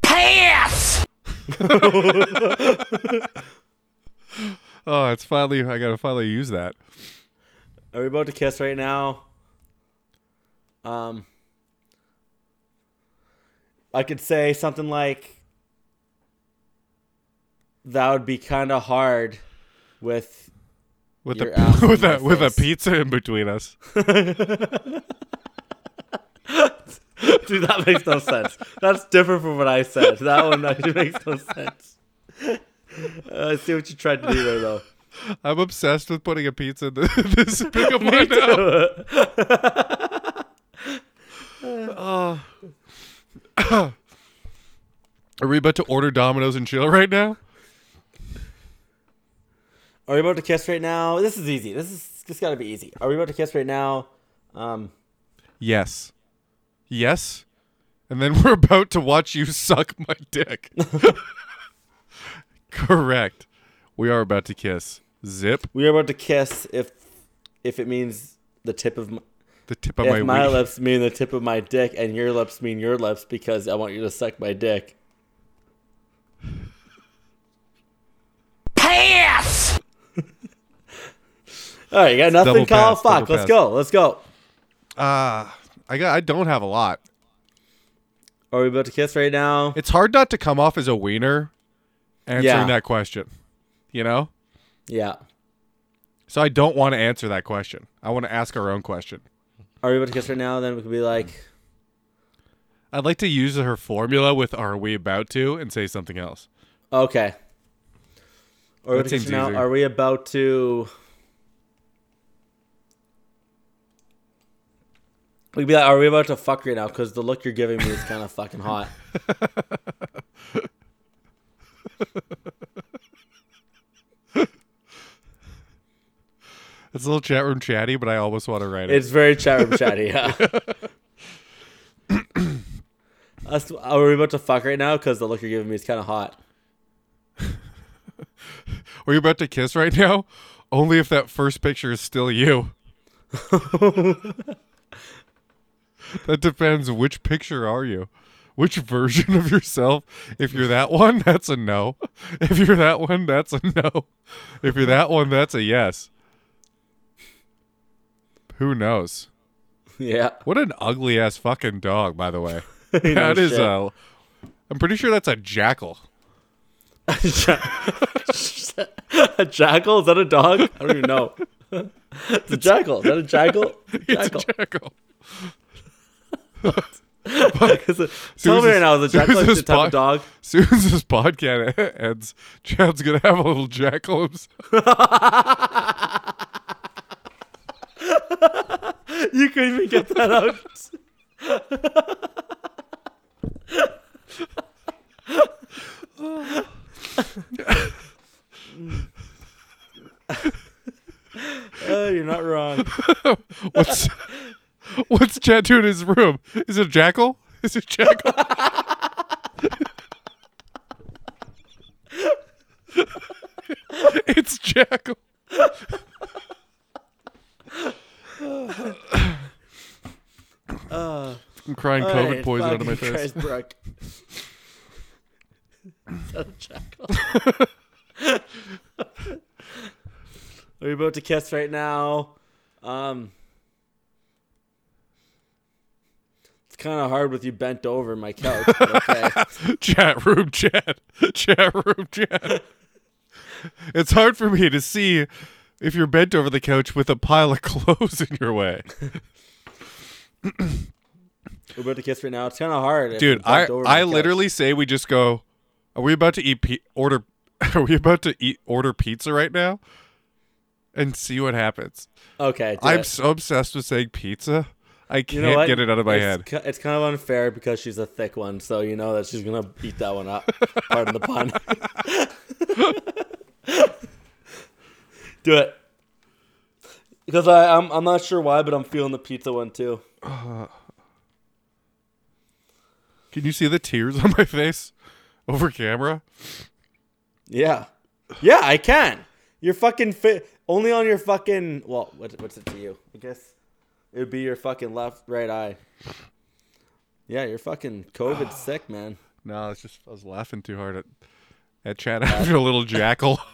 Speaker 3: Pass! (laughs) oh, it's finally, I gotta finally use that.
Speaker 2: Are we about to kiss right now? Um, I could say something like, "That would be kind of hard." With
Speaker 3: With (laughs)
Speaker 2: Your ass
Speaker 3: a,
Speaker 2: in
Speaker 3: with
Speaker 2: my
Speaker 3: a, with a
Speaker 2: face.
Speaker 3: pizza in between us.
Speaker 2: dude, that makes no sense. That's different from what I said. That one actually makes no sense. Uh, I see what you tried to do there, though.
Speaker 3: I'm obsessed with putting a pizza in the, (laughs) this pickup line now. Ah. (coughs) Are we about to order Domino's and chill right now?
Speaker 2: Are we about to kiss right now? This is easy. This is this got to be easy. Are we about to kiss right now? Um,
Speaker 3: Yes. Yes. And then we're about to watch you suck my dick. Correct. We are about to kiss. Zip
Speaker 2: we are about to kiss if if it means the tip of my,
Speaker 3: the tip of
Speaker 2: if my,
Speaker 3: my wiener.
Speaker 2: lips mean the tip of my dick and your lips mean your lips because I want you to suck my dick. Pass. (laughs) All right, you got nothing,
Speaker 3: Double
Speaker 2: Kyle. Fuck.
Speaker 3: pass, double
Speaker 2: Let's
Speaker 3: pass.
Speaker 2: go. Let's go.
Speaker 3: I got I don't have a lot.
Speaker 2: Are we about to kiss right now?
Speaker 3: It's hard not to come off as a wiener answering
Speaker 2: Yeah.
Speaker 3: that question. You know?
Speaker 2: Yeah.
Speaker 3: So I don't want to answer that question. I want to ask our own question.
Speaker 2: Are we about to kiss right now? Then we could be like,
Speaker 3: I'd like to use her formula with are we about to and say something else.
Speaker 2: okay. Are we,
Speaker 3: That
Speaker 2: about to kiss
Speaker 3: seems
Speaker 2: right
Speaker 3: easy.
Speaker 2: now? are we about to? We'd be like, are we about to fuck right now? Because the look you're giving me is kind of fucking
Speaker 3: (laughs)
Speaker 2: hot.
Speaker 3: It's a little chat room chatty, but I almost want to write it.
Speaker 2: It's very chat room chatty.
Speaker 3: (laughs)
Speaker 2: Yeah. Us, are we about to fuck right now? Because the look you're giving me is kind of hot.
Speaker 3: Are you about to kiss right now? Only if that first picture is still
Speaker 2: (laughs)
Speaker 3: you. that depends which picture are you? Which version of yourself? If you're that one, that's a no. If you're that one, that's a no. If you're that one, that's a yes. Who knows?
Speaker 2: (laughs) Yeah.
Speaker 3: What an ugly ass fucking dog, by
Speaker 2: (laughs)
Speaker 3: the way. That is
Speaker 2: shit.
Speaker 3: a. I'm pretty sure that's a jackal.
Speaker 2: a jackal? Is that a dog? I don't even
Speaker 3: (laughs)
Speaker 2: know. It's a jackal. Is that a jackal? Jackal.
Speaker 3: It's a jackal.
Speaker 2: Is it- uh, Tell me
Speaker 3: this-
Speaker 2: right now, is a
Speaker 3: soon as
Speaker 2: jackal actually
Speaker 3: this
Speaker 2: the type
Speaker 3: pod-
Speaker 2: of dog? (laughs)
Speaker 3: (laughs) soon as this podcast ends, Chad's gonna have a little jackal himself.
Speaker 2: You couldn't even get that out. (laughs) Oh, you're not wrong.
Speaker 3: What's what's Chad doing in his room? Is it a jackal? Is it a jackal? it's jackal. I'm crying COVID
Speaker 2: Alright,
Speaker 3: poison out of my
Speaker 2: fucking
Speaker 3: face.
Speaker 2: Christ,
Speaker 3: (laughs)
Speaker 2: Brooke. Is that a jackal? (laughs) Are you about to kiss right now? Um, it's kind of hard with you bent over my couch. but
Speaker 3: (laughs)
Speaker 2: okay.
Speaker 3: Chat room chat. Chat room chat. It's hard for me to see if you're bent over the couch with a pile of (laughs) clothes in your way.
Speaker 2: We're about to kiss right now. It's kind of hard, if
Speaker 3: Dude,
Speaker 2: you're
Speaker 3: I
Speaker 2: bent over my
Speaker 3: I
Speaker 2: couch.
Speaker 3: literally say we just go are we about to eat pi- order (laughs) are we about to eat order pizza right now and see what happens.
Speaker 2: okay. do
Speaker 3: I'm
Speaker 2: it.
Speaker 3: so obsessed with saying pizza. I can't
Speaker 2: You know what?
Speaker 3: get it out of my
Speaker 2: it's
Speaker 3: head.
Speaker 2: ki- it's kind of unfair because she's a thick one, so you know that she's gonna eat that one up. Pardon the pun. (laughs) Do it. Because I, I'm, I'm not sure why, but I'm feeling the pizza one too.
Speaker 3: Can you see the tears on (laughs) my face over camera?
Speaker 2: Yeah, yeah, I can. Your fucking fit only on your fucking. Well, what, what's it to you? I guess it would be your fucking left, right eye. Yeah, you're fucking COVID sick, man.
Speaker 3: No, it's just I was laughing too hard at at Chad (laughs) after a little jackal.
Speaker 2: (laughs)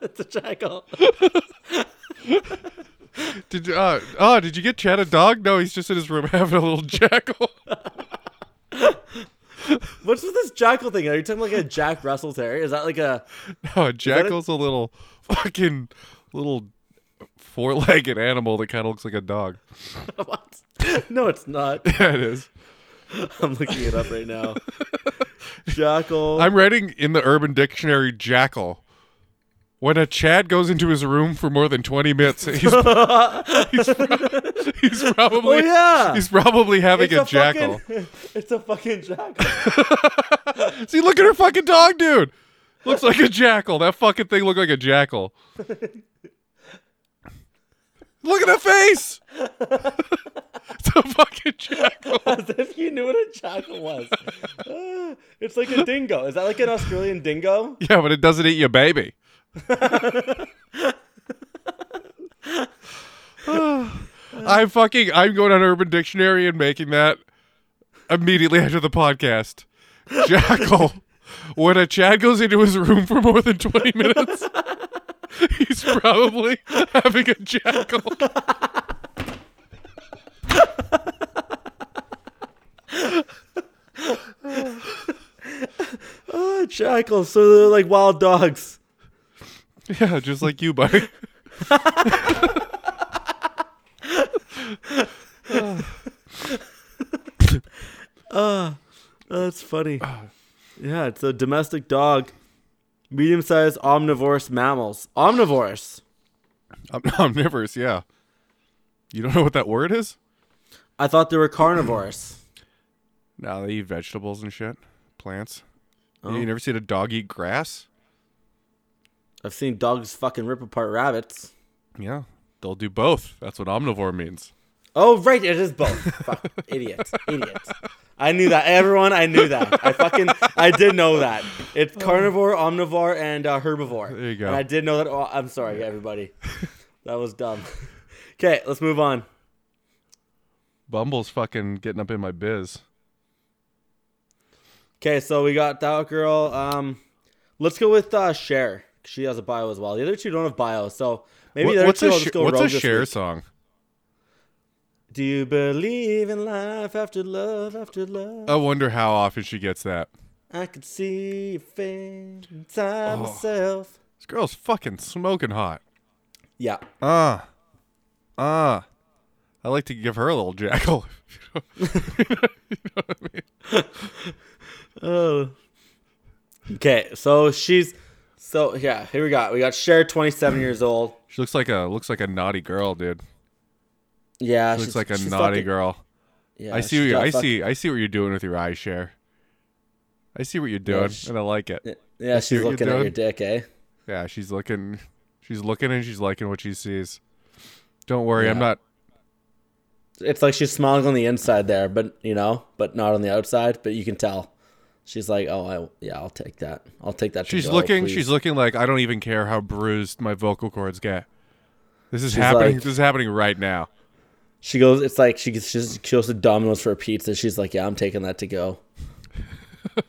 Speaker 2: It's a jackal.
Speaker 3: Did you? Uh, oh, did you get Chad a dog? No, he's just in his room (laughs) having a little jackal. (laughs) Oh,
Speaker 2: What's with this jackal thing? Are you talking like a Jack Russell Terrier? Is that like a?
Speaker 3: No, a jackal's a little fucking little four-legged animal that kind of looks like a dog. (laughs)
Speaker 2: What? No, it's not. (laughs)
Speaker 3: Yeah, it is.
Speaker 2: I'm looking it up right now.
Speaker 3: (laughs)
Speaker 2: Jackal.
Speaker 3: I'm writing in the Urban Dictionary jackal. When a Chad goes into his room for more than 20
Speaker 2: (laughs)
Speaker 3: minutes, he's, (laughs) he's, pro- (laughs) he's probably
Speaker 2: Oh, yeah.
Speaker 3: he's probably having a, jackal.
Speaker 2: Fucking, (laughs) it's a fucking jackal. (laughs)
Speaker 3: See, look at her fucking dog, dude. Looks like a jackal. That fucking thing looked like a jackal. look at the face. (laughs) it's a fucking jackal.
Speaker 2: As if you knew what a jackal
Speaker 3: (laughs)
Speaker 2: was. Uh, it's like a dingo. Is that like an Australian
Speaker 3: (laughs)
Speaker 2: dingo?
Speaker 3: Yeah, but it doesn't eat your baby. I'm fucking. I'm going on Urban Dictionary and making that immediately after the podcast. Jackal. When a Chad goes into his room for more than 20 minutes, he's probably having a jackal.
Speaker 2: Oh, jackals. So they're like wild dogs.
Speaker 3: Yeah, just like you, buddy.
Speaker 2: Oh, that's funny.
Speaker 3: Ah.
Speaker 2: Yeah, it's a domestic dog. Medium sized omnivorous mammals. Omnivorous.
Speaker 3: I'm omnivorous, yeah. You don't know what that word is?
Speaker 2: I thought they were carnivorous.
Speaker 3: No, they eat vegetables and shit, plants.
Speaker 2: Oh.
Speaker 3: You never seen a dog eat grass?
Speaker 2: I've seen dogs fucking rip apart rabbits.
Speaker 3: Yeah, they'll do both. That's what omnivore means.
Speaker 2: Oh, right. It is
Speaker 3: (laughs)
Speaker 2: both. Fuck. Idiot. Idiot. I knew that. Everyone, I knew that. I fucking, I did know that. It's carnivore, omnivore, and uh, herbivore.
Speaker 3: Oh. There you go.
Speaker 2: And I did know that. Oh, I'm sorry,
Speaker 3: (laughs)
Speaker 2: everybody. That was dumb. Okay, let's move on.
Speaker 3: Bumble's fucking getting up in my biz.
Speaker 2: Okay, so we got that girl. Um, let's go with uh, Cher. She has a bio as well. The other two don't have bios, so maybe
Speaker 3: What-
Speaker 2: the other
Speaker 3: what's
Speaker 2: two
Speaker 3: a,
Speaker 2: will
Speaker 3: sh-
Speaker 2: just go
Speaker 3: what's
Speaker 2: rogue
Speaker 3: a
Speaker 2: this
Speaker 3: share
Speaker 2: week.
Speaker 3: song?
Speaker 2: Do you believe in life after love after love?
Speaker 3: I wonder how often she gets that.
Speaker 2: I could see your face
Speaker 3: Oh.
Speaker 2: inside myself.
Speaker 3: This girl's fucking smoking hot.
Speaker 2: Yeah.
Speaker 3: Ah, ah. I like to give her a little jackal. (laughs) Oh.
Speaker 2: Okay, so she's so yeah, here we got. We got Cher, (clears throat) 27 years old.
Speaker 3: she looks like a looks like a naughty girl, dude.
Speaker 2: Yeah,
Speaker 3: Looks
Speaker 2: she's-
Speaker 3: like a
Speaker 2: she's
Speaker 3: naughty
Speaker 2: fucking-
Speaker 3: girl.
Speaker 2: Yeah,
Speaker 3: I see.
Speaker 2: she's
Speaker 3: What you,
Speaker 2: got
Speaker 3: I
Speaker 2: fuck-
Speaker 3: see. I see what you're doing with your eyes, Cher. I see what you're doing,
Speaker 2: sh-
Speaker 3: and I like it.
Speaker 2: Yeah,
Speaker 3: see
Speaker 2: she's
Speaker 3: what you're
Speaker 2: looking at your
Speaker 3: doing?
Speaker 2: dick, eh?
Speaker 3: Yeah, she's looking. She's looking, and she's liking what she sees. Don't worry, I'm
Speaker 2: Yeah.
Speaker 3: not.
Speaker 2: It's like she's smiling on the inside there, but you know, but not on the outside. But you can tell. She's like, oh, I yeah, I'll take that. I'll take that. to
Speaker 3: She's
Speaker 2: go,
Speaker 3: looking.
Speaker 2: Oh, please."
Speaker 3: She's looking like I don't even care how bruised my vocal cords get. This is
Speaker 2: She's
Speaker 3: happening.
Speaker 2: like-
Speaker 3: this is happening right now.
Speaker 2: She goes. It's like she gets. She's, she goes to Domino's for a pizza. She's like, yeah, I'm taking that to go.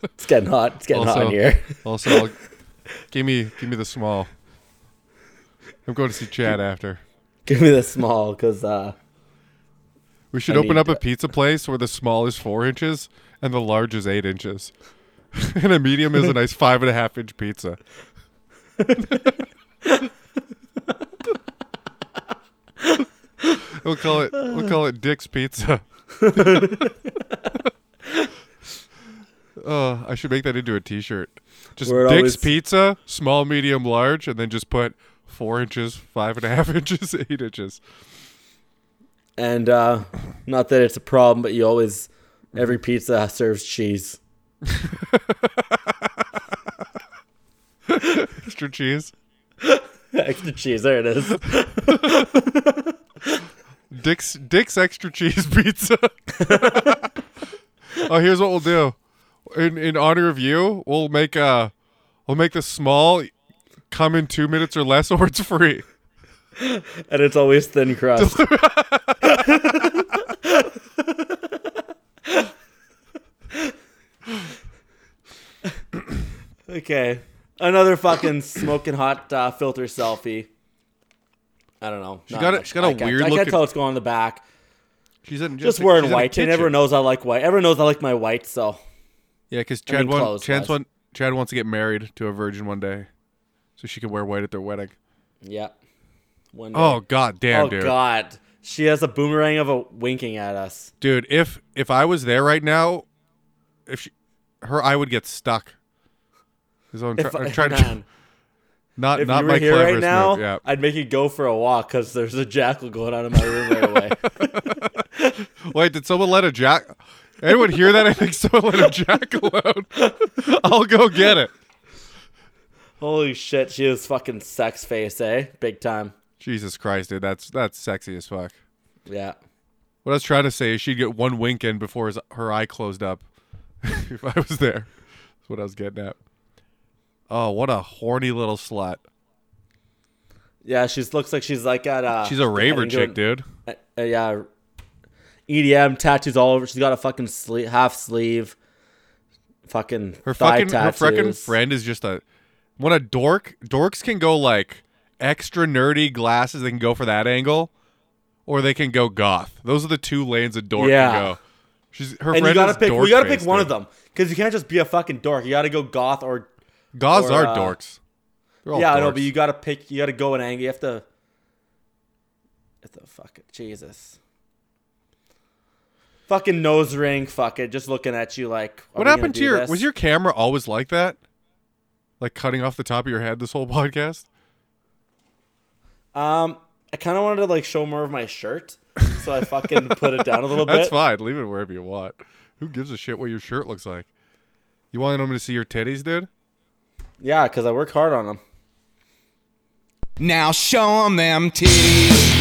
Speaker 2: it's getting hot. It's getting hot
Speaker 3: Also,
Speaker 2: in here. (laughs)
Speaker 3: also, I'll- give me, give me the small. I'm going to see Chad after.
Speaker 2: Give me the small, cause uh,
Speaker 3: We should
Speaker 2: I
Speaker 3: open
Speaker 2: need
Speaker 3: up a
Speaker 2: to-
Speaker 3: pizza place where the small is four inches and the large is eight inches, (laughs) and a medium is a nice five and a half
Speaker 2: (laughs)
Speaker 3: inch pizza. we'll call it. We'll call it
Speaker 2: (laughs)
Speaker 3: Dick's Pizza. Uh, I should make that into a T-shirt. Just
Speaker 2: Where
Speaker 3: Dick's
Speaker 2: it always-
Speaker 3: Pizza, small, medium, large, and then just put four inches, five and a half (laughs) inches, eight inches.
Speaker 2: and uh, not that it's a problem, but you always every pizza serves cheese. (laughs)
Speaker 3: Extra cheese.
Speaker 2: Extra cheese. There it is.
Speaker 3: Dick's (laughs) Dick's extra cheese pizza. oh, here's what we'll do. in, in honor of you, we'll make a we'll make the small come in two minutes or less, (laughs) or it's free.
Speaker 2: and it's always thin
Speaker 3: (laughs)
Speaker 2: crust. okay, another fucking smoking hot uh, filter selfie. I don't know. She
Speaker 3: got a- she's got a weird
Speaker 2: I can't
Speaker 3: looking-
Speaker 2: tell what's going on the back.
Speaker 3: She's in
Speaker 2: Just wearing white. And everyone knows I like white. Everyone knows I like my white. So
Speaker 3: Yeah, because Chad
Speaker 2: mean,
Speaker 3: want-
Speaker 2: clothes,
Speaker 3: Chad's
Speaker 2: guys.
Speaker 3: want- Chad wants to get married to a virgin one day, so she can wear white at their wedding.
Speaker 2: yeah. One day.
Speaker 3: Oh god damn,
Speaker 2: oh
Speaker 3: dude.
Speaker 2: god, she has a boomerang of a winking at us.
Speaker 3: dude if if i was there right now if she, her i would get stuck 'Cause I'm, try,
Speaker 2: If I- (laughs)
Speaker 3: I'm trying
Speaker 2: man.
Speaker 3: to not
Speaker 2: If
Speaker 3: not
Speaker 2: you were
Speaker 3: my
Speaker 2: here
Speaker 3: cleverest
Speaker 2: right now,
Speaker 3: move yeah
Speaker 2: I'd make you go for a walk because there's a jackal going out of my room right
Speaker 3: (laughs)
Speaker 2: away.
Speaker 3: wait did someone let a jack anyone hear that i think someone let a jack alone (laughs) i'll go get it
Speaker 2: Holy shit, she is fucking sex face, eh? Big time.
Speaker 3: jesus christ dude that's that's sexy as fuck
Speaker 2: Yeah.
Speaker 3: what i was trying to say is she'd get one wink in before his, her eye closed up (laughs) if i was there that's what i was getting at oh what a horny little slut
Speaker 2: Yeah, she looks like she's like at uh
Speaker 3: she's a raver
Speaker 2: heading to
Speaker 3: chick
Speaker 2: an-
Speaker 3: dude
Speaker 2: uh, yeah. EDM tattoos all over. She's got a fucking sleeve, half sleeve. Fucking
Speaker 3: Her
Speaker 2: thigh
Speaker 3: fucking her
Speaker 2: tattoos.
Speaker 3: fucking friend is just a when a dork dorks can go like extra nerdy glasses they can go for that angle or they can go goth. Those are the two lanes a dork
Speaker 2: Yeah.
Speaker 3: can go. She's her
Speaker 2: And
Speaker 3: friend
Speaker 2: you gotta
Speaker 3: is
Speaker 2: pick.
Speaker 3: dork
Speaker 2: We gotta
Speaker 3: face,
Speaker 2: pick one
Speaker 3: dude.
Speaker 2: of them because you can't just be a fucking dork. You gotta go goth or
Speaker 3: Goths
Speaker 2: or,
Speaker 3: are
Speaker 2: uh,
Speaker 3: dorks. They're all
Speaker 2: yeah, I know,
Speaker 3: Oh, dorks.
Speaker 2: but you gotta pick. You gotta go an angle. You have to. You have to fuck it, Jesus. Fucking nose ring, fuck it. Just looking at you like. are we
Speaker 3: what
Speaker 2: gonna
Speaker 3: happened to
Speaker 2: do
Speaker 3: your
Speaker 2: this?
Speaker 3: was your camera always like that? Like cutting off the top of your head this whole (laughs) podcast?
Speaker 2: Um, I kind of wanted to like show more of my shirt, so I
Speaker 3: (laughs)
Speaker 2: fucking put it down a little bit.
Speaker 3: That's fine. Leave it wherever you want. Who gives a shit what your shirt looks like? You want them to see your titties, dude?
Speaker 2: Yeah, because I work hard on them.
Speaker 7: Now show 'em them titties.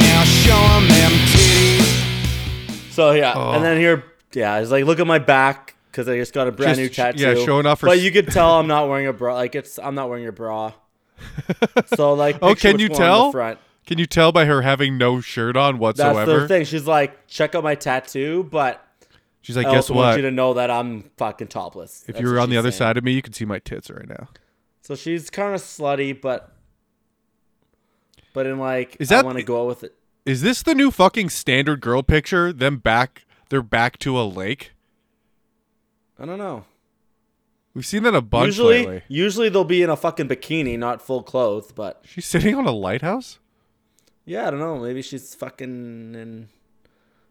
Speaker 7: Now show 'em them titties.
Speaker 2: So yeah, and
Speaker 3: Oh.
Speaker 2: then here, yeah, I was like, look at my back because I just got a brand new
Speaker 3: Just-
Speaker 2: tattoo.
Speaker 3: yeah, showing off her
Speaker 2: But
Speaker 3: s-
Speaker 2: you could tell I'm not wearing a bra. Like it's, I'm not wearing a
Speaker 3: (laughs)
Speaker 2: bra. So like,
Speaker 3: Oh,
Speaker 2: picture
Speaker 3: can
Speaker 2: what's going on in
Speaker 3: you
Speaker 2: the
Speaker 3: tell?
Speaker 2: front.
Speaker 3: Can you tell by her having no shirt on
Speaker 2: That's
Speaker 3: whatsoever?
Speaker 2: the thing. She's like, check out my tattoo, but
Speaker 3: She's like,
Speaker 2: I
Speaker 3: guess
Speaker 2: also want
Speaker 3: what?
Speaker 2: you to know that I'm fucking topless.
Speaker 3: If
Speaker 2: That's
Speaker 3: you were
Speaker 2: what
Speaker 3: on the
Speaker 2: she's
Speaker 3: other
Speaker 2: saying.
Speaker 3: side of me, you could see my tits right now.
Speaker 2: So she's kind of slutty, but but in like,
Speaker 3: Is
Speaker 2: I
Speaker 3: that-
Speaker 2: want to go out with it.
Speaker 3: Is this the new fucking standard girl picture? Them back, they're back to a lake.
Speaker 2: I don't know.
Speaker 3: We've seen that a bunch
Speaker 2: usually,
Speaker 3: lately.
Speaker 2: usually they'll be in a fucking bikini, not full clothed. But
Speaker 3: She's sitting on a lighthouse.
Speaker 2: yeah, I don't know. Maybe she's fucking in.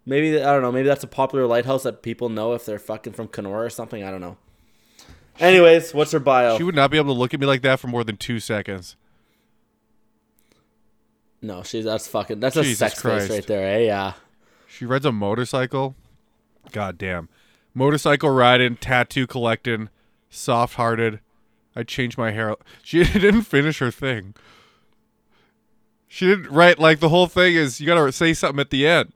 Speaker 2: Maybe I don't know. Maybe that's a popular lighthouse that people know if they're fucking from Kenora or something. I don't know. Anyways, what's her bio?
Speaker 3: She would not be able to look at me like that for more than two seconds.
Speaker 2: no, she's that's fucking that's a
Speaker 3: Jesus
Speaker 2: sex
Speaker 3: Christ.
Speaker 2: face right there. Eh? Yeah.
Speaker 3: She rides a motorcycle. God damn, motorcycle riding, tattoo collecting, soft hearted. I changed my hair. She (laughs) didn't finish her thing. She didn't write like the whole thing is you gotta say something at the end.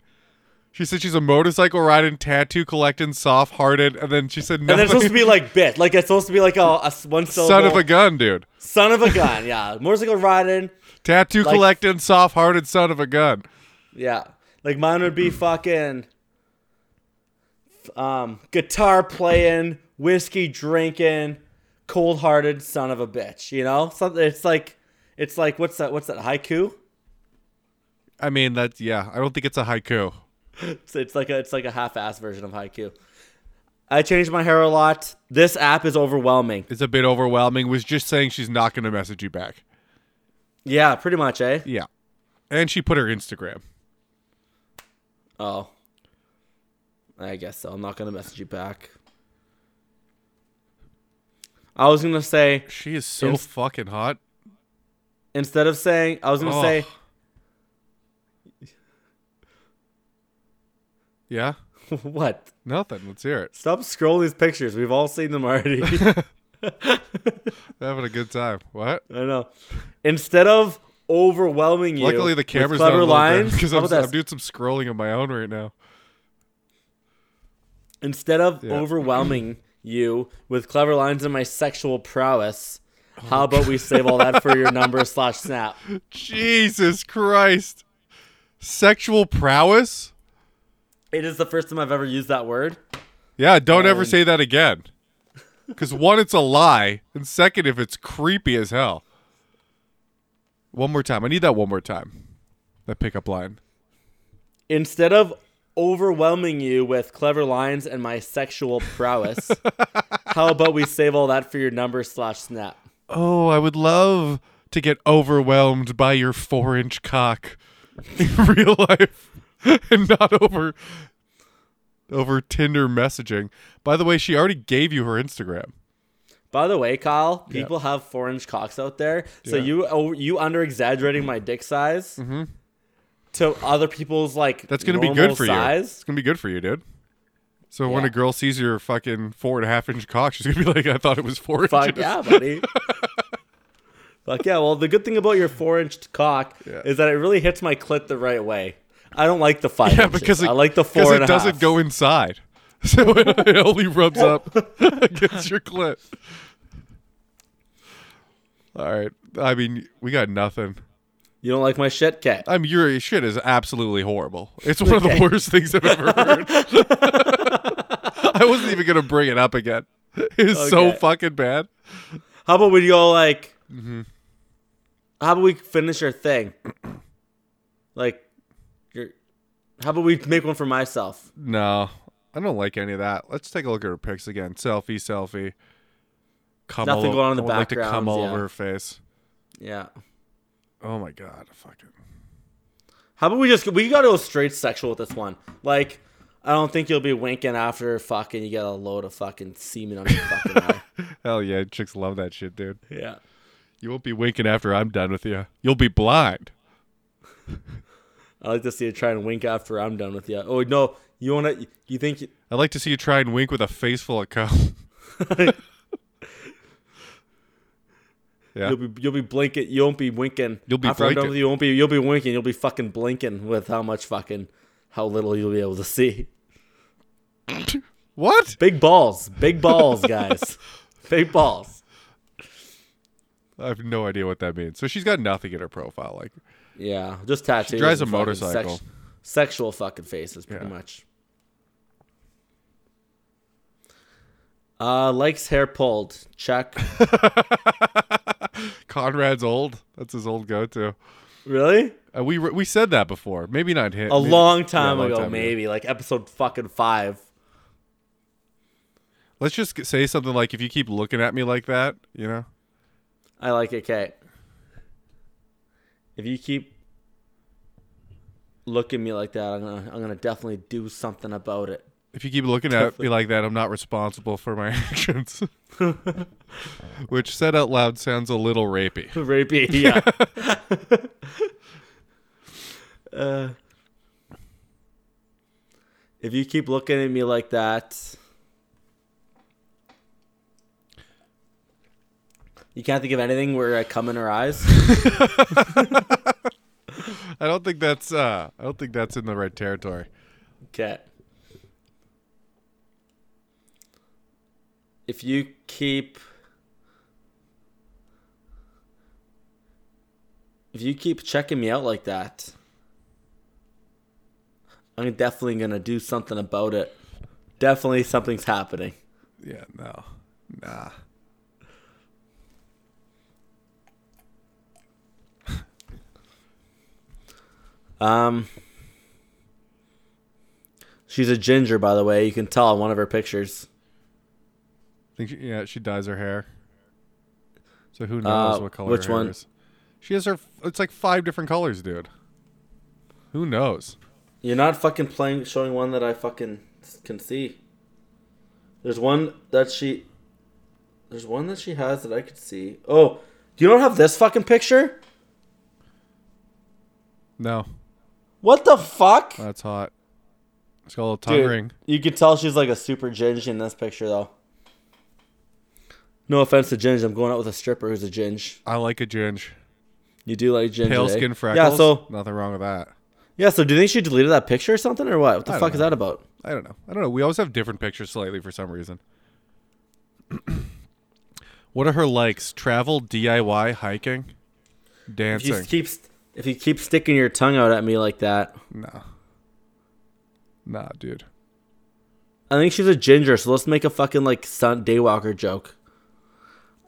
Speaker 3: She said she's a motorcycle riding, tattoo collecting, soft hearted, and then she said
Speaker 2: And
Speaker 3: nothing.
Speaker 2: they're supposed to be like bit, like it's supposed to be like a, a s- one syllable.
Speaker 3: (laughs) son of a gun, dude.
Speaker 2: son of a gun. Yeah, motorcycle riding.
Speaker 3: Tattoo
Speaker 2: Like-
Speaker 3: collecting, soft hearted, son of a gun.
Speaker 2: Yeah, like mine would be fucking, um, guitar playing, whiskey drinking, cold hearted son of a bitch. You know, something. It's like, it's like what's that? What's that haiku?
Speaker 3: I mean that's yeah. I don't think it's a haiku.
Speaker 2: It's, it's like a it's like a half ass version of haiku. I changed my hair a lot. This app is overwhelming.
Speaker 3: It's a bit overwhelming. Was just saying she's not gonna message you back.
Speaker 2: Yeah, pretty much, eh?
Speaker 3: Yeah, and she put her Instagram.
Speaker 2: Oh. I guess so. I'm not gonna message you back. I was gonna say
Speaker 3: She is so
Speaker 2: Inst-
Speaker 3: fucking hot.
Speaker 2: instead of saying I was gonna
Speaker 3: Oh.
Speaker 2: say
Speaker 3: Yeah,
Speaker 2: (laughs) what?
Speaker 3: nothing. Let's hear it.
Speaker 2: Stop scrolling these pictures. We've all seen them already. (laughs)
Speaker 3: They're having a good time. What?
Speaker 2: I know. Instead of overwhelming you,
Speaker 3: Luckily, the
Speaker 2: with
Speaker 3: camera's not
Speaker 2: clever
Speaker 3: a
Speaker 2: lines.
Speaker 3: because
Speaker 2: how
Speaker 3: I'm,
Speaker 2: about
Speaker 3: I'm
Speaker 2: this?
Speaker 3: doing some scrolling on my own right now.
Speaker 2: Instead of
Speaker 3: (clears throat)
Speaker 2: overwhelming you with clever lines and my sexual prowess,
Speaker 3: Oh,
Speaker 2: how about we save all that for
Speaker 3: (laughs)
Speaker 2: your number slash snap?
Speaker 3: Jesus Christ. Sexual prowess?
Speaker 2: It is the first time I've ever used that word.
Speaker 3: Yeah, don't ever say that again. Because one, it's a lie, and second, if it's creepy as hell. One more time. I need that one more time. That pickup line.
Speaker 2: Instead of overwhelming you with clever lines and my sexual
Speaker 3: (laughs)
Speaker 2: prowess, how about we save all that for your number slash snap?
Speaker 3: Oh, I would love to get overwhelmed by your four inch cock (laughs) in real life (laughs) and not over over Tinder messaging. By the way, she already gave you her Instagram.
Speaker 2: By the way, Kyle, people have four inch cocks out there. So
Speaker 3: Yeah. Mm-hmm.
Speaker 2: you oh, you under exaggerating my dick size to other people's like
Speaker 3: That's gonna be
Speaker 2: normal
Speaker 3: good for you. It's
Speaker 2: size.
Speaker 3: gonna be good for you, dude. So when
Speaker 2: Yeah.
Speaker 3: a girl sees your fucking four and a half inch cock, she's gonna be like, "I thought it was four
Speaker 2: Fuck
Speaker 3: inches."
Speaker 2: yeah,
Speaker 3: (laughs)
Speaker 2: buddy. Fuck yeah. Well, the good thing about your four inch cock
Speaker 3: Yeah.
Speaker 2: is that it really hits my clit the right way. I don't like the five.
Speaker 3: Yeah,
Speaker 2: inches.
Speaker 3: because it,
Speaker 2: I like the
Speaker 3: because
Speaker 2: four
Speaker 3: it
Speaker 2: and a half.
Speaker 3: doesn't go inside, (laughs) so it, it (laughs) only
Speaker 2: (laughs)
Speaker 3: rubs up against your clit. All right, I mean, we got nothing.
Speaker 2: You don't like my shit, cat.
Speaker 3: I mean, your shit is absolutely horrible. It's one of the worst things I've ever
Speaker 2: (laughs)
Speaker 3: heard. (laughs) I wasn't even gonna bring it up again. It is so
Speaker 2: Okay.
Speaker 3: fucking bad.
Speaker 2: How about we go like? How about we finish our thing? like, your. How about we make one for myself?
Speaker 3: No, I don't like any of that. Let's take a look at her pics again. Selfie, selfie. Come
Speaker 2: Nothing
Speaker 3: all-
Speaker 2: going on in
Speaker 3: I
Speaker 2: the
Speaker 3: would like to
Speaker 2: background,
Speaker 3: come all
Speaker 2: yeah.
Speaker 3: over her face.
Speaker 2: Yeah.
Speaker 3: Oh my god, fucking.
Speaker 2: How about we just we gotta go straight sexual with this one? Like, I don't think you'll be winking after fucking you get a load of fucking semen on your fucking eye.
Speaker 3: Hell yeah, chicks love that shit, dude.
Speaker 2: (laughs) Yeah.
Speaker 3: You won't be winking after I'm done with you. You'll be blind.
Speaker 2: I like to see you try and wink after I'm done with you. Oh no, you wanna you think you,
Speaker 3: I'd like to see you try and wink with a face full of cum. (laughs) yeah.
Speaker 2: (laughs) you'll be you'll be blinking you won't be winking.
Speaker 3: You'll be
Speaker 2: after I'm done
Speaker 3: blinking.
Speaker 2: with you, you won't be you'll be winking, you'll be fucking blinking with how much fucking how little you'll be able to see.
Speaker 3: What?
Speaker 2: Big balls. Big
Speaker 3: (laughs)
Speaker 2: balls, guys. Big balls.
Speaker 3: I have no idea what that means. So she's got nothing in her profile. Like,
Speaker 2: Yeah. Just tattoos.
Speaker 3: drives
Speaker 2: and
Speaker 3: a
Speaker 2: fucking sex-
Speaker 3: motorcycle.
Speaker 2: sexual fucking faces, pretty
Speaker 3: Yeah.
Speaker 2: much. Uh, likes hair pulled.
Speaker 3: (laughs)
Speaker 2: Check.
Speaker 3: Conrad's old. That's his old go-to.
Speaker 2: really?
Speaker 3: Uh, we we said that before. Maybe not hit.
Speaker 2: A long time
Speaker 3: long
Speaker 2: ago,
Speaker 3: time ago.
Speaker 2: maybe like episode fucking five.
Speaker 3: Let's just g- say something like, if you keep looking at me like that, you know.
Speaker 2: I like it, Kate. If you keep looking at me like that, I'm gonna, I'm gonna definitely do something about it.
Speaker 3: If you keep looking at me like that, I'm not responsible for my (laughs) actions. Which said out loud sounds a little rapey.
Speaker 2: Rapey, yeah. (laughs) uh, Uh, if you keep looking at me like that, you can't think of anything where I come in her eyes.
Speaker 3: I don't think that's uh I don't think that's in the right territory.
Speaker 2: Okay. If you keep if you keep checking me out like that, I'm definitely gonna do something about it. Definitely something's happening.
Speaker 3: Yeah, no. Nah.
Speaker 2: Um She's a ginger, by the way. You can tell in one of her pictures.
Speaker 3: Think she, yeah, she dyes her hair. So who knows
Speaker 2: Uh,
Speaker 3: what color
Speaker 2: which
Speaker 3: her hair
Speaker 2: one?
Speaker 3: is. She has her it's like five different colors, dude. Who knows?
Speaker 2: You're not fucking playing showing one that I fucking s- can see. There's one that she There's one that she has that I could see. Oh, you don't have this fucking picture?
Speaker 3: No.
Speaker 2: What the fuck?
Speaker 3: That's hot. It's got a little tongue
Speaker 2: Dude,
Speaker 3: ring.
Speaker 2: You can tell she's like a super ginge in this picture though. No offense to ginge, I'm going out with a stripper who's a ginge.
Speaker 3: I like a ginge.
Speaker 2: You do like ginge.
Speaker 3: Pale
Speaker 2: eh?
Speaker 3: skin freckles.
Speaker 2: Yeah, so
Speaker 3: nothing wrong with that.
Speaker 2: Yeah, so do you think she deleted that picture or something, or what? What the
Speaker 3: I don't
Speaker 2: fuck is
Speaker 3: know.
Speaker 2: that about?
Speaker 3: I don't know. I don't know. We always have different pictures slightly for some reason. (coughs) what are her likes? Travel, DIY, hiking,
Speaker 2: If you
Speaker 3: dancing.
Speaker 2: keep if you keep sticking your tongue out at me like that,
Speaker 3: nah. Nah, dude.
Speaker 2: I think she's a ginger. So let's make a fucking like sun daywalker joke.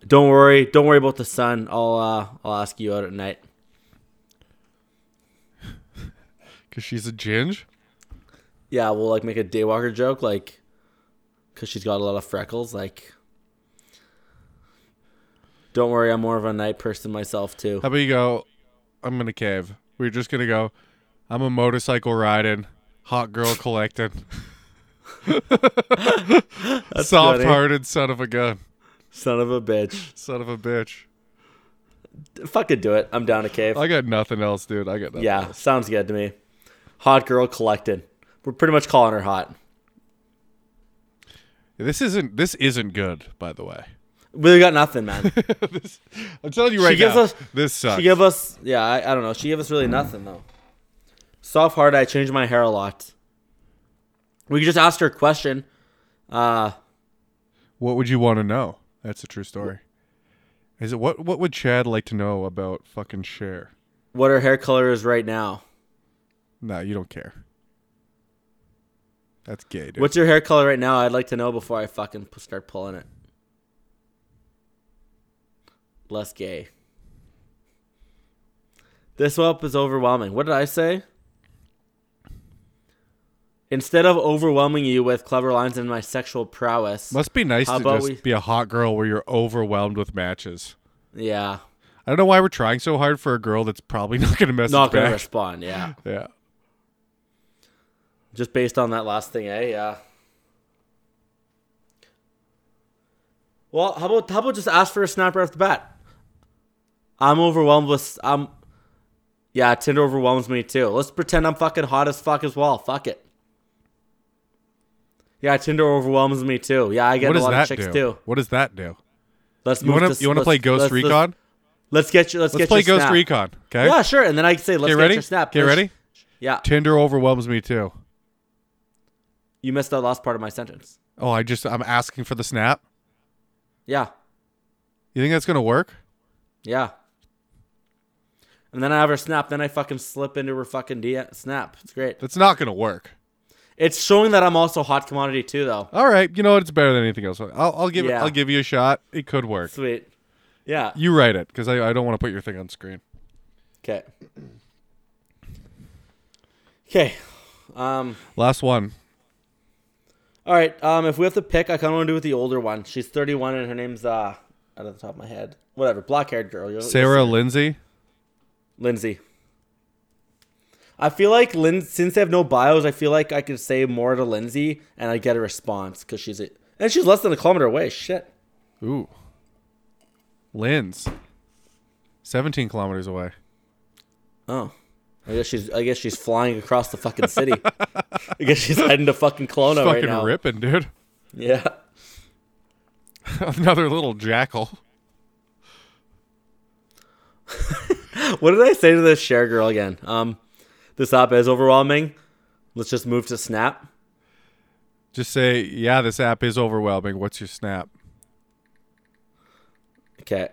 Speaker 2: Don't worry, don't worry about the sun. I'll uh, I'll ask you out at night.
Speaker 3: Cause she's a ginge.
Speaker 2: Yeah, we'll like make a daywalker joke, like, cause she's got a lot of freckles. Like, don't worry, I'm more of a night person myself too.
Speaker 3: How about you go? I'm gonna cave. We're just gonna go. I'm a motorcycle riding, hot girl
Speaker 2: (laughs)
Speaker 3: collecting, soft-hearted son of a gun,
Speaker 2: Son of a bitch.
Speaker 3: son of a bitch.
Speaker 2: Fucking do it. I'm down to cave.
Speaker 3: I got nothing else, dude. I got nothing.
Speaker 2: Yeah, sounds good to me. Hot girl collected. We're pretty much calling her hot.
Speaker 3: This isn't. This isn't good, by the way.
Speaker 2: We got nothing, man.
Speaker 3: I'm telling you right
Speaker 2: gives
Speaker 3: now.
Speaker 2: us-
Speaker 3: this sucks.
Speaker 2: She gave us, yeah, I, I don't know. She gave us really nothing though. Soft hard. I changed my hair a lot. We could just ask her a question. Uh,
Speaker 3: what would you want to know? That's a true story. Is it what? What would Chad like to know about fucking Cher?
Speaker 2: what her hair color is right now?
Speaker 3: Nah, you don't care. That's gay, dude.
Speaker 2: What's your hair color right now? I'd like to know before I fucking p- start pulling it. Less gay. This whelp is overwhelming. What did I say? Instead of overwhelming you with clever lines and my sexual prowess,
Speaker 3: Must be nice
Speaker 2: How
Speaker 3: to
Speaker 2: about
Speaker 3: just
Speaker 2: we-
Speaker 3: be a hot girl where you're overwhelmed with matches.
Speaker 2: yeah,
Speaker 3: I don't know why we're trying so hard for a girl that's probably (laughs) not going to message
Speaker 2: not gonna
Speaker 3: back.
Speaker 2: respond. Yeah,
Speaker 3: Yeah.
Speaker 2: just based on that last thing, eh? Yeah. Well, how about how about just ask for a snap right off the bat? I'm overwhelmed with I'm. Yeah, Tinder overwhelms me too. Let's pretend I'm fucking hot as fuck as well. Fuck it. Yeah, Tinder overwhelms me too. Yeah, I get
Speaker 3: What
Speaker 2: a
Speaker 3: does
Speaker 2: lot
Speaker 3: that
Speaker 2: of chicks
Speaker 3: do?
Speaker 2: too.
Speaker 3: What does that do?
Speaker 2: Let's
Speaker 3: You
Speaker 2: move
Speaker 3: want
Speaker 2: to
Speaker 3: to you want to
Speaker 2: let's-
Speaker 3: play Ghost
Speaker 2: let's- let's-
Speaker 3: Recon?
Speaker 2: Let's get you. Let's,
Speaker 3: Let's
Speaker 2: get
Speaker 3: play
Speaker 2: your
Speaker 3: Ghost
Speaker 2: snap.
Speaker 3: Recon. Okay.
Speaker 2: Yeah, sure. And then I say, let's
Speaker 3: Get
Speaker 2: get,
Speaker 3: ready.
Speaker 2: your snap.
Speaker 3: Get
Speaker 2: bitch.
Speaker 3: ready.
Speaker 2: Yeah,
Speaker 3: Tinder overwhelms me too.
Speaker 2: you missed the last part of my sentence.
Speaker 3: Oh, I just I'm asking for the snap.
Speaker 2: Yeah.
Speaker 3: You think that's gonna work?
Speaker 2: Yeah. And then I have her snap. Then I fucking slip into her fucking DM snap. It's great.
Speaker 3: That's not gonna work.
Speaker 2: It's showing that I'm also hot commodity too, though.
Speaker 3: All right. You know what? It's better than anything else. I'll, I'll give it.
Speaker 2: Yeah.
Speaker 3: I'll give you a shot. It could work.
Speaker 2: Sweet. Yeah.
Speaker 3: You write it because I, I don't want to put your thing on screen.
Speaker 2: Okay. Okay. Um.
Speaker 3: Last one.
Speaker 2: All right. Um. If we have to pick, I kind of want to do with the older one. She's 31 and her name's uh out of the top of my head. Whatever. Black haired girl. You'll- you'll
Speaker 3: Sarah Lindsay.
Speaker 2: Lindsay. I feel like Lin- since they have no bios, I feel like I could say more to Lindsay and I get a response because she's a- and she's less than a kilometer away. Shit.
Speaker 3: Ooh. Linz. 17 kilometers away.
Speaker 2: Oh, I guess she's I guess she's flying across the fucking city. I guess she's heading to fucking Kelowna right
Speaker 3: Fucking
Speaker 2: now.
Speaker 3: ripping, dude. (laughs)
Speaker 2: Yeah. (laughs)
Speaker 3: Another little jackal.
Speaker 2: What did I say to this share girl again? Um, this app is overwhelming. Let's just move to Snap.
Speaker 3: Just say, yeah, this app is overwhelming. What's your snap?
Speaker 2: Okay.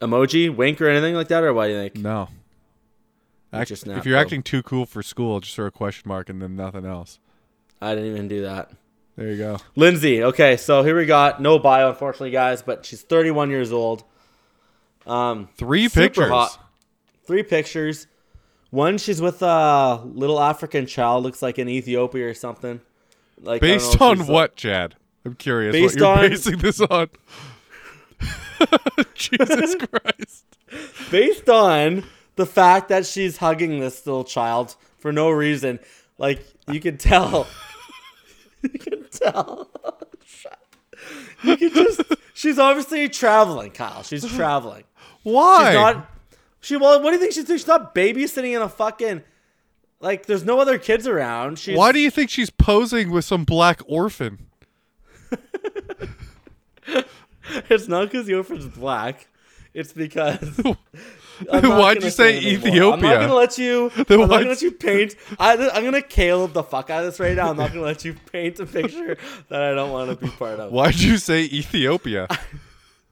Speaker 2: Emoji, wink, or anything like that, or what do you think?
Speaker 3: No. Act-
Speaker 2: your snap,
Speaker 3: if you're
Speaker 2: bro?
Speaker 3: acting too cool for school, just throw a question mark and then nothing else.
Speaker 2: I didn't even do that.
Speaker 3: There you go.
Speaker 2: Lindsay. Okay, so here we got no bio, unfortunately, guys, but she's 31 years old. Um,
Speaker 3: Three
Speaker 2: Super
Speaker 3: pictures.
Speaker 2: hot. three pictures. One, she's with a little African child, looks like in Ethiopia or something. Like I don't
Speaker 3: Based
Speaker 2: know if
Speaker 3: on
Speaker 2: she's, uh,
Speaker 3: what, Chad? I'm curious
Speaker 2: Based
Speaker 3: what you're
Speaker 2: on-
Speaker 3: basing this on. (laughs)
Speaker 2: (laughs)
Speaker 3: Jesus Christ.
Speaker 2: based on the fact that she's hugging this little child for no reason. Like you could tell, (laughs) you could tell. You could just. She's obviously traveling, Kyle. She's traveling.
Speaker 3: Why?
Speaker 2: She's not. She well, what do you think she's doing? She's not babysitting in a fucking. Like, there's no other kids around. She's,
Speaker 3: Why do you think she's posing with some black orphan?
Speaker 2: (laughs) It's not because the orphan's black. It's because. I'm not
Speaker 3: (laughs) Why'd
Speaker 2: gonna
Speaker 3: you say
Speaker 2: it anymore. I'm
Speaker 3: Ethiopia?
Speaker 2: not gonna let you.
Speaker 3: (laughs) Then
Speaker 2: I'm not
Speaker 3: why'd
Speaker 2: gonna let you paint. I, I'm gonna Caleb the fuck out of this right now. I'm not gonna let you paint a picture that I don't want to be part of.
Speaker 3: Why'd you say
Speaker 2: (laughs)
Speaker 3: Ethiopia?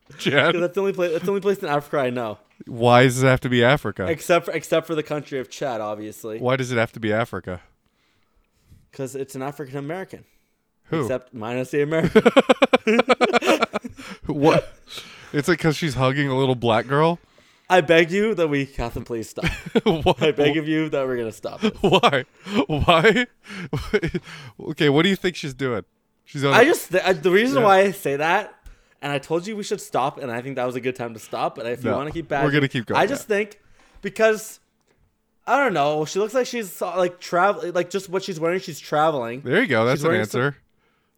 Speaker 2: Because
Speaker 3: Chad,
Speaker 2: that's the only place. That's the only place in Africa I know,
Speaker 3: why does it have to be Africa?
Speaker 2: except for, except for the country of Chad, obviously,
Speaker 3: Why does it have to be Africa?
Speaker 2: because it's an African American.
Speaker 3: Who?
Speaker 2: Except minus the American. (laughs)
Speaker 3: what? It's like because she's hugging a little black girl. (laughs)
Speaker 2: I beg you that we have to please stop.
Speaker 3: why?
Speaker 2: I beg of you that we're gonna stop. This.
Speaker 3: Why? Why? (laughs) okay, what do you think she's doing? She's on.
Speaker 2: I
Speaker 3: a-
Speaker 2: just th- I, the reason
Speaker 3: Yeah.
Speaker 2: why I say that, and I told you we should stop, and I think that was a good time to stop. But if you
Speaker 3: No,
Speaker 2: want to keep
Speaker 3: we're
Speaker 2: back,
Speaker 3: gonna keep going,
Speaker 2: I just
Speaker 3: yeah.
Speaker 2: think because I don't know, she looks like she's uh, like travel, like just what she's wearing. She's traveling.
Speaker 3: there you go. That's
Speaker 2: she's
Speaker 3: an
Speaker 2: wearing
Speaker 3: answer.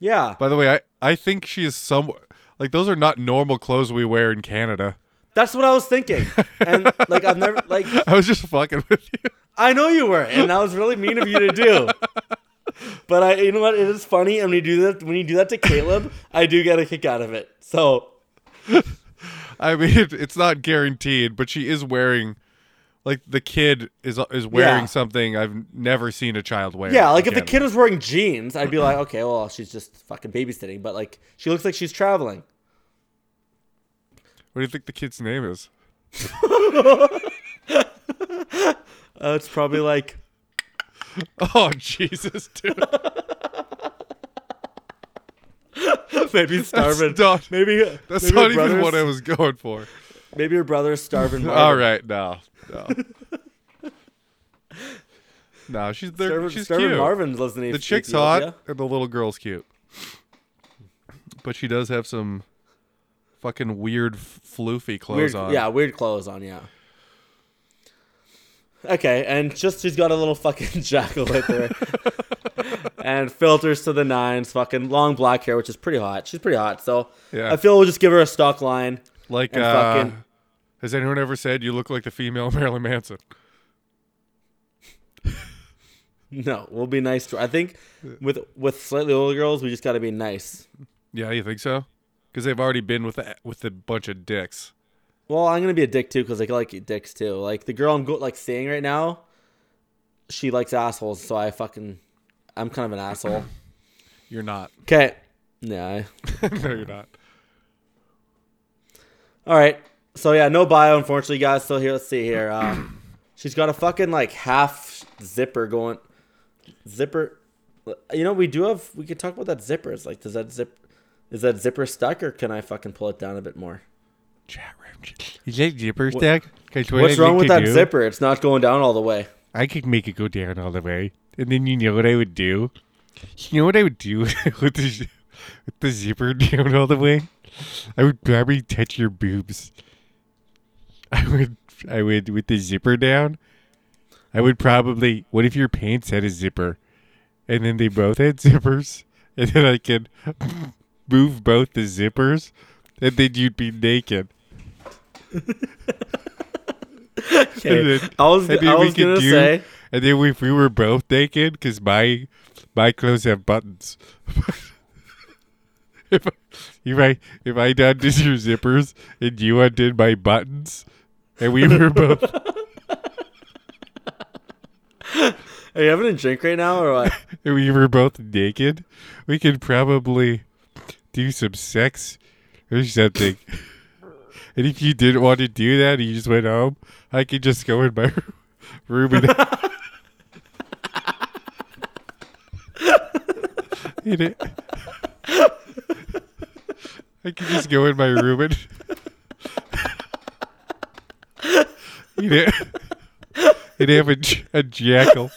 Speaker 2: Yeah,
Speaker 3: By the way, I I think she is some like those are not normal clothes we wear in Canada.
Speaker 2: that's what I was
Speaker 3: (laughs)
Speaker 2: thinking. And like I've never like
Speaker 3: I was just fucking with you. (laughs)
Speaker 2: I know you were, and that was really mean of you to do. But I, you know what? It is funny, and when you do that, when you do that to Caleb, I do get a kick out of it. So
Speaker 3: I mean, it's not guaranteed, but she is wearing like the kid is is wearing
Speaker 2: Yeah.
Speaker 3: something I've never seen a child wear.
Speaker 2: Yeah,
Speaker 3: in
Speaker 2: like if the
Speaker 3: Canada.
Speaker 2: kid was wearing jeans, I'd be like, okay, well, she's just fucking babysitting. But like, she looks like she's traveling.
Speaker 3: What do you think the kid's name is? (laughs)
Speaker 2: Uh, it's probably like, (laughs)
Speaker 3: Oh Jesus, dude!
Speaker 2: maybe starving.
Speaker 3: not-
Speaker 2: maybe
Speaker 3: That's
Speaker 2: maybe
Speaker 3: not
Speaker 2: her
Speaker 3: even what I
Speaker 2: brother's-
Speaker 3: was going for.
Speaker 2: Maybe her brother's (laughs) starving. Marvin.
Speaker 3: All right, no,
Speaker 2: (laughs)
Speaker 3: no, no. She's they're-
Speaker 2: Starvin,
Speaker 3: she's
Speaker 2: starvin
Speaker 3: cute.
Speaker 2: Marvin lives in
Speaker 3: The chick's
Speaker 2: Ethiopia.
Speaker 3: hot and the little girl's cute, but she does have some fucking weird f- floofy
Speaker 2: Weird,
Speaker 3: clothes on.
Speaker 2: yeah, weird clothes on. Yeah. Okay, and just she's got a little fucking (laughs) jackal right there, and filters to the nines. Fucking long black hair, which is pretty hot. She's pretty hot, so
Speaker 3: Yeah.
Speaker 2: I feel we'll just give her a stock line.
Speaker 3: like
Speaker 2: and
Speaker 3: uh,
Speaker 2: fucking-
Speaker 3: Has anyone ever said you look like the female (laughs) Marilyn Manson?
Speaker 2: No, we'll be nice to. I think with with slightly older girls, we just got to be nice.
Speaker 3: Yeah, you think so? Because they've already been with a, with a bunch of dicks.
Speaker 2: Well, I'm gonna be a dick too because I like dicks too. Like the girl I'm go- like seeing right now, she likes assholes, so I fucking I'm kind of an asshole.
Speaker 3: You're not. (laughs)
Speaker 2: Okay, yeah. I-
Speaker 3: no, you're not.
Speaker 2: All right. So yeah, no bio, unfortunately, guys. So here, let's see here. Uh, she's got a fucking like half zipper going. Zipper. You know, we do have. We could talk about that zipper. It's like, does that zip? Is that zipper stuck, or can I fucking pull it down a bit more?
Speaker 3: Chat room. You like zipper
Speaker 2: stack?
Speaker 3: What's
Speaker 2: What's wrong with that zipper? It's not going down all the
Speaker 3: (laughs)
Speaker 2: way.
Speaker 3: I could make it go down all the way. And then you know what I would do? You know what I would do (laughs) with the, zi- with the zipper (laughs) down all the way? I would probably touch your boobs. I would, I would, with the zipper down, I would probably, what if your pants had a zipper? And then they both had (laughs) zippers? And then I could (laughs) move both the zippers? And then you'd be naked.
Speaker 2: Okay.
Speaker 3: then-
Speaker 2: I was,
Speaker 3: And
Speaker 2: I
Speaker 3: then we
Speaker 2: was
Speaker 3: could
Speaker 2: gonna
Speaker 3: do-
Speaker 2: say.
Speaker 3: And then if we were both naked, because my my clothes have buttons. (laughs) if I, if I if I undid your zippers and you undid my buttons, and we were both
Speaker 2: (laughs) Are you having a drink right now or
Speaker 3: (laughs)
Speaker 2: what?
Speaker 3: and we were both naked, we could probably do some sex or something. and if you didn't want to do that, and you just went home, I could just go in my (laughs) room and. (laughs) And it- (laughs) I could just go in my room and (laughs) eat it (laughs) and have a, j- a jackal.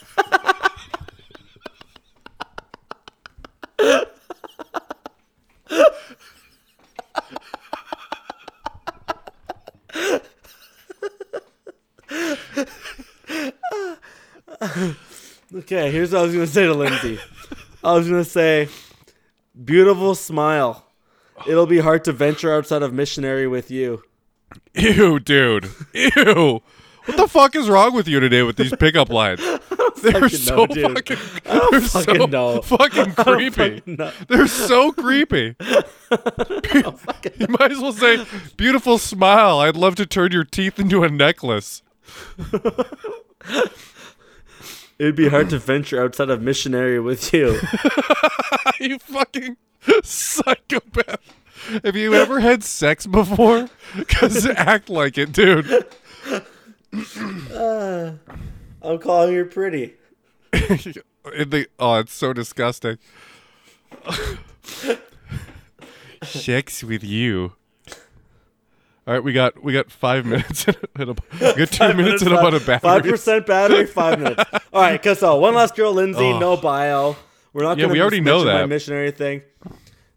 Speaker 2: Okay, here's what I was gonna say to Lindsay. I was gonna say, beautiful smile. It'll be hard to venture outside of missionary with you. (laughs)
Speaker 3: Ew, dude. Ew. What the fuck is wrong with you today with these pickup lines? (laughs) They were
Speaker 2: fucking know,
Speaker 3: so
Speaker 2: dude.
Speaker 3: fucking. They're so
Speaker 2: fucking know. (laughs)
Speaker 3: (laughs) fucking creepy.
Speaker 2: fucking know.
Speaker 3: They're
Speaker 2: (laughs)
Speaker 3: so creepy. (laughs) you might as well say, "Beautiful smile. I'd love to turn your teeth into a necklace." (laughs)
Speaker 2: It'd be hard to venture outside of missionary with you.
Speaker 3: you fucking psychopath. Have you ever had sex before? (laughs) Because act like it, dude.
Speaker 2: I'm calling her pretty.
Speaker 3: (laughs) In the, oh, it's so disgusting. Sex with you. All right, we got we got five minutes and a, we got two minutes and about a battery.
Speaker 2: Five percent battery,
Speaker 3: (laughs)
Speaker 2: five minutes. All right, Cussell. One last girl, Lindsay. No bio. We're not.
Speaker 3: Yeah,
Speaker 2: gonna
Speaker 3: we already know
Speaker 2: mention My
Speaker 3: that.
Speaker 2: missionary thing.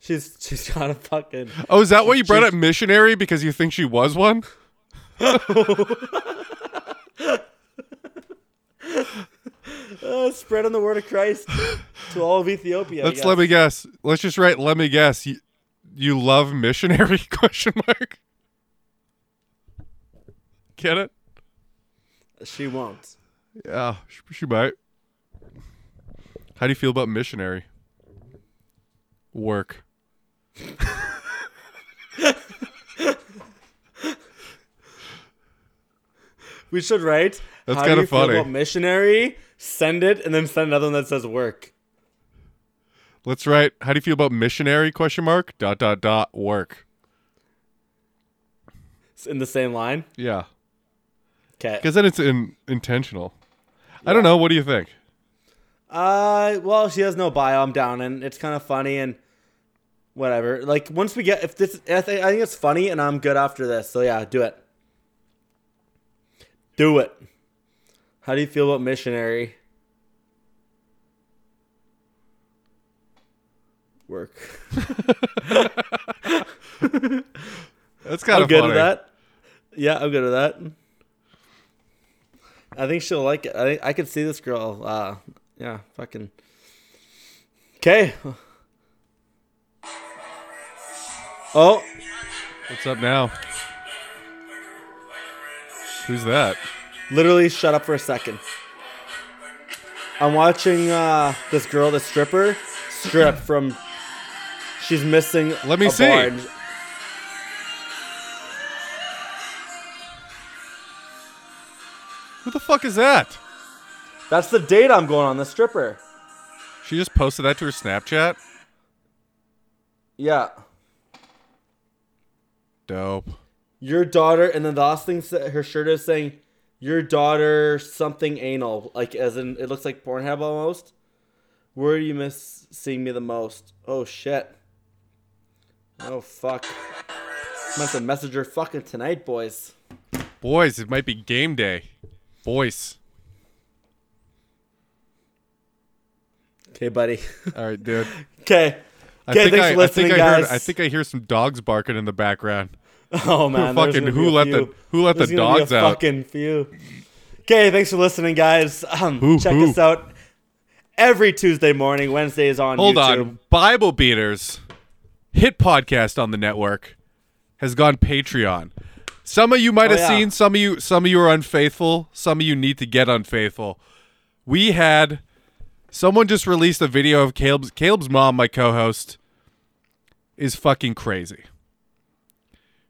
Speaker 2: She's she's got a fucking.
Speaker 3: Oh, is that why you brought up missionary because you think she was one?
Speaker 2: Uh, spreading the word of Christ to all of Ethiopia. I
Speaker 3: Let's
Speaker 2: guess.
Speaker 3: let me guess. Let's just write. Let me guess. You, you love missionary? (laughs) Question mark. Get it?
Speaker 2: She won't.
Speaker 3: Yeah, sh- she might. How do you feel about missionary work?
Speaker 2: We should write.
Speaker 3: That's
Speaker 2: how do
Speaker 3: kinda
Speaker 2: you feel
Speaker 3: funny.
Speaker 2: about missionary. Send it, and then send another one that says work.
Speaker 3: Let's write. How do you feel about missionary? Question mark. Dot dot dot. Work.
Speaker 2: It's in the same line.
Speaker 3: Yeah,
Speaker 2: Okay.
Speaker 3: because then it's in, intentional. I don't know. What do you think?
Speaker 2: Uh, well, she has no bio. I'm down, and it's kind of funny and whatever. Like once we get if this, I think, I think it's funny, and I'm good after this. So yeah, do it. Do it. How do you feel about missionary work?
Speaker 3: That's kind
Speaker 2: I'm
Speaker 3: of
Speaker 2: good
Speaker 3: funny.
Speaker 2: with that. Yeah, I'm good with that. I think she'll like it. I think I could see this girl. Uh, yeah, fucking. Okay. Oh,
Speaker 3: What's up now? Who's that?
Speaker 2: literally, shut up for a second. I'm watching uh, this girl, the stripper, strip from. She's missing.
Speaker 3: Let me
Speaker 2: a
Speaker 3: see.
Speaker 2: bar and-
Speaker 3: Who the fuck is that?
Speaker 2: That's the date I'm going on. The stripper.
Speaker 3: She just posted that to her Snapchat.
Speaker 2: Yeah.
Speaker 3: Dope.
Speaker 2: your daughter, and then the last thing sa- her shirt is saying, your daughter something anal, like as in it looks like Pornhub almost. Where do you miss seeing me the most? Oh shit. Oh fuck. Must have messaged her fucking tonight, boys.
Speaker 3: Boys, it might be game day.
Speaker 2: (laughs)
Speaker 3: Boys.
Speaker 2: Okay, buddy.
Speaker 3: All right, dude.
Speaker 2: Okay.
Speaker 3: (laughs) I
Speaker 2: Okay, thanks
Speaker 3: I,
Speaker 2: for listening,
Speaker 3: I think I
Speaker 2: guys.
Speaker 3: heard. I think I hear some dogs barking in the background.
Speaker 2: (laughs) Oh man, there's
Speaker 3: fucking-
Speaker 2: gonna be
Speaker 3: who
Speaker 2: a
Speaker 3: let the-
Speaker 2: few.
Speaker 3: who let the
Speaker 2: There's gonna be
Speaker 3: dogs
Speaker 2: a
Speaker 3: out?
Speaker 2: Fucking few. Okay, thanks for listening, guys. (clears throat) Um,
Speaker 3: Who-
Speaker 2: check
Speaker 3: who?
Speaker 2: us out every Tuesday morning. Wednesday is on.
Speaker 3: Hold
Speaker 2: YouTube.
Speaker 3: on. Bible Beaters, hit podcast on the network, has gone Patreon. Some of you might
Speaker 2: Oh,
Speaker 3: have
Speaker 2: yeah.
Speaker 3: seen. Some of you. Some of you are unfaithful. Some of you need to get unfaithful. We had someone just released a video of Caleb's Caleb's mom, my co-host, is fucking crazy.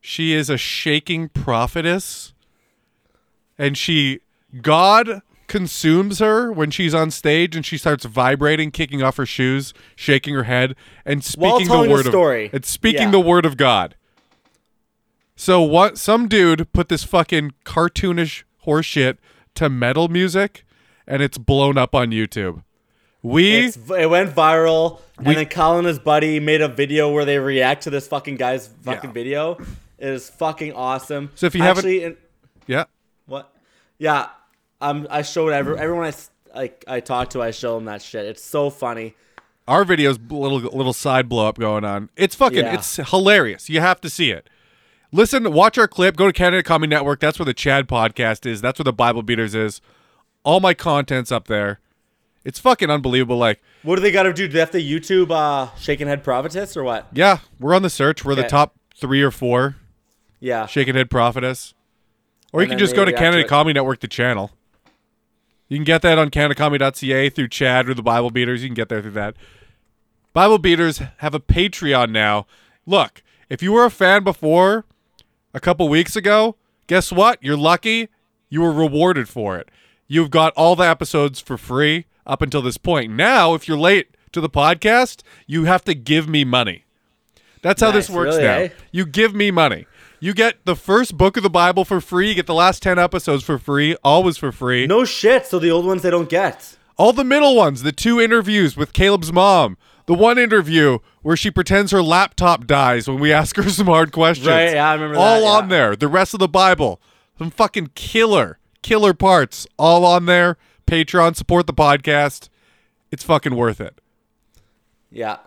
Speaker 3: She is a shaking prophetess, and she God consumes her when she's on stage, and she starts vibrating, kicking off her shoes, shaking her head, and
Speaker 2: While
Speaker 3: speaking
Speaker 2: telling
Speaker 3: the
Speaker 2: the
Speaker 3: word
Speaker 2: story.
Speaker 3: of and speaking
Speaker 2: Yeah.
Speaker 3: the word of God. So what? Some dude put this fucking cartoonish horseshit to metal music, and it's blown up on YouTube. We
Speaker 2: It's, it went viral,
Speaker 3: We-
Speaker 2: and then Colin and his buddy made a video where they react to this fucking guy's fucking
Speaker 3: Yeah.
Speaker 2: video. It is fucking awesome.
Speaker 3: So if you haven't-
Speaker 2: actually, in-
Speaker 3: yeah.
Speaker 2: what? Yeah, um, I showed every, everyone I s- like I talked to. I show them that shit. It's so funny.
Speaker 3: our video's b- little little side blow up going on. It's fucking
Speaker 2: Yeah.
Speaker 3: it's hilarious. You have to see it. Listen, watch our clip. Go to Canada Comedy Network. That's where the Chad podcast is. That's where the Bible Beaters is. All my content's up there. It's fucking unbelievable. Like,
Speaker 2: What do they got to do? Do they have to YouTube uh, Shaken Head Prophetess or what?
Speaker 3: yeah, we're on the search. We're the
Speaker 2: Okay.
Speaker 3: top three or four.
Speaker 2: Yeah,
Speaker 3: Shaken Head Prophetess. Or you
Speaker 2: And
Speaker 3: can
Speaker 2: then
Speaker 3: just
Speaker 2: they
Speaker 3: go to
Speaker 2: react to
Speaker 3: Canada
Speaker 2: it.
Speaker 3: Comedy Network, the channel. You can get that on canacomedy.ca through Chad or the Bible Beaters. You can get there through that. Bible Beaters have a Patreon now. Look, if you were a fan before a couple weeks ago, guess what? You're lucky. You were rewarded for it. You've got all the episodes for free up until this point. Now, if you're late to the podcast, you have to give me money. That's how this
Speaker 2: Nice,
Speaker 3: works
Speaker 2: really,
Speaker 3: now.
Speaker 2: eh?
Speaker 3: You give me money. You get the first book of the Bible for free. You get the last 10 episodes for free, always for free.
Speaker 2: No shit. So the old ones they don't get.
Speaker 3: All the middle ones, the two interviews with Caleb's mom, the one interview where she pretends her laptop dies when we ask her (laughs) some hard questions.
Speaker 2: Right, yeah, I remember that,
Speaker 3: All on
Speaker 2: yeah.
Speaker 3: there. The rest of the Bible. Some fucking killer, killer parts. All on there. Patreon, support the podcast. It's fucking worth it.
Speaker 2: Yeah.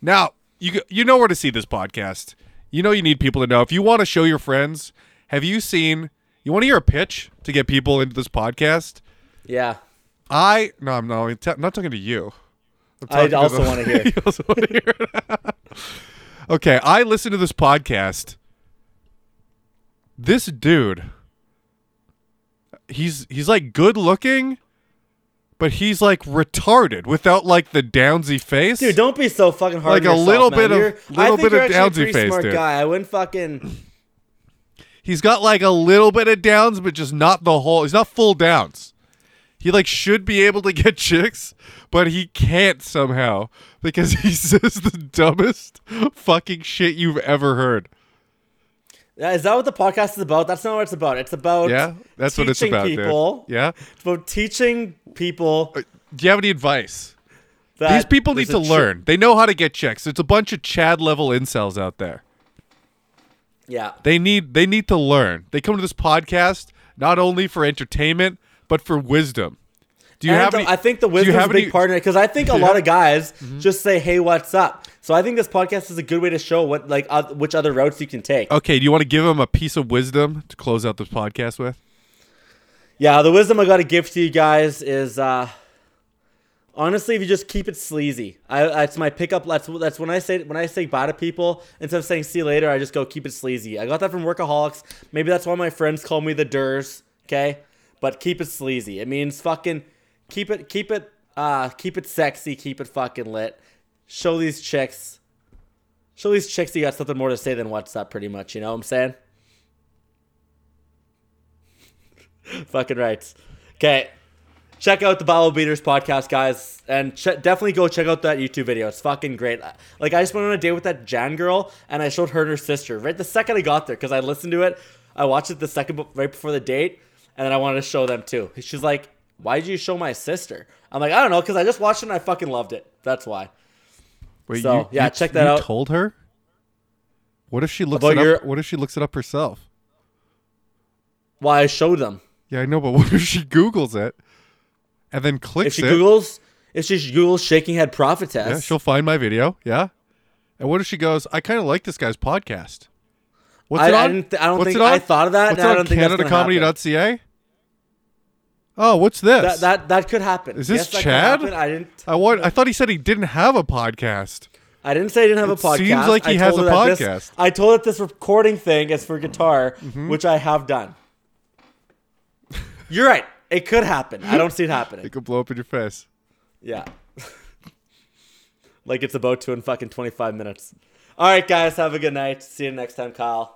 Speaker 3: Now, you you know where to see this podcast. You know you need people to know. If you want to show your friends, have you seen you want to hear a pitch to get people into this podcast?
Speaker 2: Yeah.
Speaker 3: I no, I'm not, I'm ta- I'm not talking to you. I'm
Speaker 2: I
Speaker 3: talking to
Speaker 2: also
Speaker 3: the-
Speaker 2: want to hear.
Speaker 3: (laughs) You also wanna hear it. okay, I listened to this podcast. This dude, he's he's like good looking, but he's like retarded without like the downsy face.
Speaker 2: Dude, don't be so fucking hard.
Speaker 3: Like
Speaker 2: on
Speaker 3: a
Speaker 2: yourself,
Speaker 3: little
Speaker 2: man.
Speaker 3: bit of-
Speaker 2: You're- I
Speaker 3: little
Speaker 2: think
Speaker 3: bit
Speaker 2: you're
Speaker 3: of
Speaker 2: actually a pretty
Speaker 3: Downsy face,
Speaker 2: smart
Speaker 3: dude.
Speaker 2: guy. I wouldn't fucking.
Speaker 3: He's got like a little bit of downs, but just not the whole. He's not full downs. He like should be able to get (laughs) chicks, but he can't somehow because (laughs) he says the dumbest fucking shit you've ever heard.
Speaker 2: Yeah, Is that what the podcast is about? That's not what it's about. It's about
Speaker 3: Yeah, that's what it's
Speaker 2: teaching
Speaker 3: about, dude.
Speaker 2: people.
Speaker 3: Yeah.
Speaker 2: It's about teaching people
Speaker 3: Do you have any advice?
Speaker 2: that
Speaker 3: These people need
Speaker 2: there's
Speaker 3: to
Speaker 2: a ch-
Speaker 3: learn. they know how to get chicks. It's a bunch of Chad level incels out there.
Speaker 2: yeah,
Speaker 3: They need they need to learn. They come to this podcast not only for entertainment but for wisdom. Do you
Speaker 2: And
Speaker 3: have?
Speaker 2: the-
Speaker 3: any,
Speaker 2: I think the
Speaker 3: do you
Speaker 2: wisdom is a
Speaker 3: have
Speaker 2: big
Speaker 3: any- Mm-hmm.
Speaker 2: part in it because I think a lot of guys just say, "Hey, what's up?" So I think this podcast is a good way to show what like uh, which other routes you can take.
Speaker 3: Okay, do you want to give him a piece of wisdom to close out this podcast with?
Speaker 2: Yeah, the wisdom I got to give to you guys is uh honestly, if you just keep it sleazy, I that's my pickup. That's that's when I say when I say bye to people instead of saying see you later, I just go keep it sleazy. I got that from workaholics. Maybe that's why my friends call me the Durs. Okay, but keep it sleazy. It means fucking keep it keep it uh keep it sexy, keep it fucking lit. Show these chicks. Show these chicks that you got something more to say than what's up, pretty much. You know what I'm saying? Fucking right. Okay. Check out the Bible Beaters podcast, guys, and che- definitely go check out that YouTube video. It's fucking great. Like I just went on a date with that Jan girl, and I showed her and her sister right the second I got there because I listened to it. I watched it the second be- right before the date, and then I wanted to show them too. She's like, "Why did you show my sister?" I'm like, "I don't know," because I just watched it and I fucking loved it. That's why.
Speaker 3: Wait,
Speaker 2: So, yeah, check that
Speaker 3: you
Speaker 2: out.
Speaker 3: Told her. What if she looks
Speaker 2: About
Speaker 3: it up?
Speaker 2: your-
Speaker 3: What if she looks it up herself?
Speaker 2: Why I showed them.
Speaker 3: Yeah, I know, but (laughs) what if she Googles it and then clicks
Speaker 2: If she
Speaker 3: it?
Speaker 2: googles, if she googles shaking head prophet test,
Speaker 3: yeah, she'll find my video. Yeah, and what if she goes? I kind of like this guy's podcast. What's
Speaker 2: I-
Speaker 3: it
Speaker 2: I
Speaker 3: on?
Speaker 2: didn't th- I don't
Speaker 3: What's
Speaker 2: think-
Speaker 3: it on?
Speaker 2: I thought of that,
Speaker 3: What's
Speaker 2: and I
Speaker 3: it on
Speaker 2: don't think that's gonna
Speaker 3: CanadaComedy.ca? Oh, what's this?
Speaker 2: that that that could happen.
Speaker 3: Is this
Speaker 2: that could
Speaker 3: Chad?
Speaker 2: happen. I didn't.
Speaker 3: I want. I thought he said he didn't have a podcast.
Speaker 2: I didn't say I didn't have
Speaker 3: It
Speaker 2: a podcast.
Speaker 3: seems like he
Speaker 2: I
Speaker 3: has
Speaker 2: told
Speaker 3: a
Speaker 2: her that this-
Speaker 3: podcast. Mm-hmm.
Speaker 2: I told it this recording thing is for guitar, which I have done. You're right. It could happen. I don't see it happening.
Speaker 3: (laughs) It could blow up in your face.
Speaker 2: Yeah. (laughs) like it's about to in fucking 25 minutes. All right, guys. Have a good night. See you next time, Kyle.